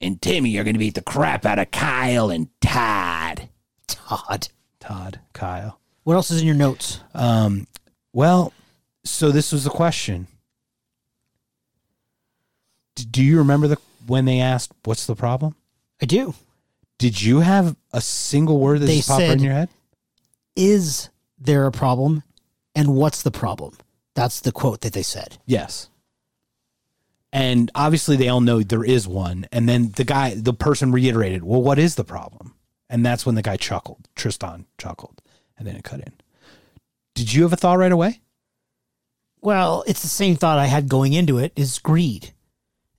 B: and Timmy are going to beat the crap out of Kyle and Todd.
C: Todd.
B: Todd, Kyle.
C: What else is in your notes?
B: Um, well, so this was the question. D- Do you remember the when they asked what's the problem?
C: I do.
B: Did you have a single word that
C: They
B: just popped right
C: said-
B: in your head?
C: Is there a problem? And what's the problem? That's the quote that they said.
B: Yes. And obviously they all know there is one. And then the guy, the person reiterated, well, what is the problem? And that's when the guy chuckled. Tristan chuckled. And then it cut in. Did you have a thought right away?
C: Well, it's the same thought I had going into it is greed.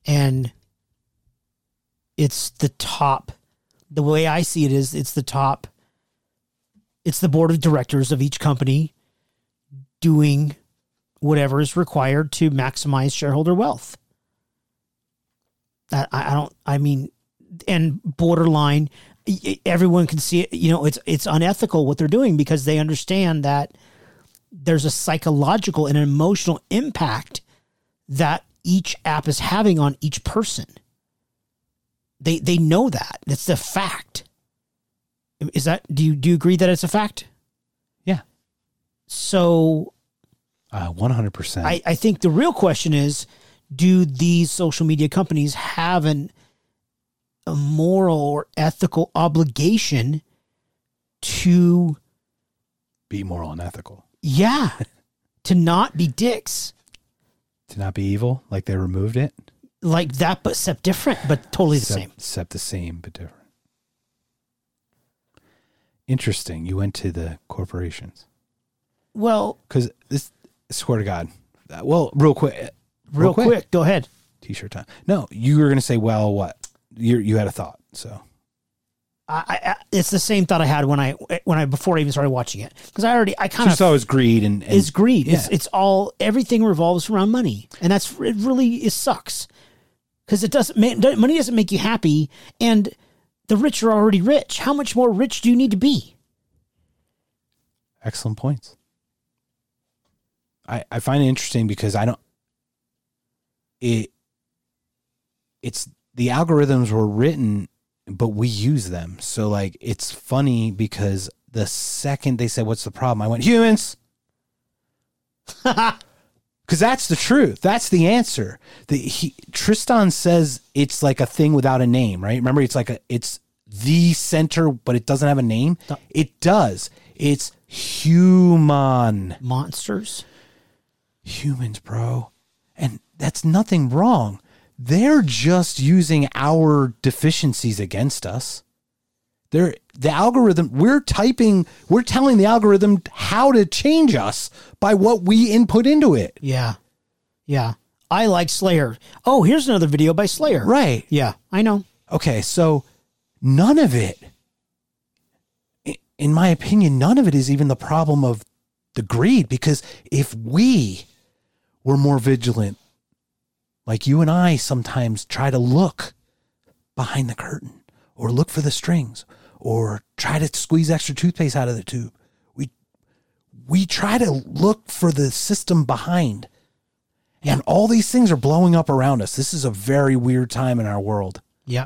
C: And it's the top the way I see it is it's the top it's the board of directors of each company doing whatever is required to maximize shareholder wealth. That I, I don't I mean and borderline e- e- everyone can see it you know it's it's unethical what they're doing because they understand that there's a psychological and emotional impact that each app is having on each person. They they know that. That's a fact. Is that do you do you agree that it's a fact?
B: Yeah.
C: So
B: Uh, 100%.
C: I, I think the real question is do these social media companies have an a moral or ethical obligation to
B: be moral and ethical.
C: yeah to not be dicks
B: To not be evil, like they removed it.
C: like that, but except different, but totally the
B: Except-
C: same.
B: Except the same, but different. Interesting. You went to the corporations
C: Well,
B: because this. I swear to God. Uh, Well, real quick.
C: real, quick. go ahead.
B: T-shirt time. No, you were gonna say, well, what? You you had a thought. So
C: I, I, I- it's the same thought I had when I when I before I even started watching it because I already I kind
B: you
C: of
B: saw it was greed and, and
C: is greed. It's
B: yeah.
C: it's all everything revolves around money, and that's it. Really, it sucks because it doesn't make money doesn't make you happy, and the rich are already rich. How much more rich do you need to be?
B: excellent points. I I find it interesting because I don't. It. It's the algorithms were written, but we use them. So like, it's funny because the second they said, "What's the problem?" I went humans. Because that's the truth. That's the answer. The, he, Tristan says it's like a thing without a name, right? Remember, it's like a it's the center, but it doesn't have a name. It does. It's human,
C: Monsters.
B: humans, bro, and that's nothing wrong. They're just using our deficiencies against us. They're the algorithm. We're typing. We're telling the algorithm how to change us by what we input into it.
C: Yeah, yeah. I like Slayer. Oh, here's another video by Slayer.
B: Right.
C: Yeah, I know.
B: Okay, so none of it in my opinion, none of it is even the problem of the greed because if we were more vigilant, like you and I sometimes try to look behind the curtain or look for the strings or try to squeeze extra toothpaste out of the tube, we we try to look for the system behind. And all these things are blowing up around us. This is a very weird time in our world.
C: Yeah.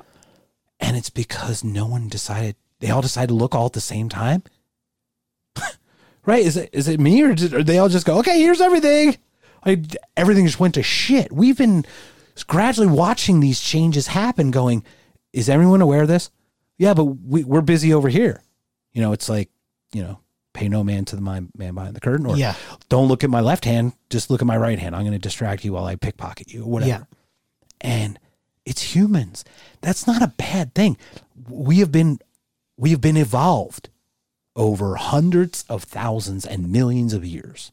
B: And it's because no one decided. They all decided to look all at the same time. right? Is it is it me or did, or they all just go, okay, here's everything. I, everything just went to shit. We've been gradually watching these changes happen. Going, is everyone aware of this? Yeah, but we, we're busy over here. You know, it's like you know, pay no man to the mind, man behind the curtain, or
C: Yeah.
B: don't look at my left hand, just look at my right hand. I'm going to distract you while I pickpocket you, or whatever
C: Yeah.
B: and it's humans. That's not a bad thing. We have been we have been evolved over hundreds of thousands and millions of years.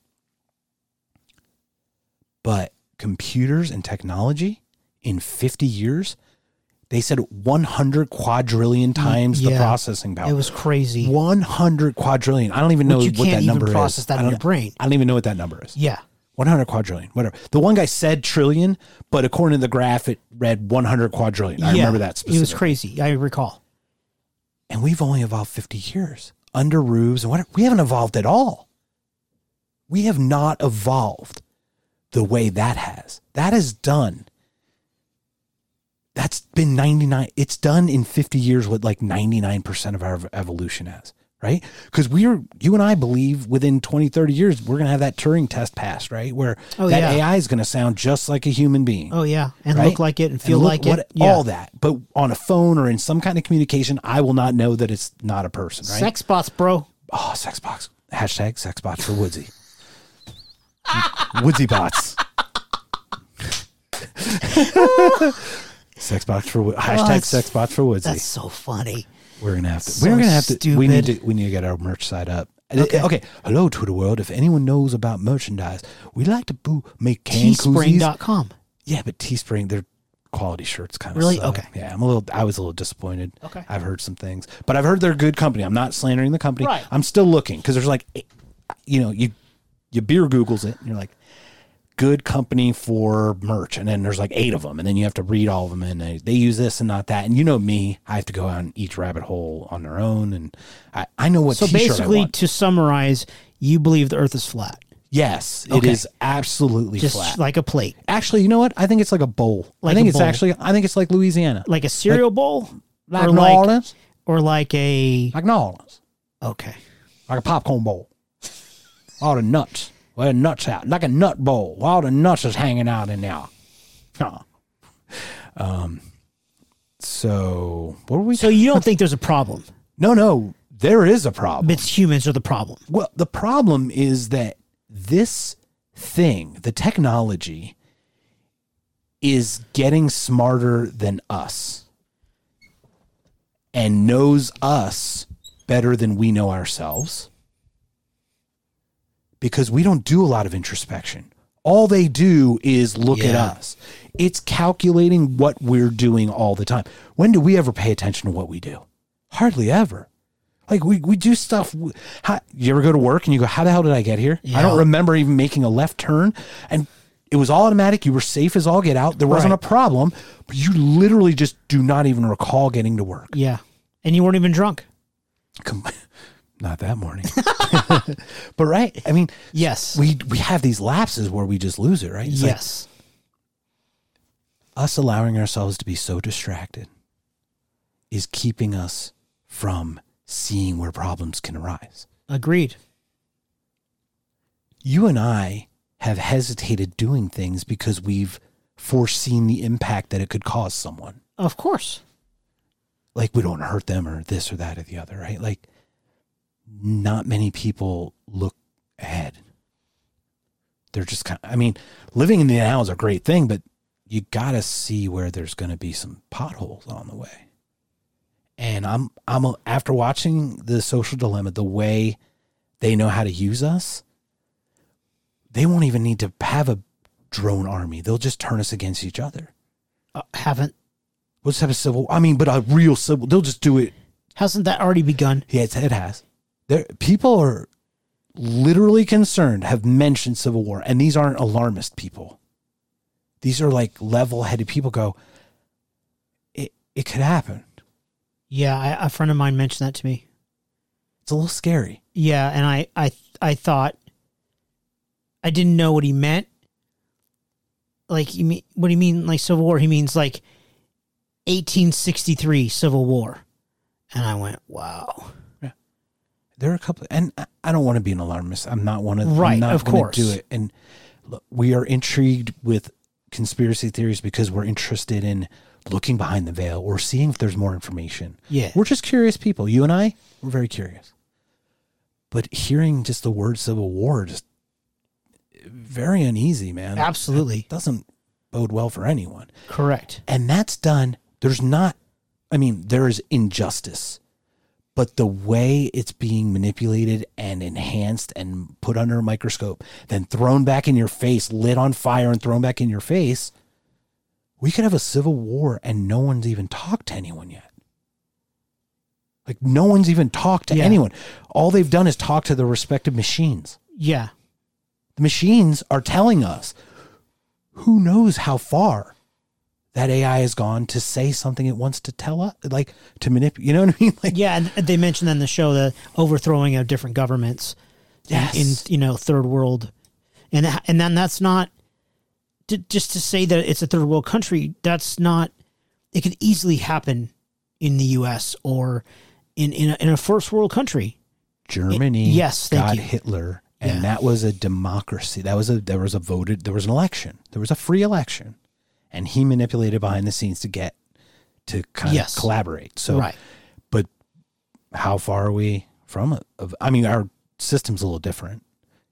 B: But computers and technology in 50 years, they said 100 quadrillion times the
C: Mm, yeah.
B: processing power.
C: It was crazy.
B: 100 quadrillion. I don't even know
C: Which you
B: what
C: can't
B: that
C: even
B: number is.
C: process that
B: I
C: in
B: don't-
C: your brain.
B: I don't even know what that number is.
C: Yeah.
B: 100 quadrillion, whatever. The one guy said trillion, but according to the graph, it read 100 quadrillion. I
C: Yeah.
B: remember that
C: It was
B: specifically.
C: crazy. I recall.
B: And we've only evolved 50 years under roofs and whatever. We haven't evolved at all. We have not evolved the way that has. That is done. That's been 99. It's done in 50 years what like 99% of our ev- evolution has, right? Because we're, you and I believe within 20, 30 years, we're going to have that Turing test passed, right? Where
C: Oh,
B: that
C: yeah.
B: AI is going to sound just like a human being
C: Oh yeah, and
B: right?
C: look like it and feel
B: look
C: like
B: what-
C: it. Yeah.
B: All that. But on a phone or in some kind of communication, I will not know that it's not a person, right?
C: Sex bots, bro.
B: Oh, sex box. Hashtag sex bots for Woodsy. Woodsy bots. sex bots for Wo- hashtag
C: that's-
B: sex bots for Woodsy.
C: That's so funny.
B: We're gonna have to.
C: so
B: we're gonna have to. We need to.
C: stupid.
B: We need to get our merch side up. Okay. okay. Hello, Twitter world. If anyone knows about merchandise, we like to boo, make can koozies.
C: Teespring.com.
B: Yeah, but Teespring, their quality shirts kind of
C: Really?
B: suck.
C: Okay.
B: Yeah, I'm a little. I was a little disappointed.
C: Okay.
B: I've heard some things, but I've heard they're a good company. I'm not slandering the company.
C: Right.
B: I'm still looking because there's like, eh, you know, you you beer Google's it and you're like, good company for merch, and then there's like eight of them, and then you have to read all of them, and they, they use this and not that, and you know me, I have to go out and each rabbit hole on their own, and I I know what
C: So
B: t-shirt I
C: basically,
B: want.
C: to summarize, you believe the Earth is flat,
B: yes, it
C: Okay.
B: is absolutely
C: just
B: flat.
C: like a plate,
B: Actually, you know what? I think it's like a bowl.
C: Like
B: I think
C: a
B: it's
C: bowl.
B: actually I think it's like Louisiana.
C: like a cereal bowl,
B: like
C: or
B: New
C: like
B: Orleans,
C: or like a
B: like New Orleans,
C: okay,
B: like a popcorn bowl. All the nuts, well, the nuts out, like a nut bowl. All the nuts is hanging out in there. Huh. Um. So what were we?
C: So you don't think there's a problem?
B: no, no, there is a problem.
C: It's humans are the problem.
B: Well, the problem is that this thing, the technology, is getting smarter than us and knows us better than we know ourselves because we don't do a lot of introspection. All they do is look at
C: Yeah.
B: us. It's calculating what we're doing all the time. When do we ever pay attention to what we do? Hardly ever. Like we, we do stuff. w- How, you ever go to work and you go, how the hell did I get here? I don't
C: Yeah.
B: remember even making a left turn. And it was all automatic. You were safe as all get out. There wasn't
C: Right.
B: a problem, but you literally just do not even recall getting to work.
C: Yeah, and you weren't even drunk.
B: Com- Not that morning. but right. I mean,
C: Yes.
B: we, we have these lapses where we just lose it, right? It's like
C: yes.
B: us allowing ourselves to be so distracted is keeping us from seeing where problems can arise.
C: Agreed.
B: you and I have hesitated doing things because we've foreseen the impact that it could cause someone.
C: Of course.
B: Like we don't wanna hurt them or this or that or the other, right? Like not many people look ahead. They're just kind of, I mean, living in the now is a great thing, but you got to see where there's going to be some potholes on the way. And I'm, I'm, a, after watching the social dilemma, the way they know how to use us, they won't even need to have a drone army. They'll just turn us against each other.
C: Uh, haven't
B: We'll just have a civil, I mean, but a real civil, they'll just do it.
C: hasn't that already begun?
B: Yeah, it's, it has. there people are literally concerned have mentioned civil war and these aren't alarmist people these are like level-headed people go it, it could happen
C: Yeah, I, a friend of mine mentioned that to me.
B: it's a little scary
C: Yeah, and I I I thought I didn't know what he meant. Like you mean what do you mean like civil war? He means like 1863 civil war. And I went, "Wow."
B: there are a couple and I- i don't want to be an alarmist i'm not one of I'm
C: Right,
B: not
C: of
B: gonna
C: course.
B: do it and look, we are intrigued with conspiracy theories because we're interested in looking behind the veil or seeing if there's more information
C: Yeah.
B: We're just curious people. You and I, we're very curious. But hearing just the word civil war, just very uneasy, man.
C: Absolutely.
B: It doesn't bode well for anyone.
C: Correct.
B: And that's done. There's not, I mean, there is injustice, but the way it's being manipulated and enhanced and put under a microscope, then thrown back in your face, lit on fire and thrown back in your face, we could have a civil war and no one's even talked to anyone yet. Like, no one's even talked to
C: Yeah.
B: anyone. All they've done is talk to their respective machines.
C: Yeah.
B: The machines are telling us who knows how far that AI has gone to say something it wants to tell us, like to manipulate. You know what I mean? Like,
C: Yeah, and they mentioned in the show the overthrowing of different governments
B: yes.
C: in you know third world, and tha- and then that's not to, just to say that it's a third world country. That's not. It could easily happen in the U.S. or in in a, in a first world country.
B: Germany
C: Yes, thank
B: got
C: you.
B: Hitler, and
C: Yeah.
B: that was a democracy. That was a there was a voted there was an election. There was a free election, and he manipulated behind the scenes to get to kind
C: Yes.
B: of collaborate. So,
C: right.
B: but how far are we from it? Of- I mean, our system's a little different.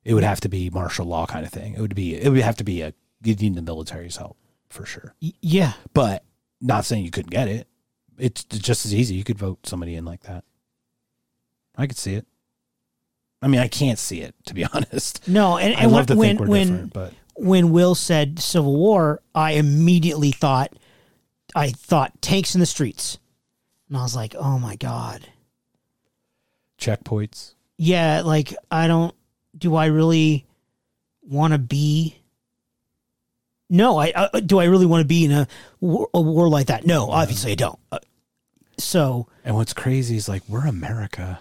B: It would have to be martial law kind of thing. It would be it would have to be a you need the military's help for sure.
C: Y- yeah.
B: But not saying you couldn't get it. It's just as easy. You could vote somebody in like that. I could see it. I mean, I can't see it to be honest.
C: No. And,
B: I
C: and
B: love to
C: when
B: think
C: when
B: we're
C: when,
B: different, but
C: when Will said Civil War, I immediately thought, I thought tanks in the streets, and I was like, oh my god.
B: checkpoints.
C: yeah, like I don't do I really want to be No, I uh, do I really want to be in a war, a war like that? No, obviously I don't. Uh, so,
B: And what's crazy is like we're America.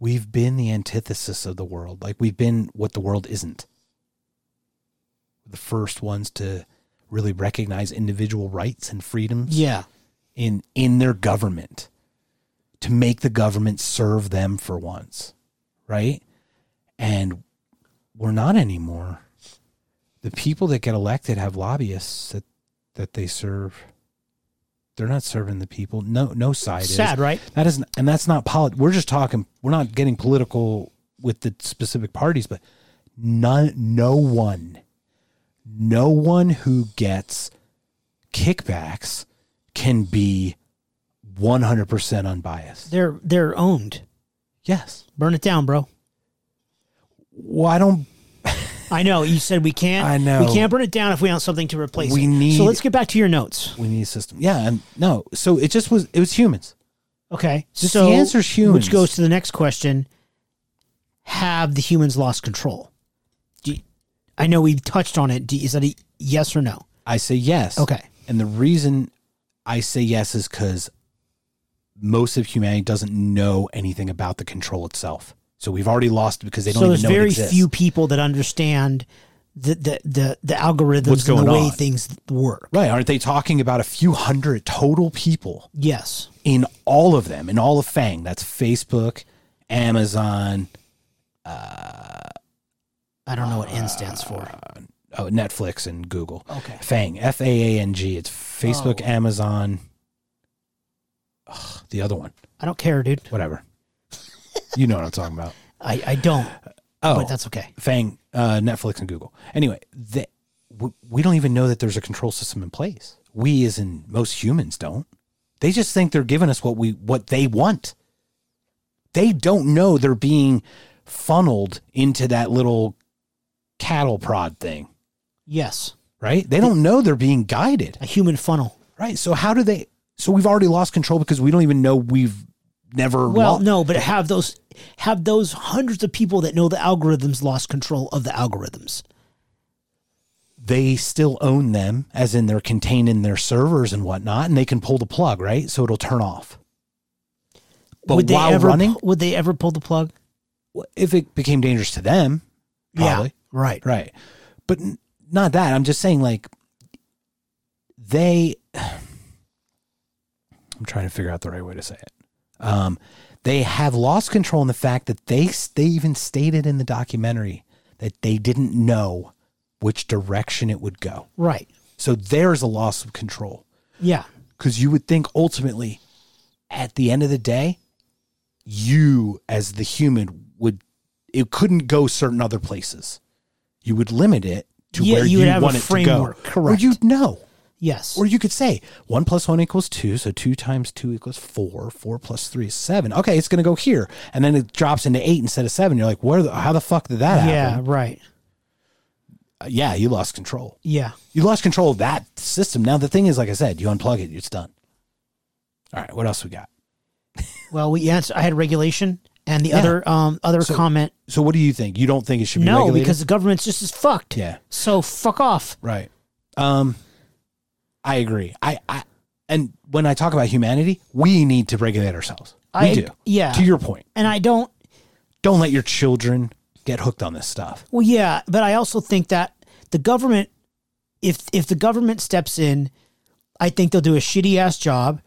B: We've been the antithesis of the world. Like we've been what the world isn't. The first ones to really recognize individual rights and freedoms
C: yeah.
B: in in their government to make the government serve them for once, right? And we're not anymore. The people that get elected have lobbyists that that they serve. They're not serving the people. No, no side is.
C: Sad, right?
B: That isn't, and that's not polit. We're just talking. We're not getting political with the specific parties, but none, no one, no one who gets kickbacks can be one hundred percent unbiased.
C: They're they're owned.
B: Yes.
C: Burn it down, bro.
B: Well, I don't.
C: I know you said we can't.
B: I know.
C: we can't burn it down if we want something to replace
B: We
C: it.
B: need-
C: So let's get back to your notes.
B: We need a system. Yeah, and no. So it just was. It was humans.
C: Okay,
B: Just
C: so
B: the answer's humans.
C: which goes to the next question: Have the humans lost control? Do you- I know we touched on it. Do, is that a yes or no?
B: I say yes.
C: Okay.
B: And the reason I say yes is because most of humanity doesn't know anything about the control itself. So we've already lost it because they don't
C: So
B: even
C: there's
B: know it
C: very
B: exists.
C: few people that understand the the the, the algorithms
B: What's
C: and the
B: going
C: way
B: on.
C: things work.
B: Right. Aren't they talking about a few hundred total people
C: Yes.
B: in all of them, in all of Fang? That's Facebook, Amazon,
C: I don't know what N stands for.
B: oh, Netflix, and Google.
C: Okay.
B: Fang, F A A N G. It's Facebook,
C: Oh.
B: Amazon, ugh, the other one,
C: I don't care, dude.
B: whatever. you know what I'm talking about.
C: I, I don't,
B: Oh,
C: but that's okay.
B: Fang, uh, Netflix, and Google. Anyway, they, we, we don't even know that there's a control system in place. We, as in most humans, don't. They just think they're giving us what we what they want. They don't know they're being funneled into that little cattle prod thing,
C: Yes.
B: right? They don't know they're being guided,
C: A human funnel.
B: right? So how do they? So we've already lost control because we don't even know we've never
C: Well,
B: lo-
C: no, but have those have those hundreds of people that know the algorithms lost control of the algorithms?
B: they still own them, as in they're contained in their servers and whatnot, and they can pull the plug, right? So it'll turn off. But
C: would they
B: while
C: ever
B: running,
C: pu- would they ever pull the plug?
B: if it became dangerous to them, probably.
C: Yeah, right.
B: Right. But n- not that. I'm just saying, like, they. I'm trying to figure out the right way to say it. Um, they have lost control in the fact that they s- they even stated in the documentary that they didn't know which direction it would go.
C: Right.
B: So there's a loss of control
C: Yeah.
B: because you would think ultimately, at the end of the day, you as the human would it couldn't go certain other places. You would limit it to
C: Yeah,
B: where
C: you
B: you,
C: would have a
B: want it
C: framework,
B: to go,
C: correct.
B: Or you'd know,
C: Yes.
B: or you could say one plus one equals two, so two times two equals four. Four plus three is seven. Okay, it's going to go here, and then it drops into eight instead of seven. You're like, where? The, how the fuck did that
C: yeah.
B: happen?
C: Right.
B: Uh, Yeah, you lost control.
C: Yeah.
B: You lost control of that system. Now the thing is, like I said, you unplug it, it's done. All right, what else we got?
C: Well, we yes, I had regulation, and the other um other
B: So,
C: comment,
B: So what do you think? You don't think it should be
C: no,
B: regulated?
C: because the government's just as fucked.
B: yeah,
C: So fuck off.
B: right. Um, I agree. I, I and when I talk about humanity, we need to regulate ourselves. We
C: I-
B: do.
C: yeah.
B: To your point,
C: And I don't.
B: don't let your children get hooked on this stuff.
C: Well, yeah, but I also think that the government, if if the government steps in, I think they'll do a shitty ass job,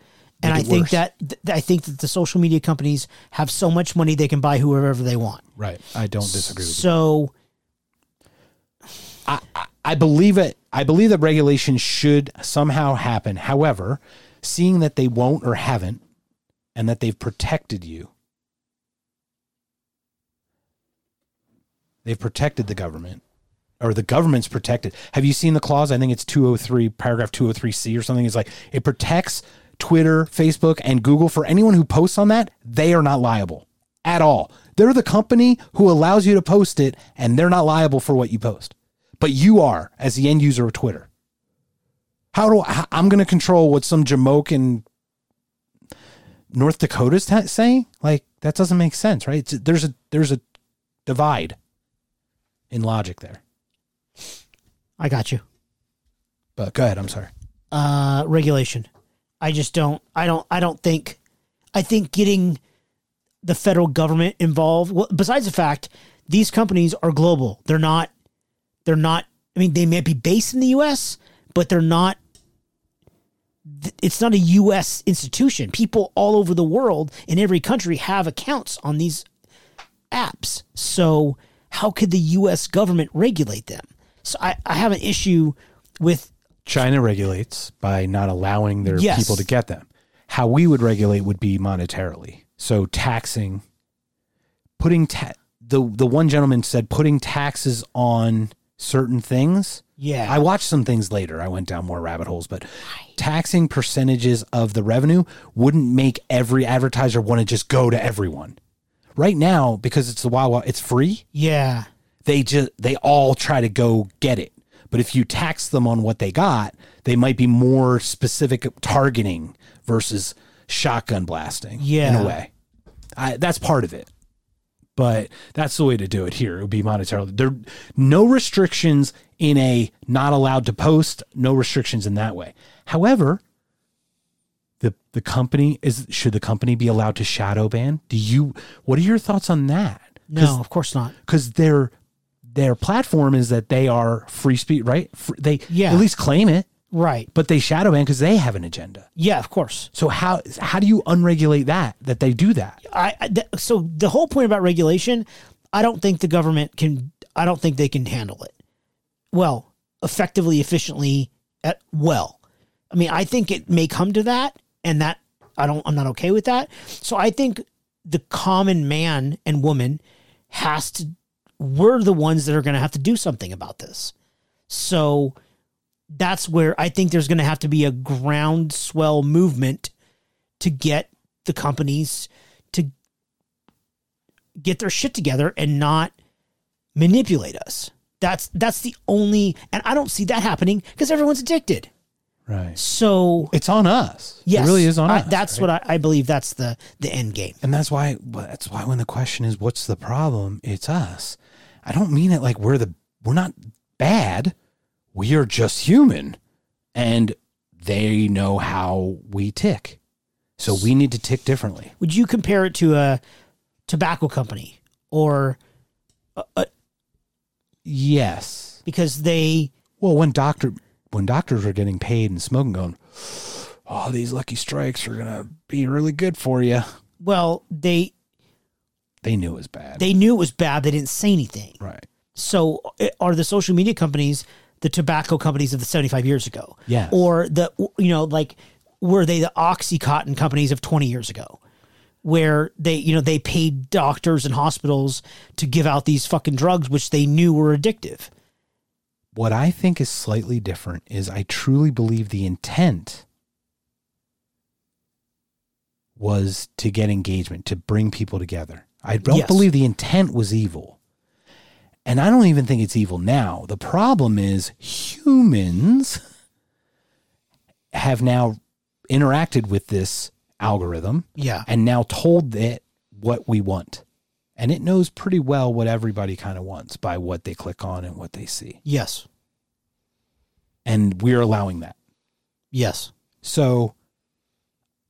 C: and I
B: Make it
C: think
B: worse.
C: that th- I think that the social media companies have so much money they can buy whoever they want.
B: Right. I don't disagree with
C: So
B: I, I- I believe it. I believe that regulation should somehow happen. However, seeing that they won't or haven't, and that they've protected you, they've protected the government, or the government's protected. Have you seen the clause? I think it's two hundred three, paragraph two hundred three C or something. It's like it protects Twitter, Facebook, and Google for anyone who posts on that. They are not liable at all. They're the company who allows you to post it, and they're not liable for what you post but you are as the end user of Twitter. How do I, I'm going to control what some Jamoke in North Dakota's ta saying? Like that doesn't make sense, right? It's, there's a there's a divide in logic there.
C: I got you.
B: But go ahead. I'm sorry.
C: uh, regulation. I just don't. I don't. I don't think. I think getting the federal government involved. Well, besides the fact these companies are global. They're not. They're not. I mean, they may be based in the U.S., but they're not. th- It's not a U.S. institution. People all over the world in every country have accounts on these apps. So how could the U.S. government regulate them? So I, I have an issue with
B: China regulates by not allowing their
C: Yes.
B: people to get them. How we would regulate would be monetarily. So taxing, putting ta- the the one gentleman said putting taxes on certain things
C: yeah.
B: I watched some things later. I went down more rabbit holes, but taxing percentages of the revenue wouldn't make every advertiser want to just go to everyone. Right now, because it's the Wawa, it's free.
C: Yeah.
B: They just they all try to go get it. But if you tax them on what they got, they might be more specific at targeting versus shotgun blasting. in
C: Yeah.
B: a way, I, that's part of it. But that's the way to do it here. It would be monetarily. There no restrictions in a not allowed to post. No restrictions in that way. However, the the company is should the company be allowed to shadow ban? Do you? What are your thoughts on that? 'Cause
C: No, of course not.
B: because their their platform is that they are free speech, right? Fr- They
C: Yeah.
B: at least claim it,
C: Right.
B: but they shadow ban because they have an agenda.
C: Yeah, of course.
B: So how how do you unregulate that that they do that?
C: I, I th- so the whole point about regulation, I don't think the government can I don't think they can handle it. Well, effectively, efficiently at well. I mean, I think it may come to that and that I don't I'm not okay with that. So I think the common man and woman has to we're the ones that are going to have to do something about this. So that's where I think there's going to have to be a groundswell movement to get the companies to get their shit together and not manipulate us. That's that's the only and I don't see that happening because everyone's addicted.
A: Right.
C: So
B: It's on us.
C: yes,
B: It really is on
C: I-
B: us.
C: That's
B: right?
C: what I, I believe. That's the the end game.
A: And that's why that's why when the question is what's the problem, it's us. I don't mean it like we're the we're not
B: bad. We are just human. And they know how we tick. So we need to tick differently.
C: Would you compare it to a tobacco company or
B: Yes.
C: because they
B: Well, when doctor when doctors are getting paid and smoking going, oh, these lucky strikes are gonna be really good for you.
C: well they
B: They knew it was bad.
C: they knew it was bad. They didn't say anything.
B: right.
C: So uh, are the social media companies the tobacco companies of the 75 years ago?
B: Yes.
C: Or the you know like were they the OxyContin companies of 20 years ago? Where they, you know, they paid doctors and hospitals to give out these fucking drugs, which they knew were addictive.
B: what I think is slightly different is I truly believe the intent was to get engagement, to bring people together. I don't
C: Yes.
B: believe the intent was evil. And I don't even think it's evil now. The problem is humans have now interacted with this algorithm
C: Yeah.
B: and now told it what we want. And it knows pretty well what everybody kind of wants by what they click on and what they see
C: Yes.
B: and we're allowing that.
C: Yes.
B: So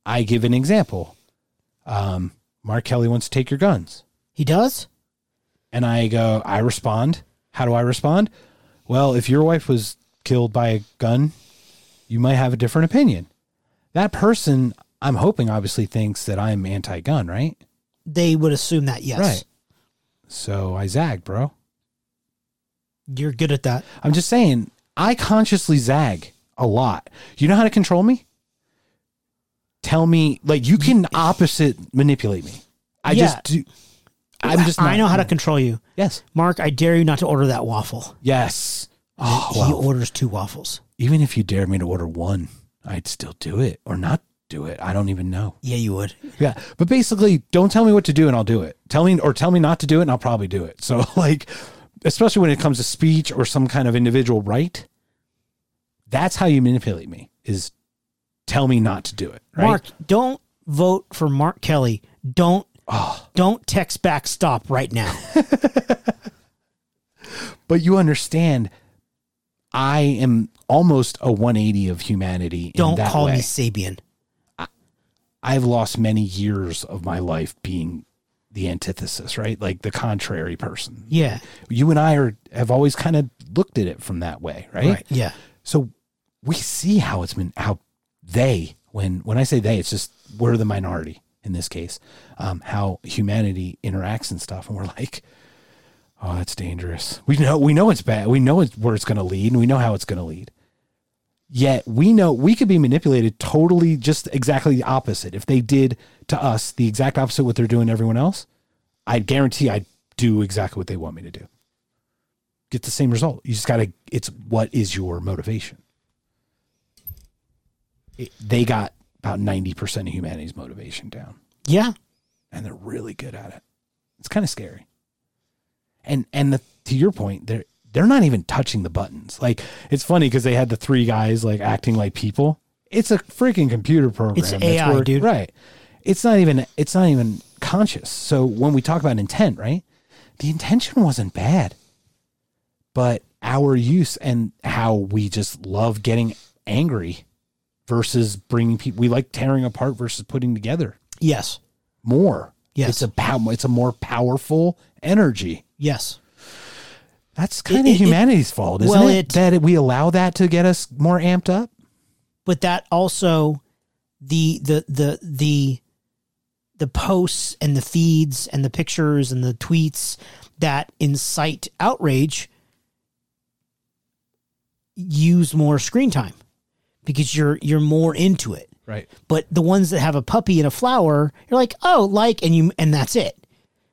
B: I give an example. Um, Mark Kelly wants to take your guns.
C: He does?
B: And I go, I respond. How do I respond? Well, if your wife was killed by a gun, you might have a different opinion. That person, I'm hoping, obviously thinks that I'm anti gun, right?
C: They would assume that, yes.
B: Right. So I zag, bro.
C: You're good at that.
B: I'm just saying, I consciously zag a lot. You know how to control me? Tell me, like, you can opposite manipulate me. I
C: Yeah.
B: just do. I'm just.
C: I
B: not-
C: know how to control you.
B: Yes.
C: Mark, I dare you not to order that waffle.
B: Yes. Oh,
C: He
B: well,
C: orders two waffles.
B: even if you dared me to order one, I'd still do it or not do it. I don't even know.
C: Yeah, you would.
B: Yeah. But basically, don't tell me what to do and I'll do it. Tell me or tell me not to do it and I'll probably do it. So, like, especially when it comes to speech or some kind of individual right, that's how you manipulate me is tell me not to do it. Right.
C: Mark, don't vote for Mark Kelly. Don't
B: Ah,
C: don't text back stop right now.
B: But you understand, I am almost a 180 of humanity. in
C: Don't
B: that
C: call me
B: way.
C: Sabian.
B: I've lost many years of my life being the antithesis, right? Like the contrary person.
C: Yeah.
B: You and I are have always kind of looked at it from that way, right?
C: Right. Yeah.
B: So we see how it's been how they when when I say they, it's just we're the minority in this case, um, how humanity interacts and stuff, and we're like, oh, that's dangerous. We know we know it's bad. We know it's where it's going to lead, and we know how it's going to lead. Yet we know we could be manipulated totally, just exactly the opposite. If they did to us the exact opposite what they're doing to everyone else, I guarantee I'd do exactly what they want me to do get the same result. You just got to, it's what is your motivation? It, they got about 90% of humanity's motivation down
C: Yeah.
B: and they're really good at it. It's kind of scary. And, and the, to your point, they're, they're not even touching the buttons. Like it's funny because they had the three guys like acting like people. It's a freaking computer program.
C: It's
B: that's
C: AI, dude.
B: Right. It's not even, it's not even conscious. So when we talk about intent, right? The intention wasn't bad but our use and how we just love getting angry versus bringing people we like tearing apart versus putting together
C: Yes.
B: more
C: Yes.
B: it's a pow- it's a more powerful energy
C: Yes.
B: that's kind
C: It-
B: of
C: it- it-
B: humanity's fault isn't
C: well,
B: it,
C: it-
B: that we allow that to get us more amped up
C: But that also the the the the the posts and the feeds and the pictures and the tweets that incite outrage use more screen time because you're you're more into it.
B: right
C: But the ones that have a puppy and a flower, you're like, oh, like, and you, and that's it.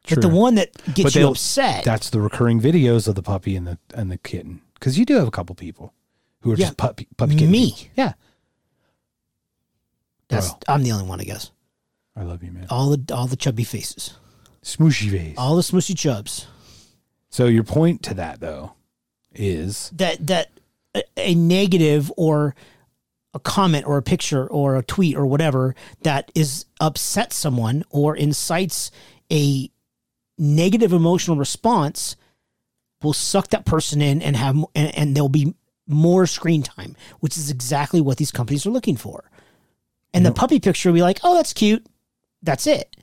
C: But the one that
B: But
C: gets you
B: they'll-
C: upset,
B: that's the recurring videos of the puppy and the and the kitten because you do have a couple people who are
C: Yeah.
B: just puppy puppy kitten
C: Me.
B: people. yeah
C: that's I'm the only one, I guess.
B: i love you man
C: All the all the chubby faces,
B: Oh. smooshy face
C: all the smushy chubs.
B: so your point to that though is
C: That that a, a negative or a comment or a picture or a tweet or whatever that is upset someone or incites a negative emotional response will suck that person in and have and, and there'll be more screen time which is exactly what these companies are looking for and the puppy picture will be like oh that's cute that's it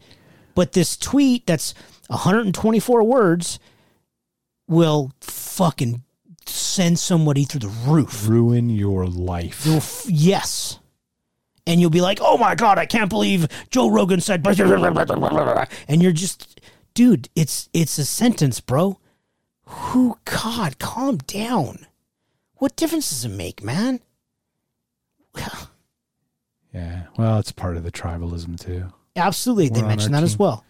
C: but this tweet that's 124 words will fucking send somebody through the roof
B: Ruin your life.
C: You'll f- yes. And you'll be like, oh my God, I can't believe Joe Rogan said. blah, blah, blah, blah, blah, blah, blah." And you're just, dude, it's it's a sentence, bro. Who, God, calm down. What difference does it make, man?
B: Yeah. Well, it's part of the tribalism too.
C: Absolutely.
B: We're
C: They
B: on
C: mentioned that
B: our
C: as
B: team.
C: well.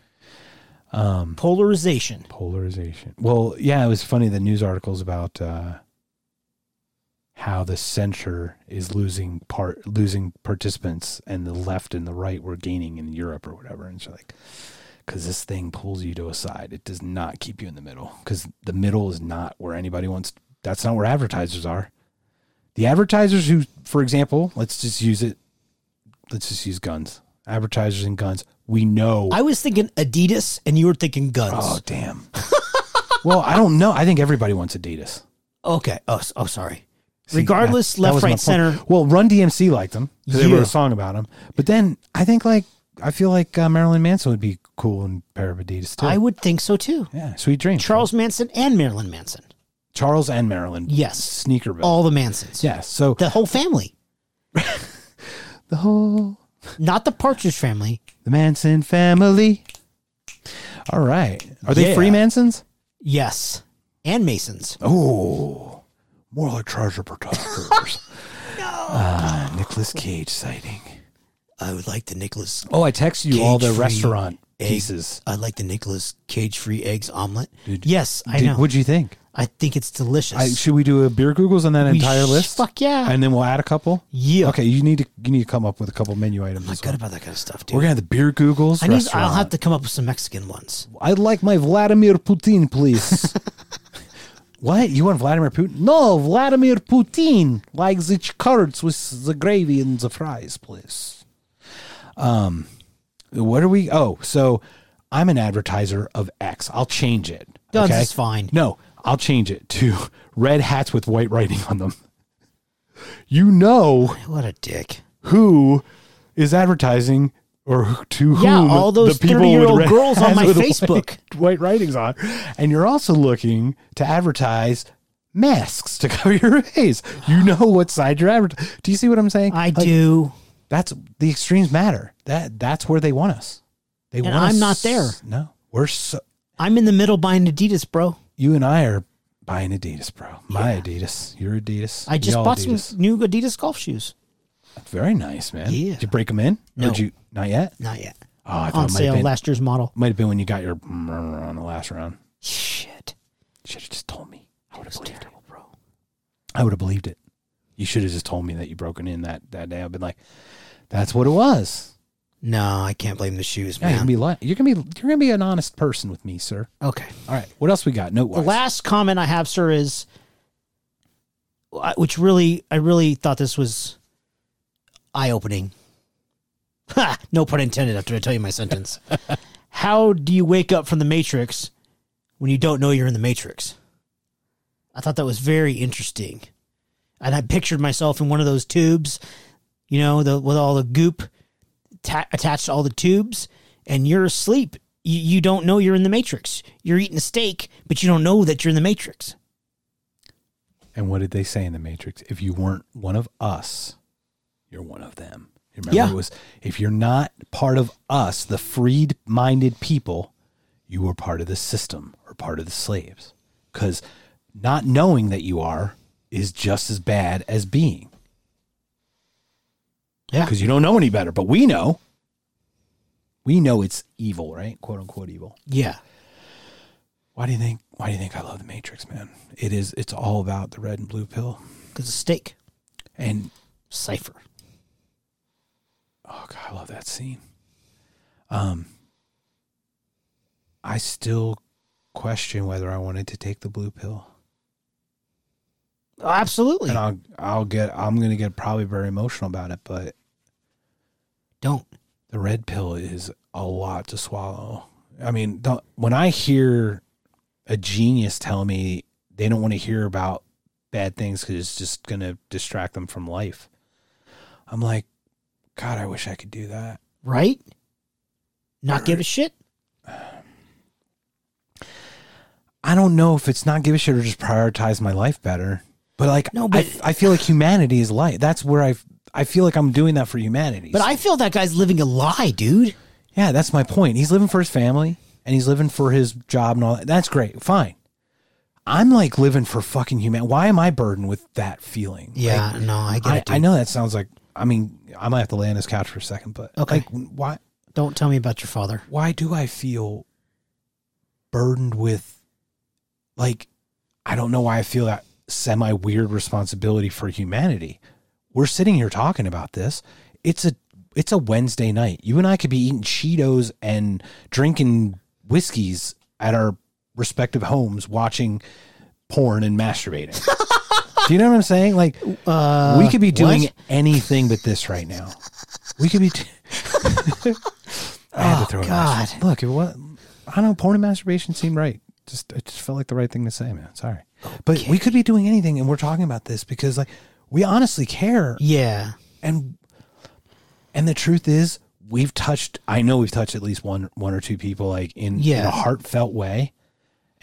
B: Um,
C: Polarization.
B: polarization. Well, yeah, it was funny the news articles about uh, how the censure is losing part losing participants, and the left and the right were gaining in Europe or whatever. And it's like, because this thing pulls you to a side, it does not keep you in the middle. Because the middle is not where anybody wants. That's not where advertisers are. The advertisers who, for example, let's just use it. Let's just use guns. Advertisers and guns. We know
C: I was thinking Adidas and you were thinking
B: Oh
C: guns.
B: damn. well, I don't know. I think everybody wants Adidas.
C: Okay. Oh, s- oh sorry.
B: See,
C: Regardless,
B: that- that
C: left,
B: was my
C: right,
B: point.
C: center.
B: Well, Run DMC liked them because they wrote
C: Yeah.
B: a song about them. But then I think like I feel like uh, Marilyn Manson would be cool in a pair of Adidas too.
C: I would think so too.
B: yeah, Sweet Dream.
C: Charles Manson and Marilyn Manson.
B: Charles and Marilyn.
C: Yes.
B: Sneakerville.
C: All the Mansons.
B: yeah. So
C: The whole family.
B: the whole
C: Not the Partridge family.
B: the Manson family. All right. Are they
C: Yeah.
B: free Mansons?
C: Yes. And Masons.
B: Oh, more like treasure protectors. no. Uh, Nicholas Cage sighting.
C: I would like the Nicholas.
B: Oh, I text you all the
C: Cage-free
B: restaurant
C: egg-
B: pieces.
C: I like the Nicholas cage free eggs omelet. yes, I
B: Did-
C: know.
B: What'd you think?
C: I think it's delicious.
B: I, should we do a beer Googles on that
C: We
B: entire
C: sh-
B: list?
C: Fuck yeah.
B: And then we'll add a couple.
C: yeah.
B: Okay, you need to you need to come up with a couple menu items.
C: I'm not
B: as
C: good
B: well.
C: about that kind of stuff, dude.
B: We're gonna have the beer Googles.
C: I need, I'll have
B: restaurant.
C: to come up with some Mexican ones.
B: I'd like my Vladimir Putin, please. what you want Vladimir Putin? No, Vladimir Putin likes the carrots with the gravy and the fries, please. Um, what are we? Oh, so I'm an advertiser of X. I'll change it.
C: Guns is fine.
B: No, I'll change it to red hats with white writing on them. You know
C: What a dick.
B: who is advertising or who- to
C: Yeah,
B: whom
C: all those
B: the people with
C: 30-year-old
B: red
C: girls on
B: hats
C: my
B: with
C: Facebook.
B: white, white writings on, and you're also looking to advertise masks to cover your face. You know what side you're advertising. Do you see what I'm saying?
C: I
B: Like,
C: do.
B: That's the extremes matter. That that's where they want us. They
C: And
B: want us.
C: I'm not there.
B: No, we're so,
C: I'm in the middle buying Adidas, bro.
B: you and I are buying Adidas, bro. My Adidas, your Adidas.
C: I just
B: y'all
C: bought
B: Adidas.
C: some new Adidas golf shoes.
B: Very nice, man.
C: Yeah.
B: Did you break them in?
C: No.
B: Or did you not yet?
C: Not yet.
B: Oh, I thought it
C: On
B: might have
C: sale,
B: been-
C: last year's model.
B: Might have been when you got your on the last round.
C: Shit.
B: Should have just told me. I would have believed it.
C: Terrible, bro.
B: I would have believed it. You should have just told me that you broken in that that day. I've been like, that's what it was.
C: No, I can't blame the shoes,
B: Yeah, you're
C: man.
B: gonna be li- you're gonna be you're gonna be an honest person with me, sir.
C: okay.
B: All right. What else we got? Note
C: the last comment I have, sir, is I- which really I really thought this was eye opening. Ha! No pun intended. After I tell you my sentence, how do you wake up from the matrix when you don't know you're in the matrix? I thought that was very interesting, and I pictured myself in one of those tubes, you know, the, with all the goop ta- attached to all the tubes and you're asleep. You, you don't know you're in the matrix. You're eating a steak, but you don't know that you're in the matrix.
B: And what did they say in the Matrix? If you weren't one of us, you're one of them. You Remember,
C: Yeah.
B: it was if you're not part of us, the freed-minded people, you were part of the system or part of the slaves. Because not knowing that you are is just as bad as being.
C: Yeah.
B: Because you don't know any better, but we know. We know it's evil, right? "Quote unquote" evil.
C: Yeah.
B: Why do you think? Why do you think I love the Matrix, man? It is. It's all about the red and blue pill,
C: Because a steak,
B: and
C: cipher.
B: Oh God, I love that scene. Um, I still question whether I wanted to take the blue pill.
C: Oh, absolutely.
B: and I'll I'll get I'm gonna get probably very emotional about it, but
C: Don't.
B: the red pill is a lot to swallow. I mean, don't, when I hear a genius tell me they don't want to hear about bad things because it's just going to distract them from life, I'm like, God, I wish I could do that.
C: Right? Not give a shit?
B: I don't know if it's not give a shit or just prioritize my life better. But like,
C: No,
B: no,
C: but-
B: but I, feel like humanity is life. That's where I I feel like I'm doing that for humanity.
C: But I feel that guy's living a lie, dude.
B: Yeah, that's my point. He's living for his family and he's living for his job and all that. That's great. Fine. I'm like living for fucking human. Why am I burdened with that feeling?
C: Yeah, no, I get
B: Like,
C: it.
B: I, I
C: dude.
B: know that sounds like I mean, I might have to lay on this couch for a second, but
C: Okay.
B: like why
C: Don't tell me about your father.
B: why do I feel burdened with like I don't know why I feel that semi weird responsibility for humanity. We're sitting here talking about this. It's a it's a Wednesday night. You and I could be eating Cheetos and drinking whiskeys at our respective homes watching porn and masturbating. do you know what I'm saying? Like
C: Uh,
B: we could be doing
C: what?
B: anything but this right now. We could be. T- I had
C: Oh,
B: to throw it
C: God.
B: out. Look, it was. I don't know. Porn and masturbation seemed right. Just it just felt like the right thing to say, man. Sorry, but we could be doing anything, and we're talking about this because like we honestly care,
C: Yeah.
B: and and the truth is we've touched. I know we've touched at least one one or two people like in, in
C: Yeah.
B: a heartfelt way.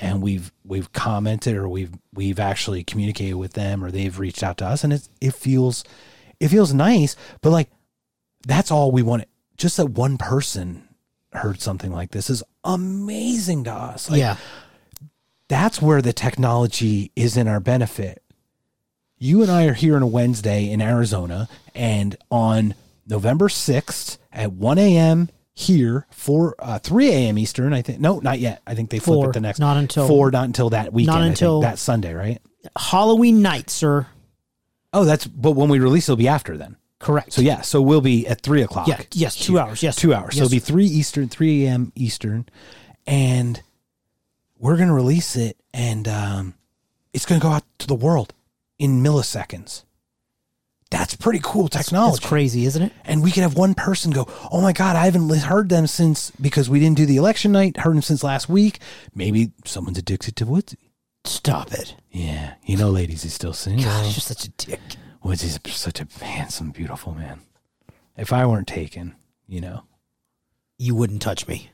B: And we've we've commented or we've we've actually communicated with them or they've reached out to us and it it feels it feels nice, but like that's all we want. Just that one person heard something like this is amazing to us. Like,
C: yeah.
B: That's where the technology is in our benefit. You and I are here on a Wednesday in Arizona, and on November 6th at 1 a.m. here, 4, uh, 3 a.m. Eastern, I think. No, not yet. I think they flip
C: Four,
B: it the next
C: not until-
B: 4, not until that weekend. I think.
C: until-
B: that Sunday, right?
C: Halloween night, sir.
B: Oh, that's, but when we release, it'll be after then.
C: Correct.
B: So yeah, so we'll be at three o'clock.
C: Yeah, yes, two hours, yes.
B: two hours. so
C: Yes.
B: it'll be three Eastern, three a.m. Eastern, and we're gonna release it, and um, it's gonna go out to the world in milliseconds. That's pretty cool technology.
C: That's crazy, isn't it?
B: And we could have one person go, "Oh my God, I haven't li- heard them since because we didn't do the election night. Heard them since last week. Maybe someone's addicted to Woodsy.
C: Stop it.
B: Yeah, you know, ladies, he's still single.
C: God, he's just such a dick.
B: Woods is such a handsome, beautiful man. If I weren't taken, you know.
C: You wouldn't touch me.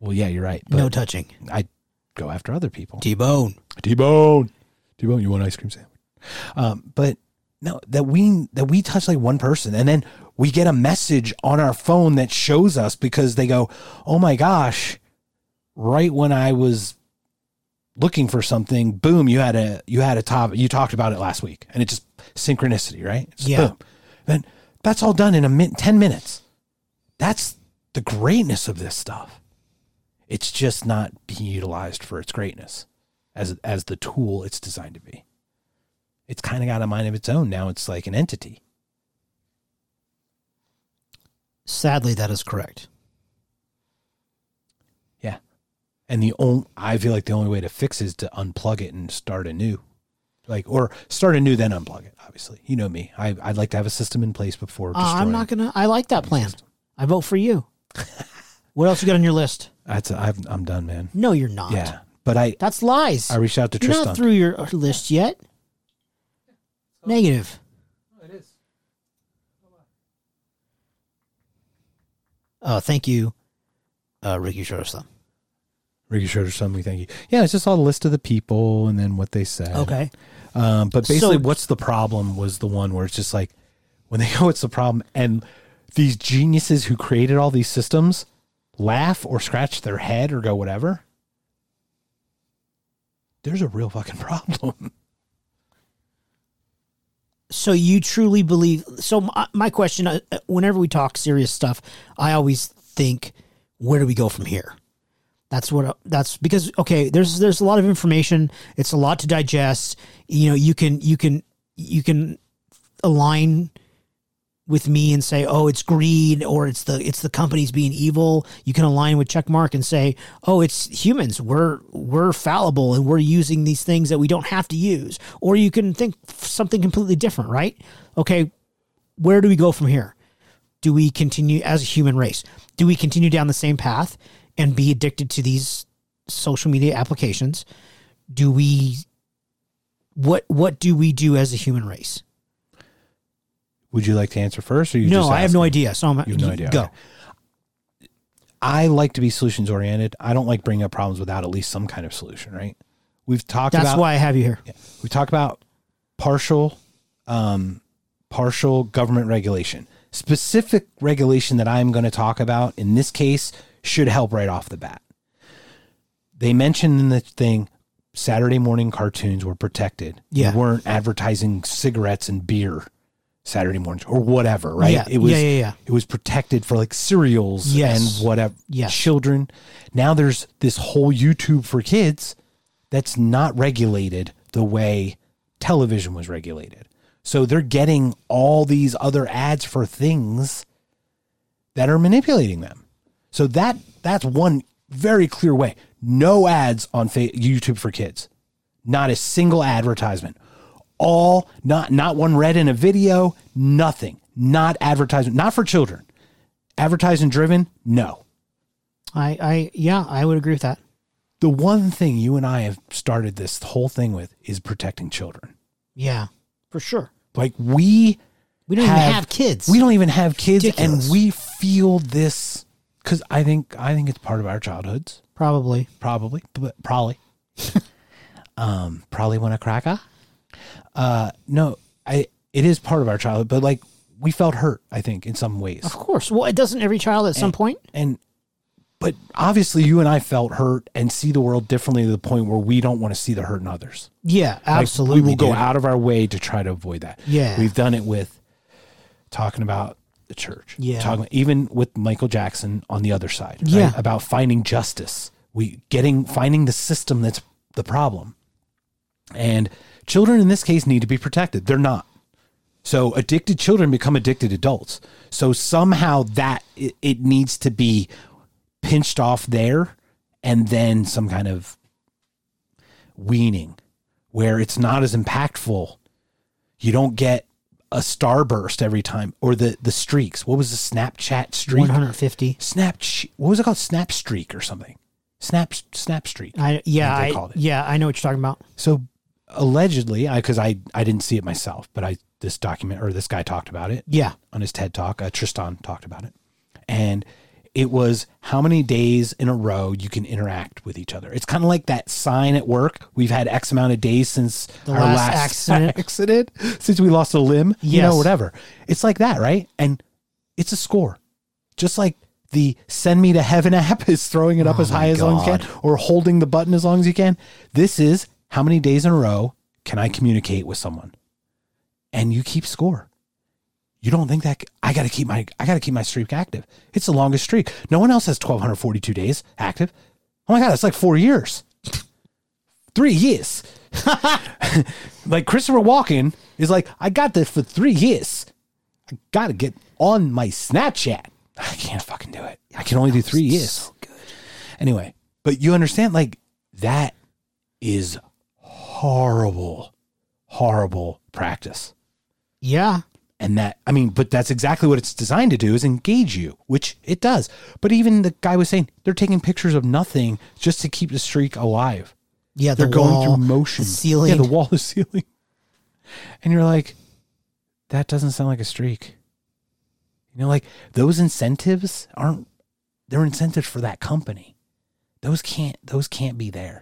B: Well, yeah, you're right.
C: no
B: But
C: touching.
B: I'd go after other people.
C: T Bone.
B: T Bone, T Bone, you want an ice cream sandwich? Um, but no, that we that we touch like one person, and then we get a message on our phone that shows us because they go, "Oh my gosh!" Right when I was looking for something, boom! You had a you had a top. You talked about it last week, and it just synchronicity, right? Just
C: Yeah.
B: Boom. Then that's all done in a min- ten minutes. That's the greatness of this stuff. It's just not being utilized for its greatness as as the tool it's designed to be. It's kind of got a mind of its own now. It's like an entity.
C: Sadly, that is correct.
B: Yeah. And the only I feel like the only way to fix is to unplug it and start anew. Like or start anew then unplug it, obviously. You know me. I I'd like to have a system in place before
C: Uh, I'm
B: destroying.
C: not gonna. I like that plan. I vote for you. what else you got on your list?
B: That's i I've, I'm done, man.
C: No, you're not.
B: Yeah. But I
C: That's lies.
B: I reached out to
C: you're
B: Tristan.
C: not through your uh, list yet. Negative. Oh, thank you, uh, Ricky Shorsa.
B: Ricky Schroeder, something we thank you. Yeah, it's just all the list of the people and then what they said.
C: Okay.
B: Um, but basically,
C: So-
B: what's the problem was the one where it's just like when they go, it's the problem, and these geniuses who created all these systems laugh or scratch their head or go whatever. There's a real fucking problem.
C: So you truly believe? So my, my question, uh, uh, whenever we talk serious stuff, I always think, where do we go from here? That's what. uh, That's because okay. There's there's a lot of information. It's a lot to digest. You know, you can you can you can align with me and say, "Oh, it's greed," or "It's the it's the companies being evil." You can align with Checkmark and say, "Oh, it's humans. We're we're fallible and we're using these things that we don't have to use." Or you can think something completely different, right? Okay, where do we go from here? Do we continue as a human race? Do we continue down the same path and be addicted to these social media applications? Do we what what do we do as a human race?
B: Would you like to answer first, or you?
C: no,
B: just
C: I have no
B: asking?
C: idea. So I'm
B: You have no idea.
C: Go.
B: Okay. I like to be solutions oriented. I don't like bringing up problems without at least some kind of solution. Right? We've talked
C: That's
B: about
C: why I have you here.
B: we talk about partial um, partial government regulation specific regulation that i'm going to talk about in this case should help right off the bat they mentioned in the thing saturday morning cartoons were protected
C: Yeah.
B: we weren't advertising cigarettes and beer saturday mornings or whatever right
C: Yeah.
B: it was
C: Yeah, yeah, yeah.
B: it was protected for like cereals
C: Yes.
B: and whatever
C: Yes.
B: children now there's this whole youtube for kids that's not regulated the way television was regulated. So they're getting all these other ads for things that are manipulating them. So that that's one very clear way. No ads on fa- YouTube for kids. Not a single advertisement. All not not one read in a video, nothing. Not advertisement, not for children. Advertising driven? No.
C: I, I yeah, I would agree with that.
B: The one thing you and I have started this whole thing with is protecting children.
C: Yeah, for sure.
B: Like we
C: We don't even
B: have-
C: have kids.
B: We don't even have kids,
C: Ridiculous.
B: and we feel this because I think I think it's part of our childhoods,
C: probably.
B: probably, but probably, um, probably when a cracker. Uh, no, I it is part of our childhood, but like we felt hurt, I think, in some ways,
C: Of course. Eh. Well, it doesn't every child at some point.
B: and but obviously you and I felt hurt and see the world differently to the point where we don't want to see the hurt in others.
C: Yeah,
B: Like,
C: absolutely.
B: we will go
C: dude.
B: out of our way to try to avoid that.
C: Yeah.
B: We've done it with talking about the church.
C: Yeah.
B: Talking even with Michael Jackson on the other side. right?
C: Yeah.
B: About finding justice. We getting finding the system that's the problem. And children in this case need to be protected. They're not. So addicted children become addicted adults. So somehow that it, it needs to be pinched off there and then some kind of weaning where it's not as impactful. You don't get a starburst every time or the the streaks. What was the Snapchat streak?
C: 150.
B: Snap what was it called? Snap streak or something. Snap snap streak.
C: I yeah,
B: think they
C: I,
B: called it.
C: yeah, I know what you're talking about.
B: So allegedly, I because I I didn't see it myself, but I this document or this guy talked about it
C: Yeah.
B: on his TED talk. Uh, Tristan talked about it, and it was how many days in a row you can interact with each other. It's kind of like that sign at work. We've had X amount of days since
C: The
B: our
C: last
B: last
C: accident.
B: accident, since we lost a limb. You
C: Yes.
B: know, whatever. It's like that, right? And it's a score, just like. The send me to heaven app is throwing it up as high as long as you can or holding the button as long as you can. This is how many days in a row can I communicate with someone? And you keep score you don't think that I got to keep my I got to keep my streak active. It's the longest streak. No one else has 1242 days active. Oh my god, that's like 4 years. 3 years. like Christopher Walken is like I got this for 3 years. I got to get on my Snapchat. I can't fucking do it. I can only do 3 years. Anyway, but you understand like that is horrible horrible practice
C: Yeah.
B: and that i mean but that's exactly what it's designed to do is engage you which it does but even the guy was saying they're taking pictures of nothing just to keep the streak alive
C: Yeah,
B: they're
C: the
B: going
C: wall,
B: through motion
C: the ceiling.
B: yeah the wall is ceiling and you're like that doesn't sound like a streak you know like those incentives aren't they're incentives for that company those can't those can't be there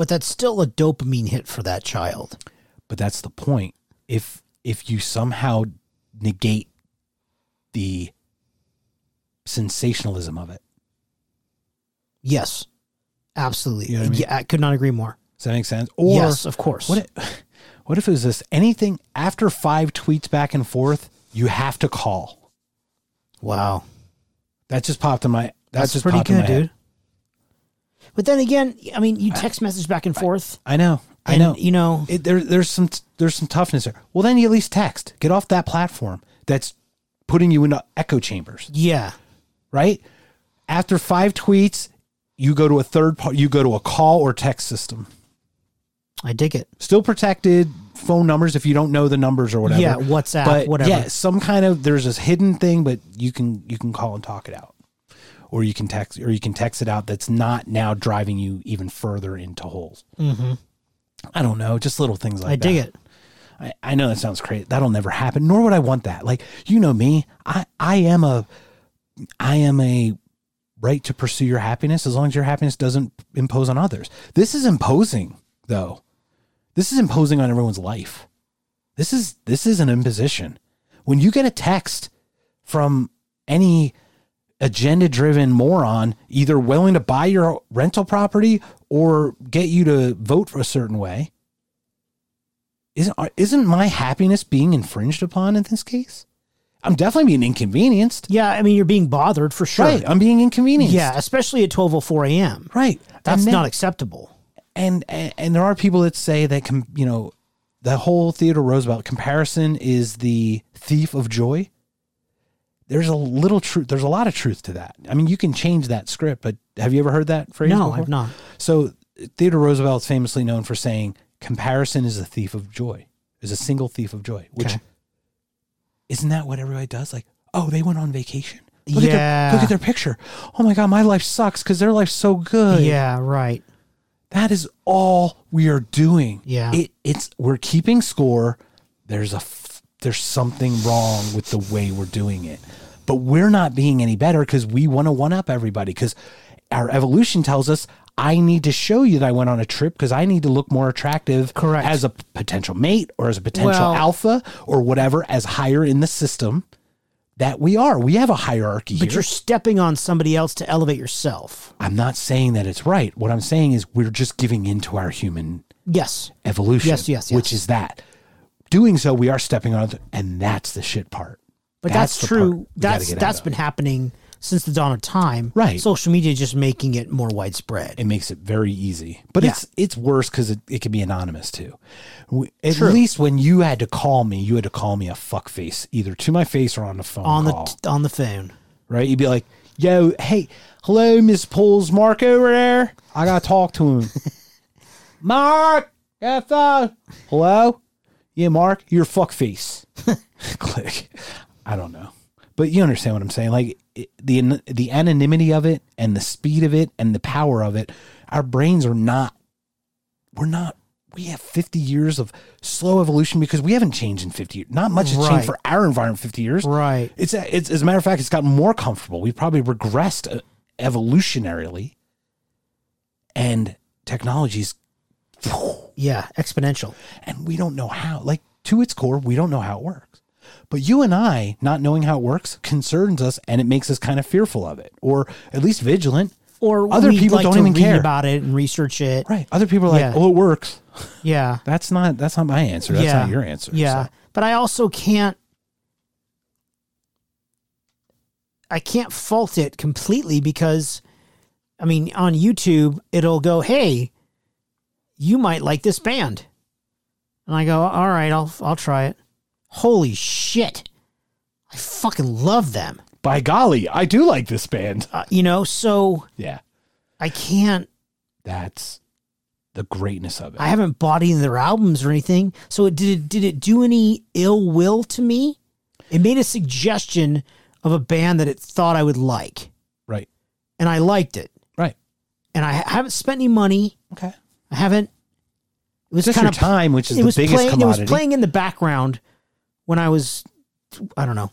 C: But that's still a dopamine hit for that child.
B: but that's the point if if you somehow negate the sensationalism of it
C: Yes. Absolutely.
B: You know what I mean?
C: Yeah, I could not agree more.
B: does that make sense or
C: yes, of course.
B: what if, what if it was this anything after five tweets back and forth you have to call
C: wow.
B: that just popped in my that
C: That's
B: just
C: pretty
B: popped in
C: good,
B: my head.
C: dude. But then again, I mean, you text message back and forth.
B: i know i
C: and,
B: know
C: You know,
B: it, there, there's some there's some toughness there well then you at least text get off that platform that's putting you into echo chambers,
C: Yeah.
B: right? After five tweets, you go to a third part, you go to a call or text system.
C: I dig it.
B: Still protected phone numbers if you don't know the numbers or whatever.
C: Yeah, WhatsApp,
B: but
C: whatever.
B: Yeah, some kind of there's this hidden thing, but you can you can call and talk it out. Or you can text or you can text it out that's not now driving you even further into holes. I don't know, just little things like
C: Mm-hmm. I
B: that.
C: dig it.
B: I, I know that sounds crazy. That'll never happen. Nor would I want that. Like you know me, I I am a I am a right to pursue your happiness as long as your happiness doesn't impose on others. This is imposing though. This is imposing on everyone's life. This is this is an imposition. When you get a text from any agenda driven moron either willing to buy your rental property or get you to vote for a certain way, isn't are- isn't my happiness being infringed upon in this case? I'm definitely being inconvenienced.
C: Yeah, I mean, you're being bothered for sure.
B: Right, I'm being inconvenienced.
C: Yeah, especially at 12:04 a.m.
B: right.
C: That's
B: And then-
C: not acceptable.
B: and, and and there are people that say that com, you know the whole Theodore Roosevelt comparison is the thief of joy. There's a little truth. There's a lot of truth to that. I mean, you can change that script, but have you ever heard that phrase?
C: No,
B: before?
C: I've not.
B: So Theodore Roosevelt's famously known for saying, "Comparison is a thief of joy. Is a single thief of joy." Which
C: Okay.
B: isn't that what everybody does? Like, oh, they went on vacation. Look at
C: Yeah.
B: their, look at their picture. Oh my god, my life sucks because their life's so good.
C: Yeah, right.
B: That is all we are doing.
C: Yeah.
B: It, it's we're keeping score. There's a f- there's something wrong with the way we're doing it. But we're not being any better because we want to one up everybody because our evolution tells us I need to show you that I went on a trip because I need to look more attractive
C: Correct.
B: as a p- potential mate or as a potential
C: Well-
B: alpha or whatever as higher in the system that we are. We have a hierarchy
C: But
B: here.
C: you're stepping on somebody else to elevate yourself.
B: I'm not saying that it's right. What I'm saying is we're just giving into our human
C: Yes.
B: evolution.
C: Yes, yes, yes.
B: Which is that. Doing so, we are stepping on, it, and that's the shit part.
C: But that's,
B: the part we
C: true.
B: gotta
C: That's
B: get out
C: that's
B: of.
C: been happening since the dawn of time.
B: Right.
C: Social media is just making it more widespread.
B: It makes it very easy, but
C: Yeah.
B: it's it's worse because it, it can be anonymous too. We- At least when you had to call me, you had to call me a fuckface, either to my face or on the phone
C: on
B: call,
C: the on the phone.
B: right? You'd be like, "Yo, hey, hello, Miss Pools, Mark over there. I gotta talk to him. Mark, yeah, phone. hello, yeah, Mark, you're a fuckface." click. I don't know, but you understand what I'm saying. Like it, the the anonymity of it, and the speed of it, and the power of it. Our brains are not. We're not. We have 50 years of slow evolution because we haven't changed in 50 years. Not much has
C: Right.
B: changed for our environment 50 years.
C: Right.
B: It's, it's as a matter of fact, it's gotten more comfortable. We've probably regressed uh, evolutionarily, and technologies,
C: Yeah. Exponential.
B: and we don't know how. Like to its core, we don't know how it works. But you and I not knowing how it works concerns us, and it makes us kind of fearful of it, or at least vigilant.
C: Or
B: Other
C: we'd
B: people
C: like
B: don't
C: to
B: even
C: read
B: care.
C: about it and research it.
B: Right? Other people are like,
C: Yeah.
B: "Oh, it works."
C: Yeah.
B: That's not that's not my answer. That's
C: yeah.
B: not your answer.
C: Yeah.
B: So,
C: But I also can't I can't fault it completely because I mean on YouTube it'll go, "Hey, you might like this band." And I go, "All right, I'll I'll try it." Holy shit. I fucking love them.
B: by golly, I do like this band.
C: Uh, you know, so
B: Yeah,
C: I can't
B: that's the greatness of it.
C: I haven't bought any of their albums or anything. So it, did it did it do any ill will to me? It made a suggestion of a band that it thought I would like,
B: right.
C: and I liked it.
B: Right.
C: And I ha- haven't spent any money.
B: Okay.
C: I haven't. It was
B: Just
C: kind
B: your
C: of
B: time, which is
C: It
B: the
C: was
B: biggest
C: playing. It was
B: commodity.
C: playing in the background when I was, I don't know,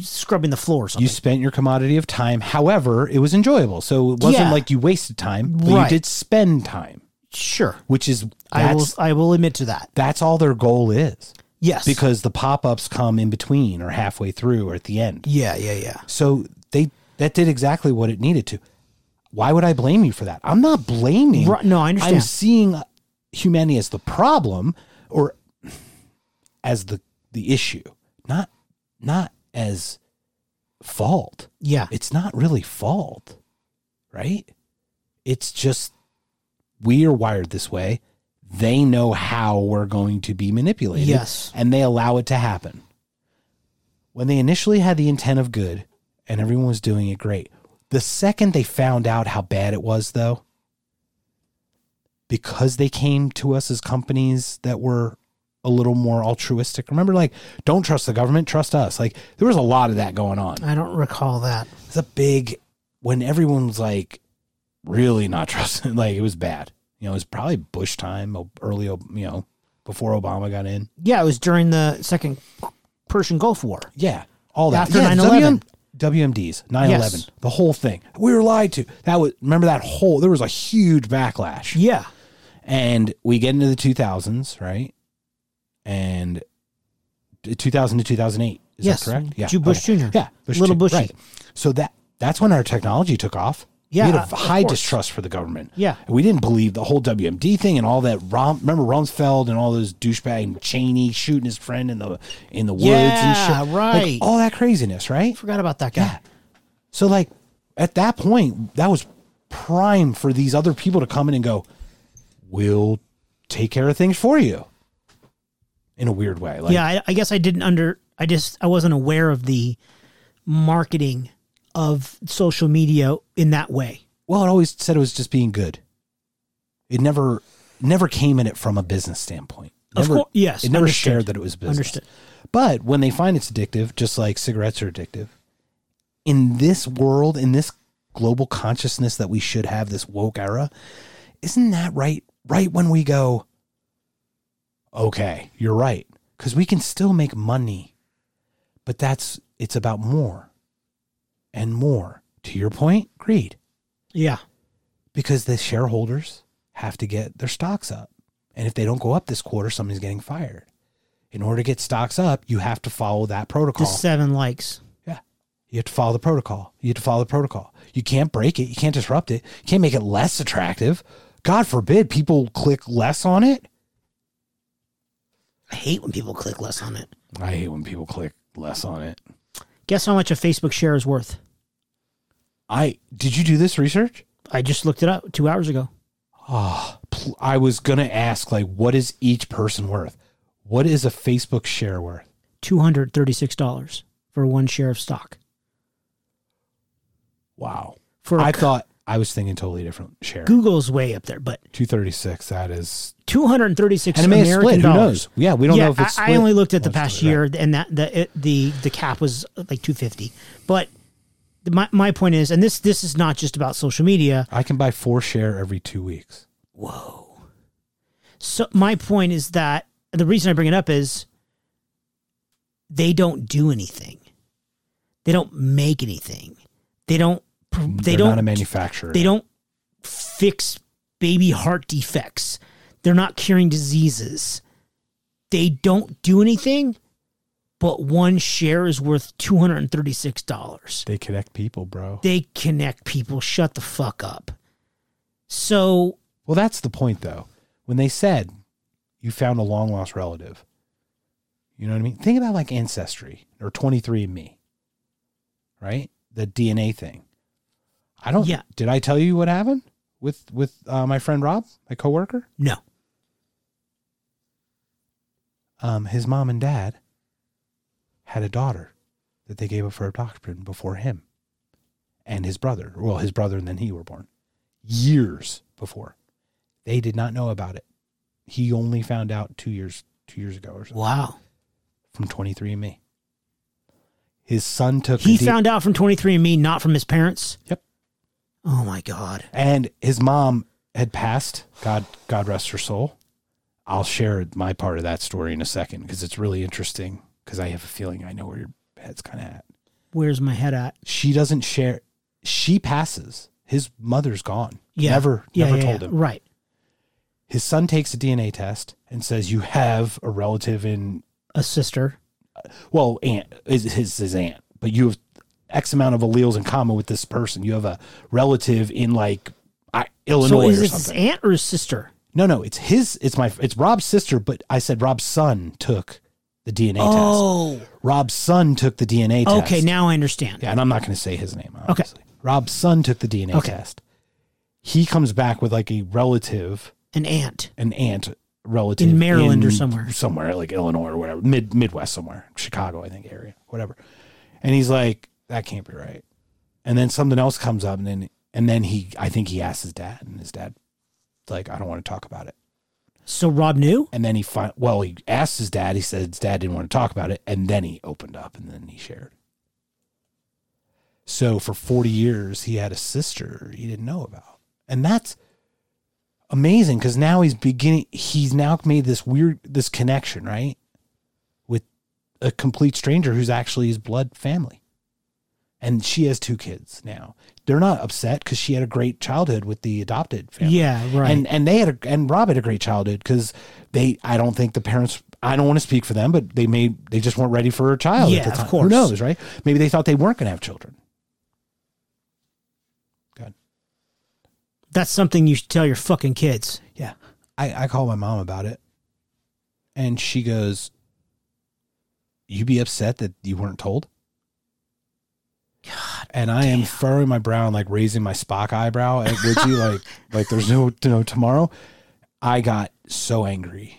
C: scrubbing the floor or something.
B: you spent your commodity of time. However, it was enjoyable. So it wasn't
C: Yeah.
B: like you wasted time, but
C: Right.
B: you did spend time,
C: sure,
B: which is
C: I will.
B: that's,
C: I will admit to that.
B: that's all their goal is
C: Yes.
B: because the pop ups come in between or halfway through or at the end.
C: yeah, yeah, yeah.
B: So they that did exactly what it needed to. Why would I blame you for that? I'm not blaming.
C: Right, no, I
B: I'm
C: understand.
B: seeing humanity as the problem or as the the issue, not not as fault.
C: Yeah.
B: It's not really fault, right? It's just we are wired this way. They know how we're going to be manipulated.
C: Yes.
B: And they allow it to happen. when they initially had the intent of good and everyone was doing it great, the second they found out how bad it was, though, because they came to us as companies that were a little more altruistic. Remember, like, don't trust the government, trust us. Like, there was a lot of that going on.
C: I don't recall that.
B: It's a big, when everyone was like really not trusting, like, it was bad. You know, it was probably Bush time, o- early, o- you know, before Obama got in.
C: Yeah, it was during the second Persian Gulf War.
B: Yeah, all that.
C: After
B: yeah,
C: 9/11.
B: WM, WMDs, 9
C: Yes.
B: 11, the whole thing. We were lied to. That was, remember that whole, there was a huge backlash.
C: Yeah.
B: And we get into the 2000s, right? And t- 2000 to 2008. Is
C: yes.
B: that correct?
C: Ju- Bush
B: okay.
C: Jr.
B: Yeah.
C: Little
B: Ju-
C: Bushy.
B: Right. So that that's when our technology took off.
C: Yeah,
B: We had
C: of
B: a high
C: course.
B: distrust for the government.
C: Yeah.
B: And we didn't believe the whole WMD thing and all that. Rom, remember Rumsfeld and all those douchebag and Cheney shooting his friend in the in the woods
C: Yeah,
B: and shit.
C: right.
B: Like, all that craziness, right?
C: Forgot about that guy.
B: So like at that point, that was prime for these other people to come in and go, "We'll take care of things for you." In a weird way, like
C: yeah, I, I guess I didn't under. I just I wasn't aware of the marketing of social media in that way.
B: well, it always said it was just being good. It never never came at it from a business standpoint.
C: Of
B: Never,
C: cour- yes,
B: it never
C: understood.
B: shared that it was business.
C: Understood.
B: But when they find it's addictive, just like cigarettes are addictive, in this world, in this global consciousness that we should have, this woke era, isn't that right? Right when we go, okay, you're right. Because we can still make money, but that's it's about more and more. To your point, greed
C: Yeah.
B: because the shareholders have to get their stocks up. And if they don't go up this quarter, somebody's getting fired. In order to get stocks up, you have to follow that
C: The
B: protocol.
C: seven likes.
B: yeah. You have to follow the protocol. You have to follow the protocol. You can't break it. You can't disrupt it. You can't make it less attractive. God forbid people click less on it.
C: I hate when people click less on it.
B: I hate when people click less on it.
C: Guess how much a Facebook share is worth?
B: I did you do this research?
C: I just looked it up two hours ago.
B: Ah, pl- I was gonna ask like, what is each person worth? What is a Facebook share worth?
C: Two hundred thirty-six dollars for one share of stock.
B: Wow.
C: For a
B: I
C: co-
B: thought I was thinking totally different share.
C: Google's way up there, but
B: Two thirty six. That is,
C: two hundred thirty-six.
B: and it may have
C: American
B: split. Who
C: dollars.
B: knows? Yeah, we don't
C: yeah,
B: know if it's.
C: I, I
B: split.
C: only looked at the
B: Well, it's
C: past
B: split,
C: year,
B: right.
C: and that the it, the the cap was uh, like two fifty. But the- my my point is, and this this is not just about social media.
B: I can buy four share every two weeks.
C: Whoa. So my point is that the reason I bring it up is they don't do anything. They don't make anything. They don't. pr- They
B: They're
C: don't.
B: not a manufacturer.
C: They don't fix baby heart defects. They're not curing diseases. They don't do anything, but one share is worth $236.
B: They connect people, bro.
C: They connect people. Shut the fuck up. So,
B: well, that's the point, though. When they said you found a long lost relative, you know what I mean. Think about like ancestry or twenty three and Me, right? The DNA thing. I don't.
C: Yeah.
B: Did I tell you what happened with with uh, my friend Rob, my coworker?
C: no.
B: um, his mom and dad had a daughter that they gave up for adoption before him and his brother. Well, his brother and then he were born years before. They did not know about it. He only found out two years two years ago or so
C: Wow.
B: from 23andMe. His son took
C: He
B: a D-
C: found out from 23andMe, not from his parents.
B: Yep.
C: Oh my God.
B: and his mom had passed. God, God rest her soul. I'll share my part of that story in a second because it's really interesting. Because I have a feeling I know where your head's kind of at.
C: Where's my head at?
B: she doesn't share she passes his mother's gone
C: Yeah.
B: never
C: Yeah,
B: never
C: yeah,
B: told
C: yeah.
B: him
C: Right.
B: his son takes a dna test and says you have a relative in
C: A sister.
B: well aunt is his, his aunt but you have x amount of alleles in common with this person you have a relative in like I,
C: so
B: illinois
C: is
B: or
C: it his
B: something
C: aunt or his sister?
B: no no it's his it's my it's rob's sister but i said rob's son took the dna
C: Oh.
B: test rob's son took the dna test
C: Okay, now I understand.
B: Yeah, and I'm not going to say his name. Obviously. Rob's son took the DNA
C: Okay.
B: test. He comes back with like a relative,
C: An aunt.
B: an aunt relative
C: In Maryland or somewhere.
B: somewhere like Illinois or whatever, mid Midwest somewhere, Chicago I think area, whatever. And he's like, that can't be right. And then something else comes up, and then and then he, I think he asks his dad, and his dad, like, I don't want to talk about it.
C: So Rob knew.
B: And then he find well, he asked his dad. He said his dad didn't want to talk about it, and then he opened up, and then he shared. So for forty years, he had a sister he didn't know about, and that's amazing because now he's beginning. He's now made this weird this connection, right, with a complete stranger who's actually his blood family, and she has two kids now. They're not upset because she had a great childhood with the adopted family.
C: Yeah, right.
B: And and they had a, and Rob had a great childhood because they I don't think the parents I don't want to speak for them, but they may they just weren't ready for a child.
C: Yeah,
B: at the
C: of
B: time. Who
C: course.
B: knows, right? Maybe they thought they weren't going to have children. God,
C: That's something you should tell your fucking kids.
B: yeah. I I call my mom about it, and she goes, "You be upset that you weren't told." God, and I am furrowing my brow and like raising my Spock eyebrow at Richie, like like there's no no tomorrow. I got so angry.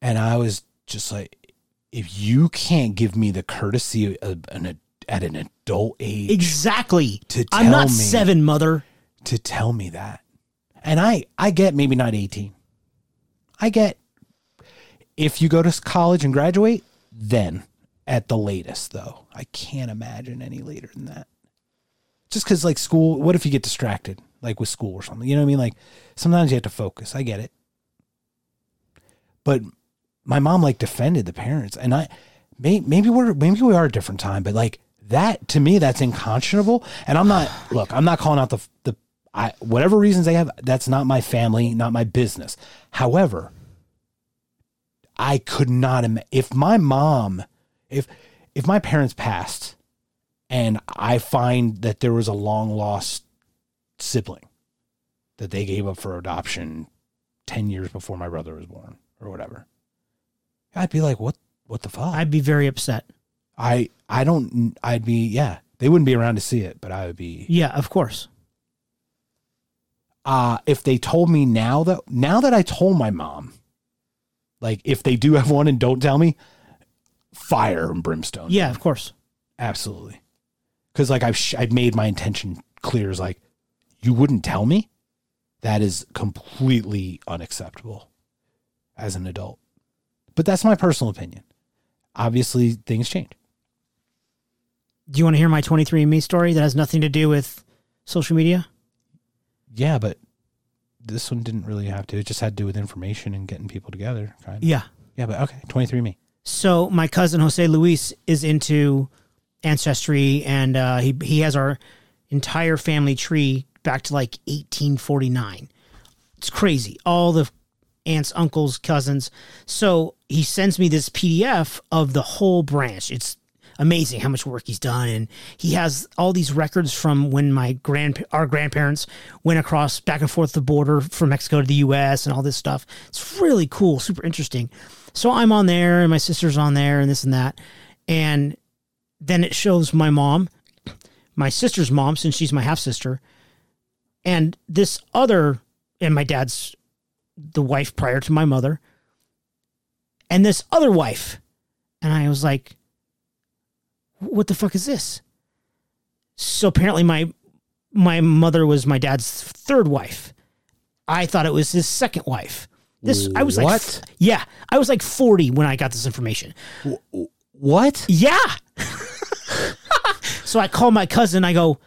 B: And I was just like, if you can't give me the courtesy of an, ad- at an adult age
C: Exactly.
B: To
C: I'm
B: tell
C: not
B: me.
C: seven, mother.
B: to tell me that, and I I get maybe not 18. I get if you go to college and graduate, then at the latest though. I can't imagine any later than that. Just cuz like school, what if you get distracted like with school or something? You know what I mean? Like sometimes you have to focus. I get it. But my mom like defended the parents and I may, maybe we're maybe we are a different time, but like that to me that's unconscionable and I'm not look, I'm not calling out the the I whatever reasons they have, that's not my family, not my business. However, I could not imagine if my mom, if if my parents passed, and I find that there was a long lost sibling that they gave up for adoption ten years before my brother was born or whatever, I'd be like, what what the fuck?
C: I'd be very upset.
B: I I don't I'd be yeah they wouldn't be around to see it, but I would be
C: Yeah, of course.
B: uh, if they told me now that now that I told my mom, like if they do have one and don't tell me, fire and brimstone.
C: Yeah, of course.
B: absolutely. Because like I've sh- I've made my intention clear is like you wouldn't tell me, that is completely unacceptable as an adult. But that's my personal opinion. Obviously, things change.
C: Do you want to hear my 23andMe story that has nothing to do with social media?
B: Yeah, but this one didn't really have to. It just had to do with information and getting people together. Kind of.
C: Yeah.
B: Yeah, but okay, twenty three me.
C: So my cousin Jose Luis is into ancestry, and uh, he he has our entire family tree back to like 1849. It's crazy. All the aunts, uncles, cousins. So he sends me this PDF of the whole branch. It's amazing how much work he's done, and he has all these records from when my grand our grandparents went across back and forth the border from Mexico to the U.S. and all this stuff. It's really cool, super interesting. So I'm on there, and my sister's on there, and this and that, and then it shows my mom, my sister's mom, since she's my half sister, and this other, and my dad's the wife prior to my mother, and this other wife. And I was like, what the fuck is this? So apparently my my mother was my dad's third wife. I thought it was his second wife. This I was like
B: What?
C: yeah, I was like 40 when I got this information.
B: What?
C: Yeah. so I call my cousin. I go,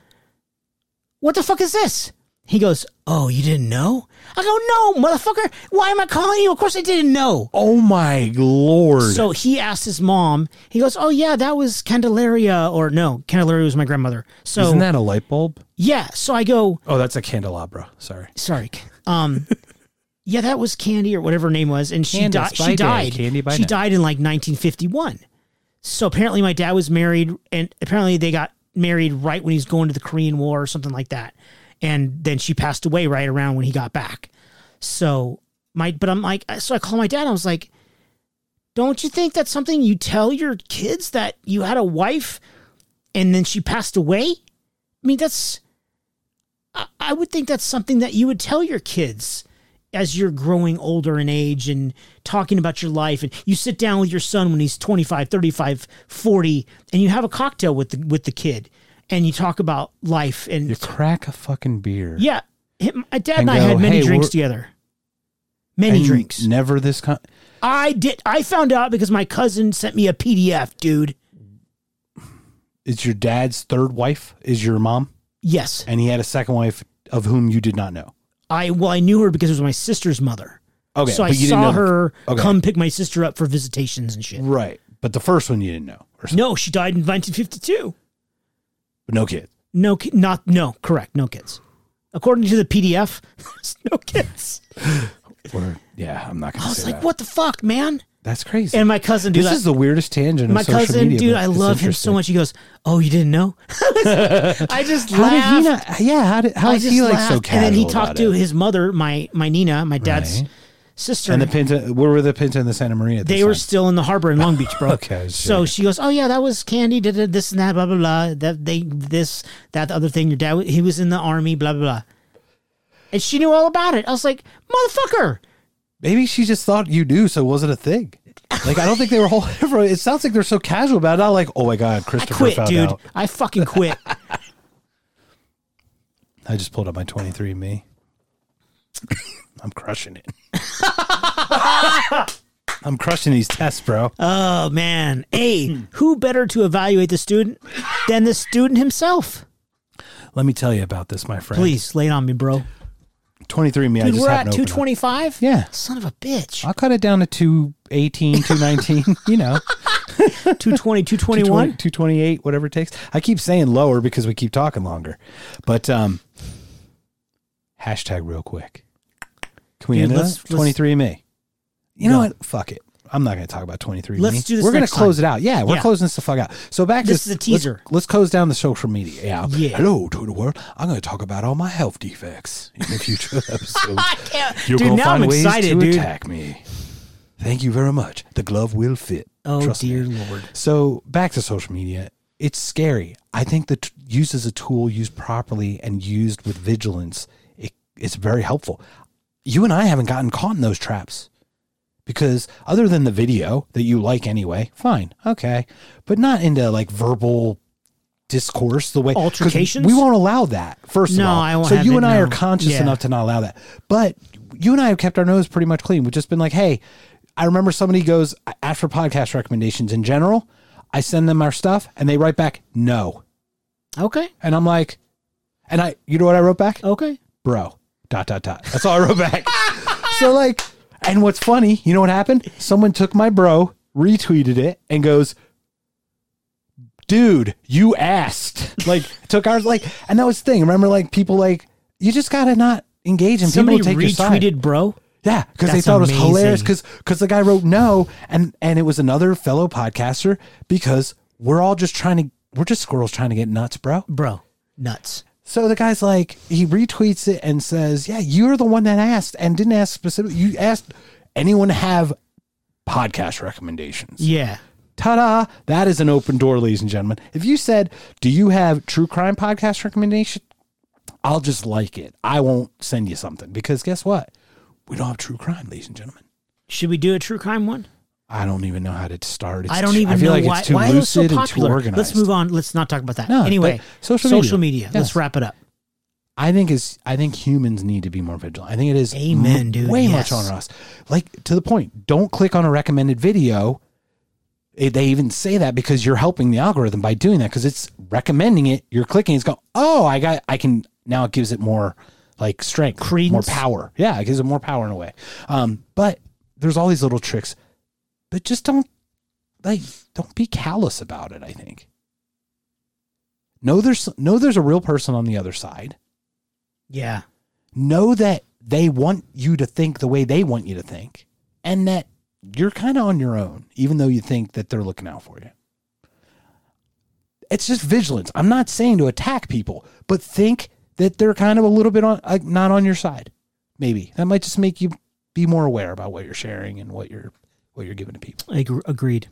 C: "What the fuck is this?" He goes, "Oh, you didn't know?" I go, "No, motherfucker. Why am I calling you? Of course I didn't know."
B: Oh my lord.
C: So he asked his mom. He goes, "Oh yeah, that was Candelaria, or no, Candelaria was my grandmother." So
B: Isn't that a light bulb?
C: yeah, so I go,
B: Oh, that's a candelabra. Sorry.
C: sorry. Um, yeah, that was Candy or whatever her name was, and she
B: Candace
C: died.
B: by day,
C: She died.
B: Candy by
C: she
B: night.
C: died in like 1951. So apparently, my dad was married, and apparently they got married right when he was going to the Korean War or something like that. And then she passed away right around when he got back. So my, but I'm like, so I call my dad. I was like, don't you think that's something you tell your kids that you had a wife, and then she passed away? I mean, that's I- I would think that's something that you would tell your kids as you're growing older in age and talking about your life and you sit down with your son when he's 25 35 40 and you have a cocktail with the with the kid and you talk about life and
A: You crack a fucking beer.
C: yeah him, my dad and,
A: And
C: i
A: go,
C: had many
A: "Hey,
C: drinks
A: we're-
C: together many
A: And
C: drinks
A: Never this kind.
C: i did i found out because my cousin sent me a pdf dude
B: Is your dad's third wife is your mom,
C: yes
B: and he had a second wife of whom you did not know.
C: i well i knew her because it was my sister's mother
B: Okay,
C: so i
B: but you didn't
C: saw
B: know the-
C: her
B: okay.
C: come pick my sister up for visitations and shit
B: Right, but the first one you didn't know, or something.
C: no she died in 1952
B: But no kid.
C: No, ki- not no. Correct, no kids. According to the PDF, there's no kids.
A: Or, yeah, I'm not going
C: I
A: to
C: was
A: say
C: like,
A: that.
C: "What the fuck, man?"
A: That's crazy.
C: And my cousin, dude,
B: This
C: I-
B: is the weirdest tangent.
C: my
B: of social
C: cousin,
B: media,
C: dude,
B: but
C: I
B: it's
C: love him so
B: interesting.
C: much. He goes, "Oh, you didn't know?" I just
B: How did
C: laughed.
B: he not? Yeah, how did how
C: I
B: is
C: just
B: he like
C: laughed.
B: so casual?
C: And then he
B: about
C: talked to
B: it?
C: his mother, my my Nina, my dad's
A: Right.
C: sister.
B: and the Pinta. Where were the Pinta and the Santa Maria? At
C: they
B: this
C: were
B: time?
C: still in the harbor in Long Beach, bro.
B: Okay,
C: So she goes, "Oh yeah, that was Candy. Did this and that, blah blah blah. That they this that the other thing. Your dad wa- he was in the army, blah blah blah." And she knew all about it. I was like, "Motherfucker!"
B: maybe she just thought you knew, so it wasn't a thing. Like I don't think they were whole. It sounds like they're so casual about it. Not like, oh my god,
C: I
B: Christopher
C: quit,
B: found
C: dude.
B: out.
C: I fucking quit.
B: I just pulled up my twenty three me. I'm crushing it. I'm crushing these tests, bro.
C: oh man. A. Who better to evaluate the student than the student himself?
B: Let me tell you about this, my friend.
C: Please lay it on me, bro.
B: twenty three me. I
C: Dude,
B: just
C: we're
B: haven't
C: at two
B: opened up.
C: twenty five.
B: Yeah.
C: Son of a bitch.
B: I'll cut it down to 218, 219, you know.
C: 220, 221.
B: 228 whatever it takes i keep saying lower because we keep talking longer but um hashtag real quick can we
C: Dude,
B: end it
C: let's-
B: up?
C: let's-
B: 23 me you
C: No.
B: know what fuck it i'm not going to talk about 23
C: Let's do this
B: we're gonna
C: next
B: close it out yeah we're
C: Yeah.
B: closing this the fuck out so back to
C: This is a
B: let's-
C: teaser.
B: let's, close down the social media yeah.
C: Yeah.
B: hello to the world i'm going to talk about all my health defects in the future episode
C: I can't.
B: you're
C: dude,
B: going to
C: now
B: find
C: I'm
B: ways
C: excited,
B: to
C: dude.
B: attack me thank you very much the glove will fit
C: Oh
B: Trust me.
C: dear lord.
B: So back to social media. It's scary. I think that t- used as a tool, used properly and used with vigilance, it, it's very helpful. You and I haven't gotten caught in those traps because other than the video that you like anyway, fine, okay, but not into like verbal discourse the way 'cause
C: Altercations?
B: We won't allow that. First
C: No,
B: of all,
C: I won't
B: so
C: have
B: you
C: it,
B: and I
C: no.
B: are conscious
C: Yeah.
B: enough to not allow that. But you and I have kept our nose pretty much clean. We've just been like, hey, I remember somebody goes after podcast recommendations in general. I send them our stuff and they write back no,
C: Okay.
B: and I'm like, and I, you know what I wrote back?
C: Okay.
B: bro. Dot dot dot. That's all I wrote back. so like, and what's funny, you know what happened? Someone took my bro, retweeted it, and goes, "Dude, you asked." Like, took ours. Like, and that was the thing. Remember, like people like you just gotta not engage and people
C: Somebody
B: will take your side.
C: retweeted, bro.
B: Yeah, because they
C: That's
B: thought it was hilarious.
C: amazing.
B: Because because the guy wrote no, and and it was another fellow podcaster. Because we're all just trying to, we're just squirrels trying to get nuts, bro.
C: Bro, nuts.
B: So the guy's like, he retweets it and says, "Yeah, you're the one that asked and didn't ask specifically. You asked anyone have podcast recommendations."
C: Yeah.
B: Ta-da! That is an open door, ladies and gentlemen. If you said, "Do you have true crime podcast recommendation?" I'll just like it. I won't send you something because guess what? We don't have true crime, ladies and gentlemen.
C: Should we do a true crime one?
B: I don't even know how to start. It's
C: I don't
B: too-
C: even
B: I feel
C: know
B: like
C: why.
B: it's too
C: why are those so
B: lucid and too
C: popular?
B: organized.
C: Let's move on. Let's not talk about that.
B: No,
C: anyway,
B: but social media.
C: Let's
B: Yes.
C: wrap it up.
B: I think is I think humans need to be more vigilant. I think it is
C: Amen, dude.
B: way much
C: Yes.
B: on us. Like to the point, don't click on a recommended video. It- they even say that because you're helping the algorithm by doing that because it's recommending it. You're clicking. It's going. Oh, I got. I can now. It gives it more like strength,
C: Credence.
B: more power. Yeah, it gives it more power in a way. Um, but there's all these little tricks. But just don't like don't be callous about it. I think. Know there's know there's a real person on the other side
C: Yeah.
B: know that they want you to think the way they want you to think and that you're kind of on your own even though you think that they're looking out for you it's just vigilance i'm not saying to attack people but think that they're kind of a little bit on like not on your side maybe that might just make you be more aware about what you're sharing and what you're what you're giving to people
C: Ag- agreed.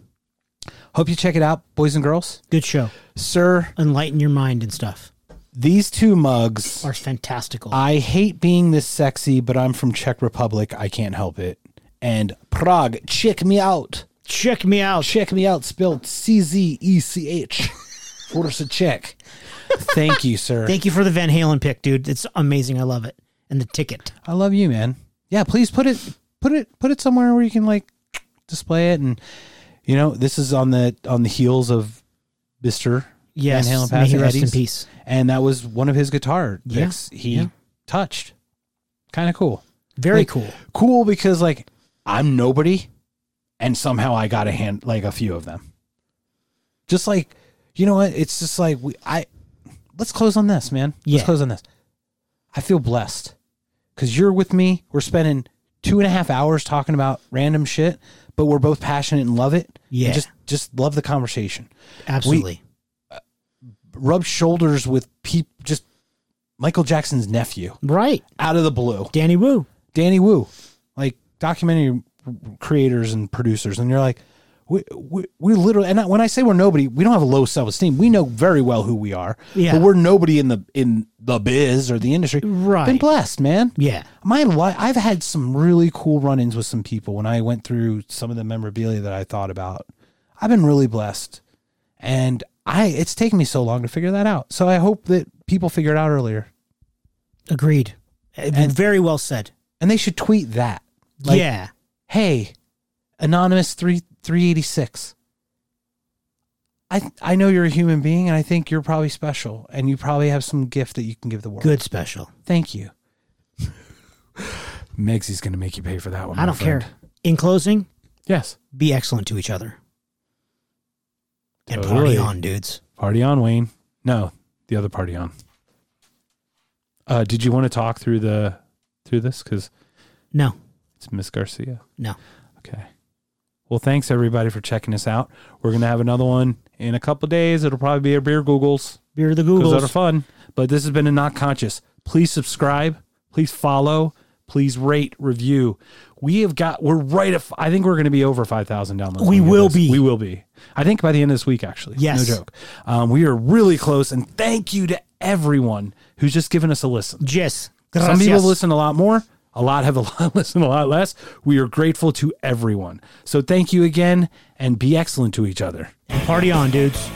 B: hope you check it out boys and girls
C: Good show.
B: sir
C: Enlighten your mind and stuff.
B: These two mugs.
C: are fantastical.
B: I hate being this sexy, but I'm from Czech Republic. I can't help it. And Prague, check me out.
C: Check me out.
B: Check me out. Spelled C Z E C H. Force a check. Thank you, sir.
C: Thank you for the Van Halen pick, dude. It's amazing. I love it. And the ticket.
B: I love you, man. Yeah, please put it put it put it somewhere where you can like display it and you know, this is on the on the heels of Mr.
C: Yes.
B: Van Halen
C: may he
B: passing
C: rest in
B: Eddie's.
C: peace.
B: And that was one of his guitar
C: Yeah,
B: picks he
C: yeah.
B: touched. Kind of cool.
C: Very
B: Like,
C: cool.
B: Cool because like I'm nobody and somehow I got a hand like a few of them. Just like you know what? It's just like we I let's close on this, man.
C: Yeah.
B: Let's close on this. I feel blessed because you're with me. We're spending two and a half hours talking about random shit, but we're both passionate and love it.
C: Yeah.
B: And just just love the conversation.
C: Absolutely.
B: Rub shoulders with peep just Michael Jackson's nephew
C: right.
B: out of the blue.
C: Danny Wu.
B: Danny Wu, like documentary creators and producers, and you're like, we, we, we literally, and I- when I say we're nobody, we don't have a low self esteem. We know very well who we are,
C: Yeah.
B: but we're nobody in the in the biz or the industry.
C: Right.
B: been blessed, man.
C: Yeah.
B: My life, I've had some really cool run ins with some people when I went through some of the memorabilia that I thought about. I've been really blessed, and I it's taken me so long to figure that out. So I hope that people figure it out earlier,
C: Agreed. Uh, Very well said.
B: and they should tweet that. Like,
C: yeah.
B: hey anonymous 3 386 i i know you're a human being and i think you're probably special and you probably have some gift that you can give the world
C: Good special.
B: thank you megsy's gonna make you pay for that one
C: I
B: my
C: don't
B: friend.
C: care. In closing,
B: yes
C: be excellent to each other. And
B: Totally.
C: party on, dudes.
B: party on wayne no the other party on uh did you want to talk through the through this because
C: No.
B: it's miss garcia
C: No.
B: Okay. Well, thanks everybody for checking us out. We're gonna have another one in a couple days. It'll probably be a beer googles
C: Beer to the
B: because those are
C: Googles.
B: fun. But this has been a not conscious. Please subscribe. Please follow. Please rate, review. We have got. We're right. At, f- I think we're going to be over five thousand downloads.
C: We
B: when hear
C: will
B: this.
C: be.
B: We will be. I think by the end of this week, actually.
C: Yes.
B: No joke. Um, we are really close. And thank you to everyone who's just given us a listen.
C: Yes.
B: Some people
C: Gracias.
B: listen a lot more. A lot have a lot listen a lot less. We are grateful to everyone. So thank you again and be excellent to each other.
C: Party on, dudes.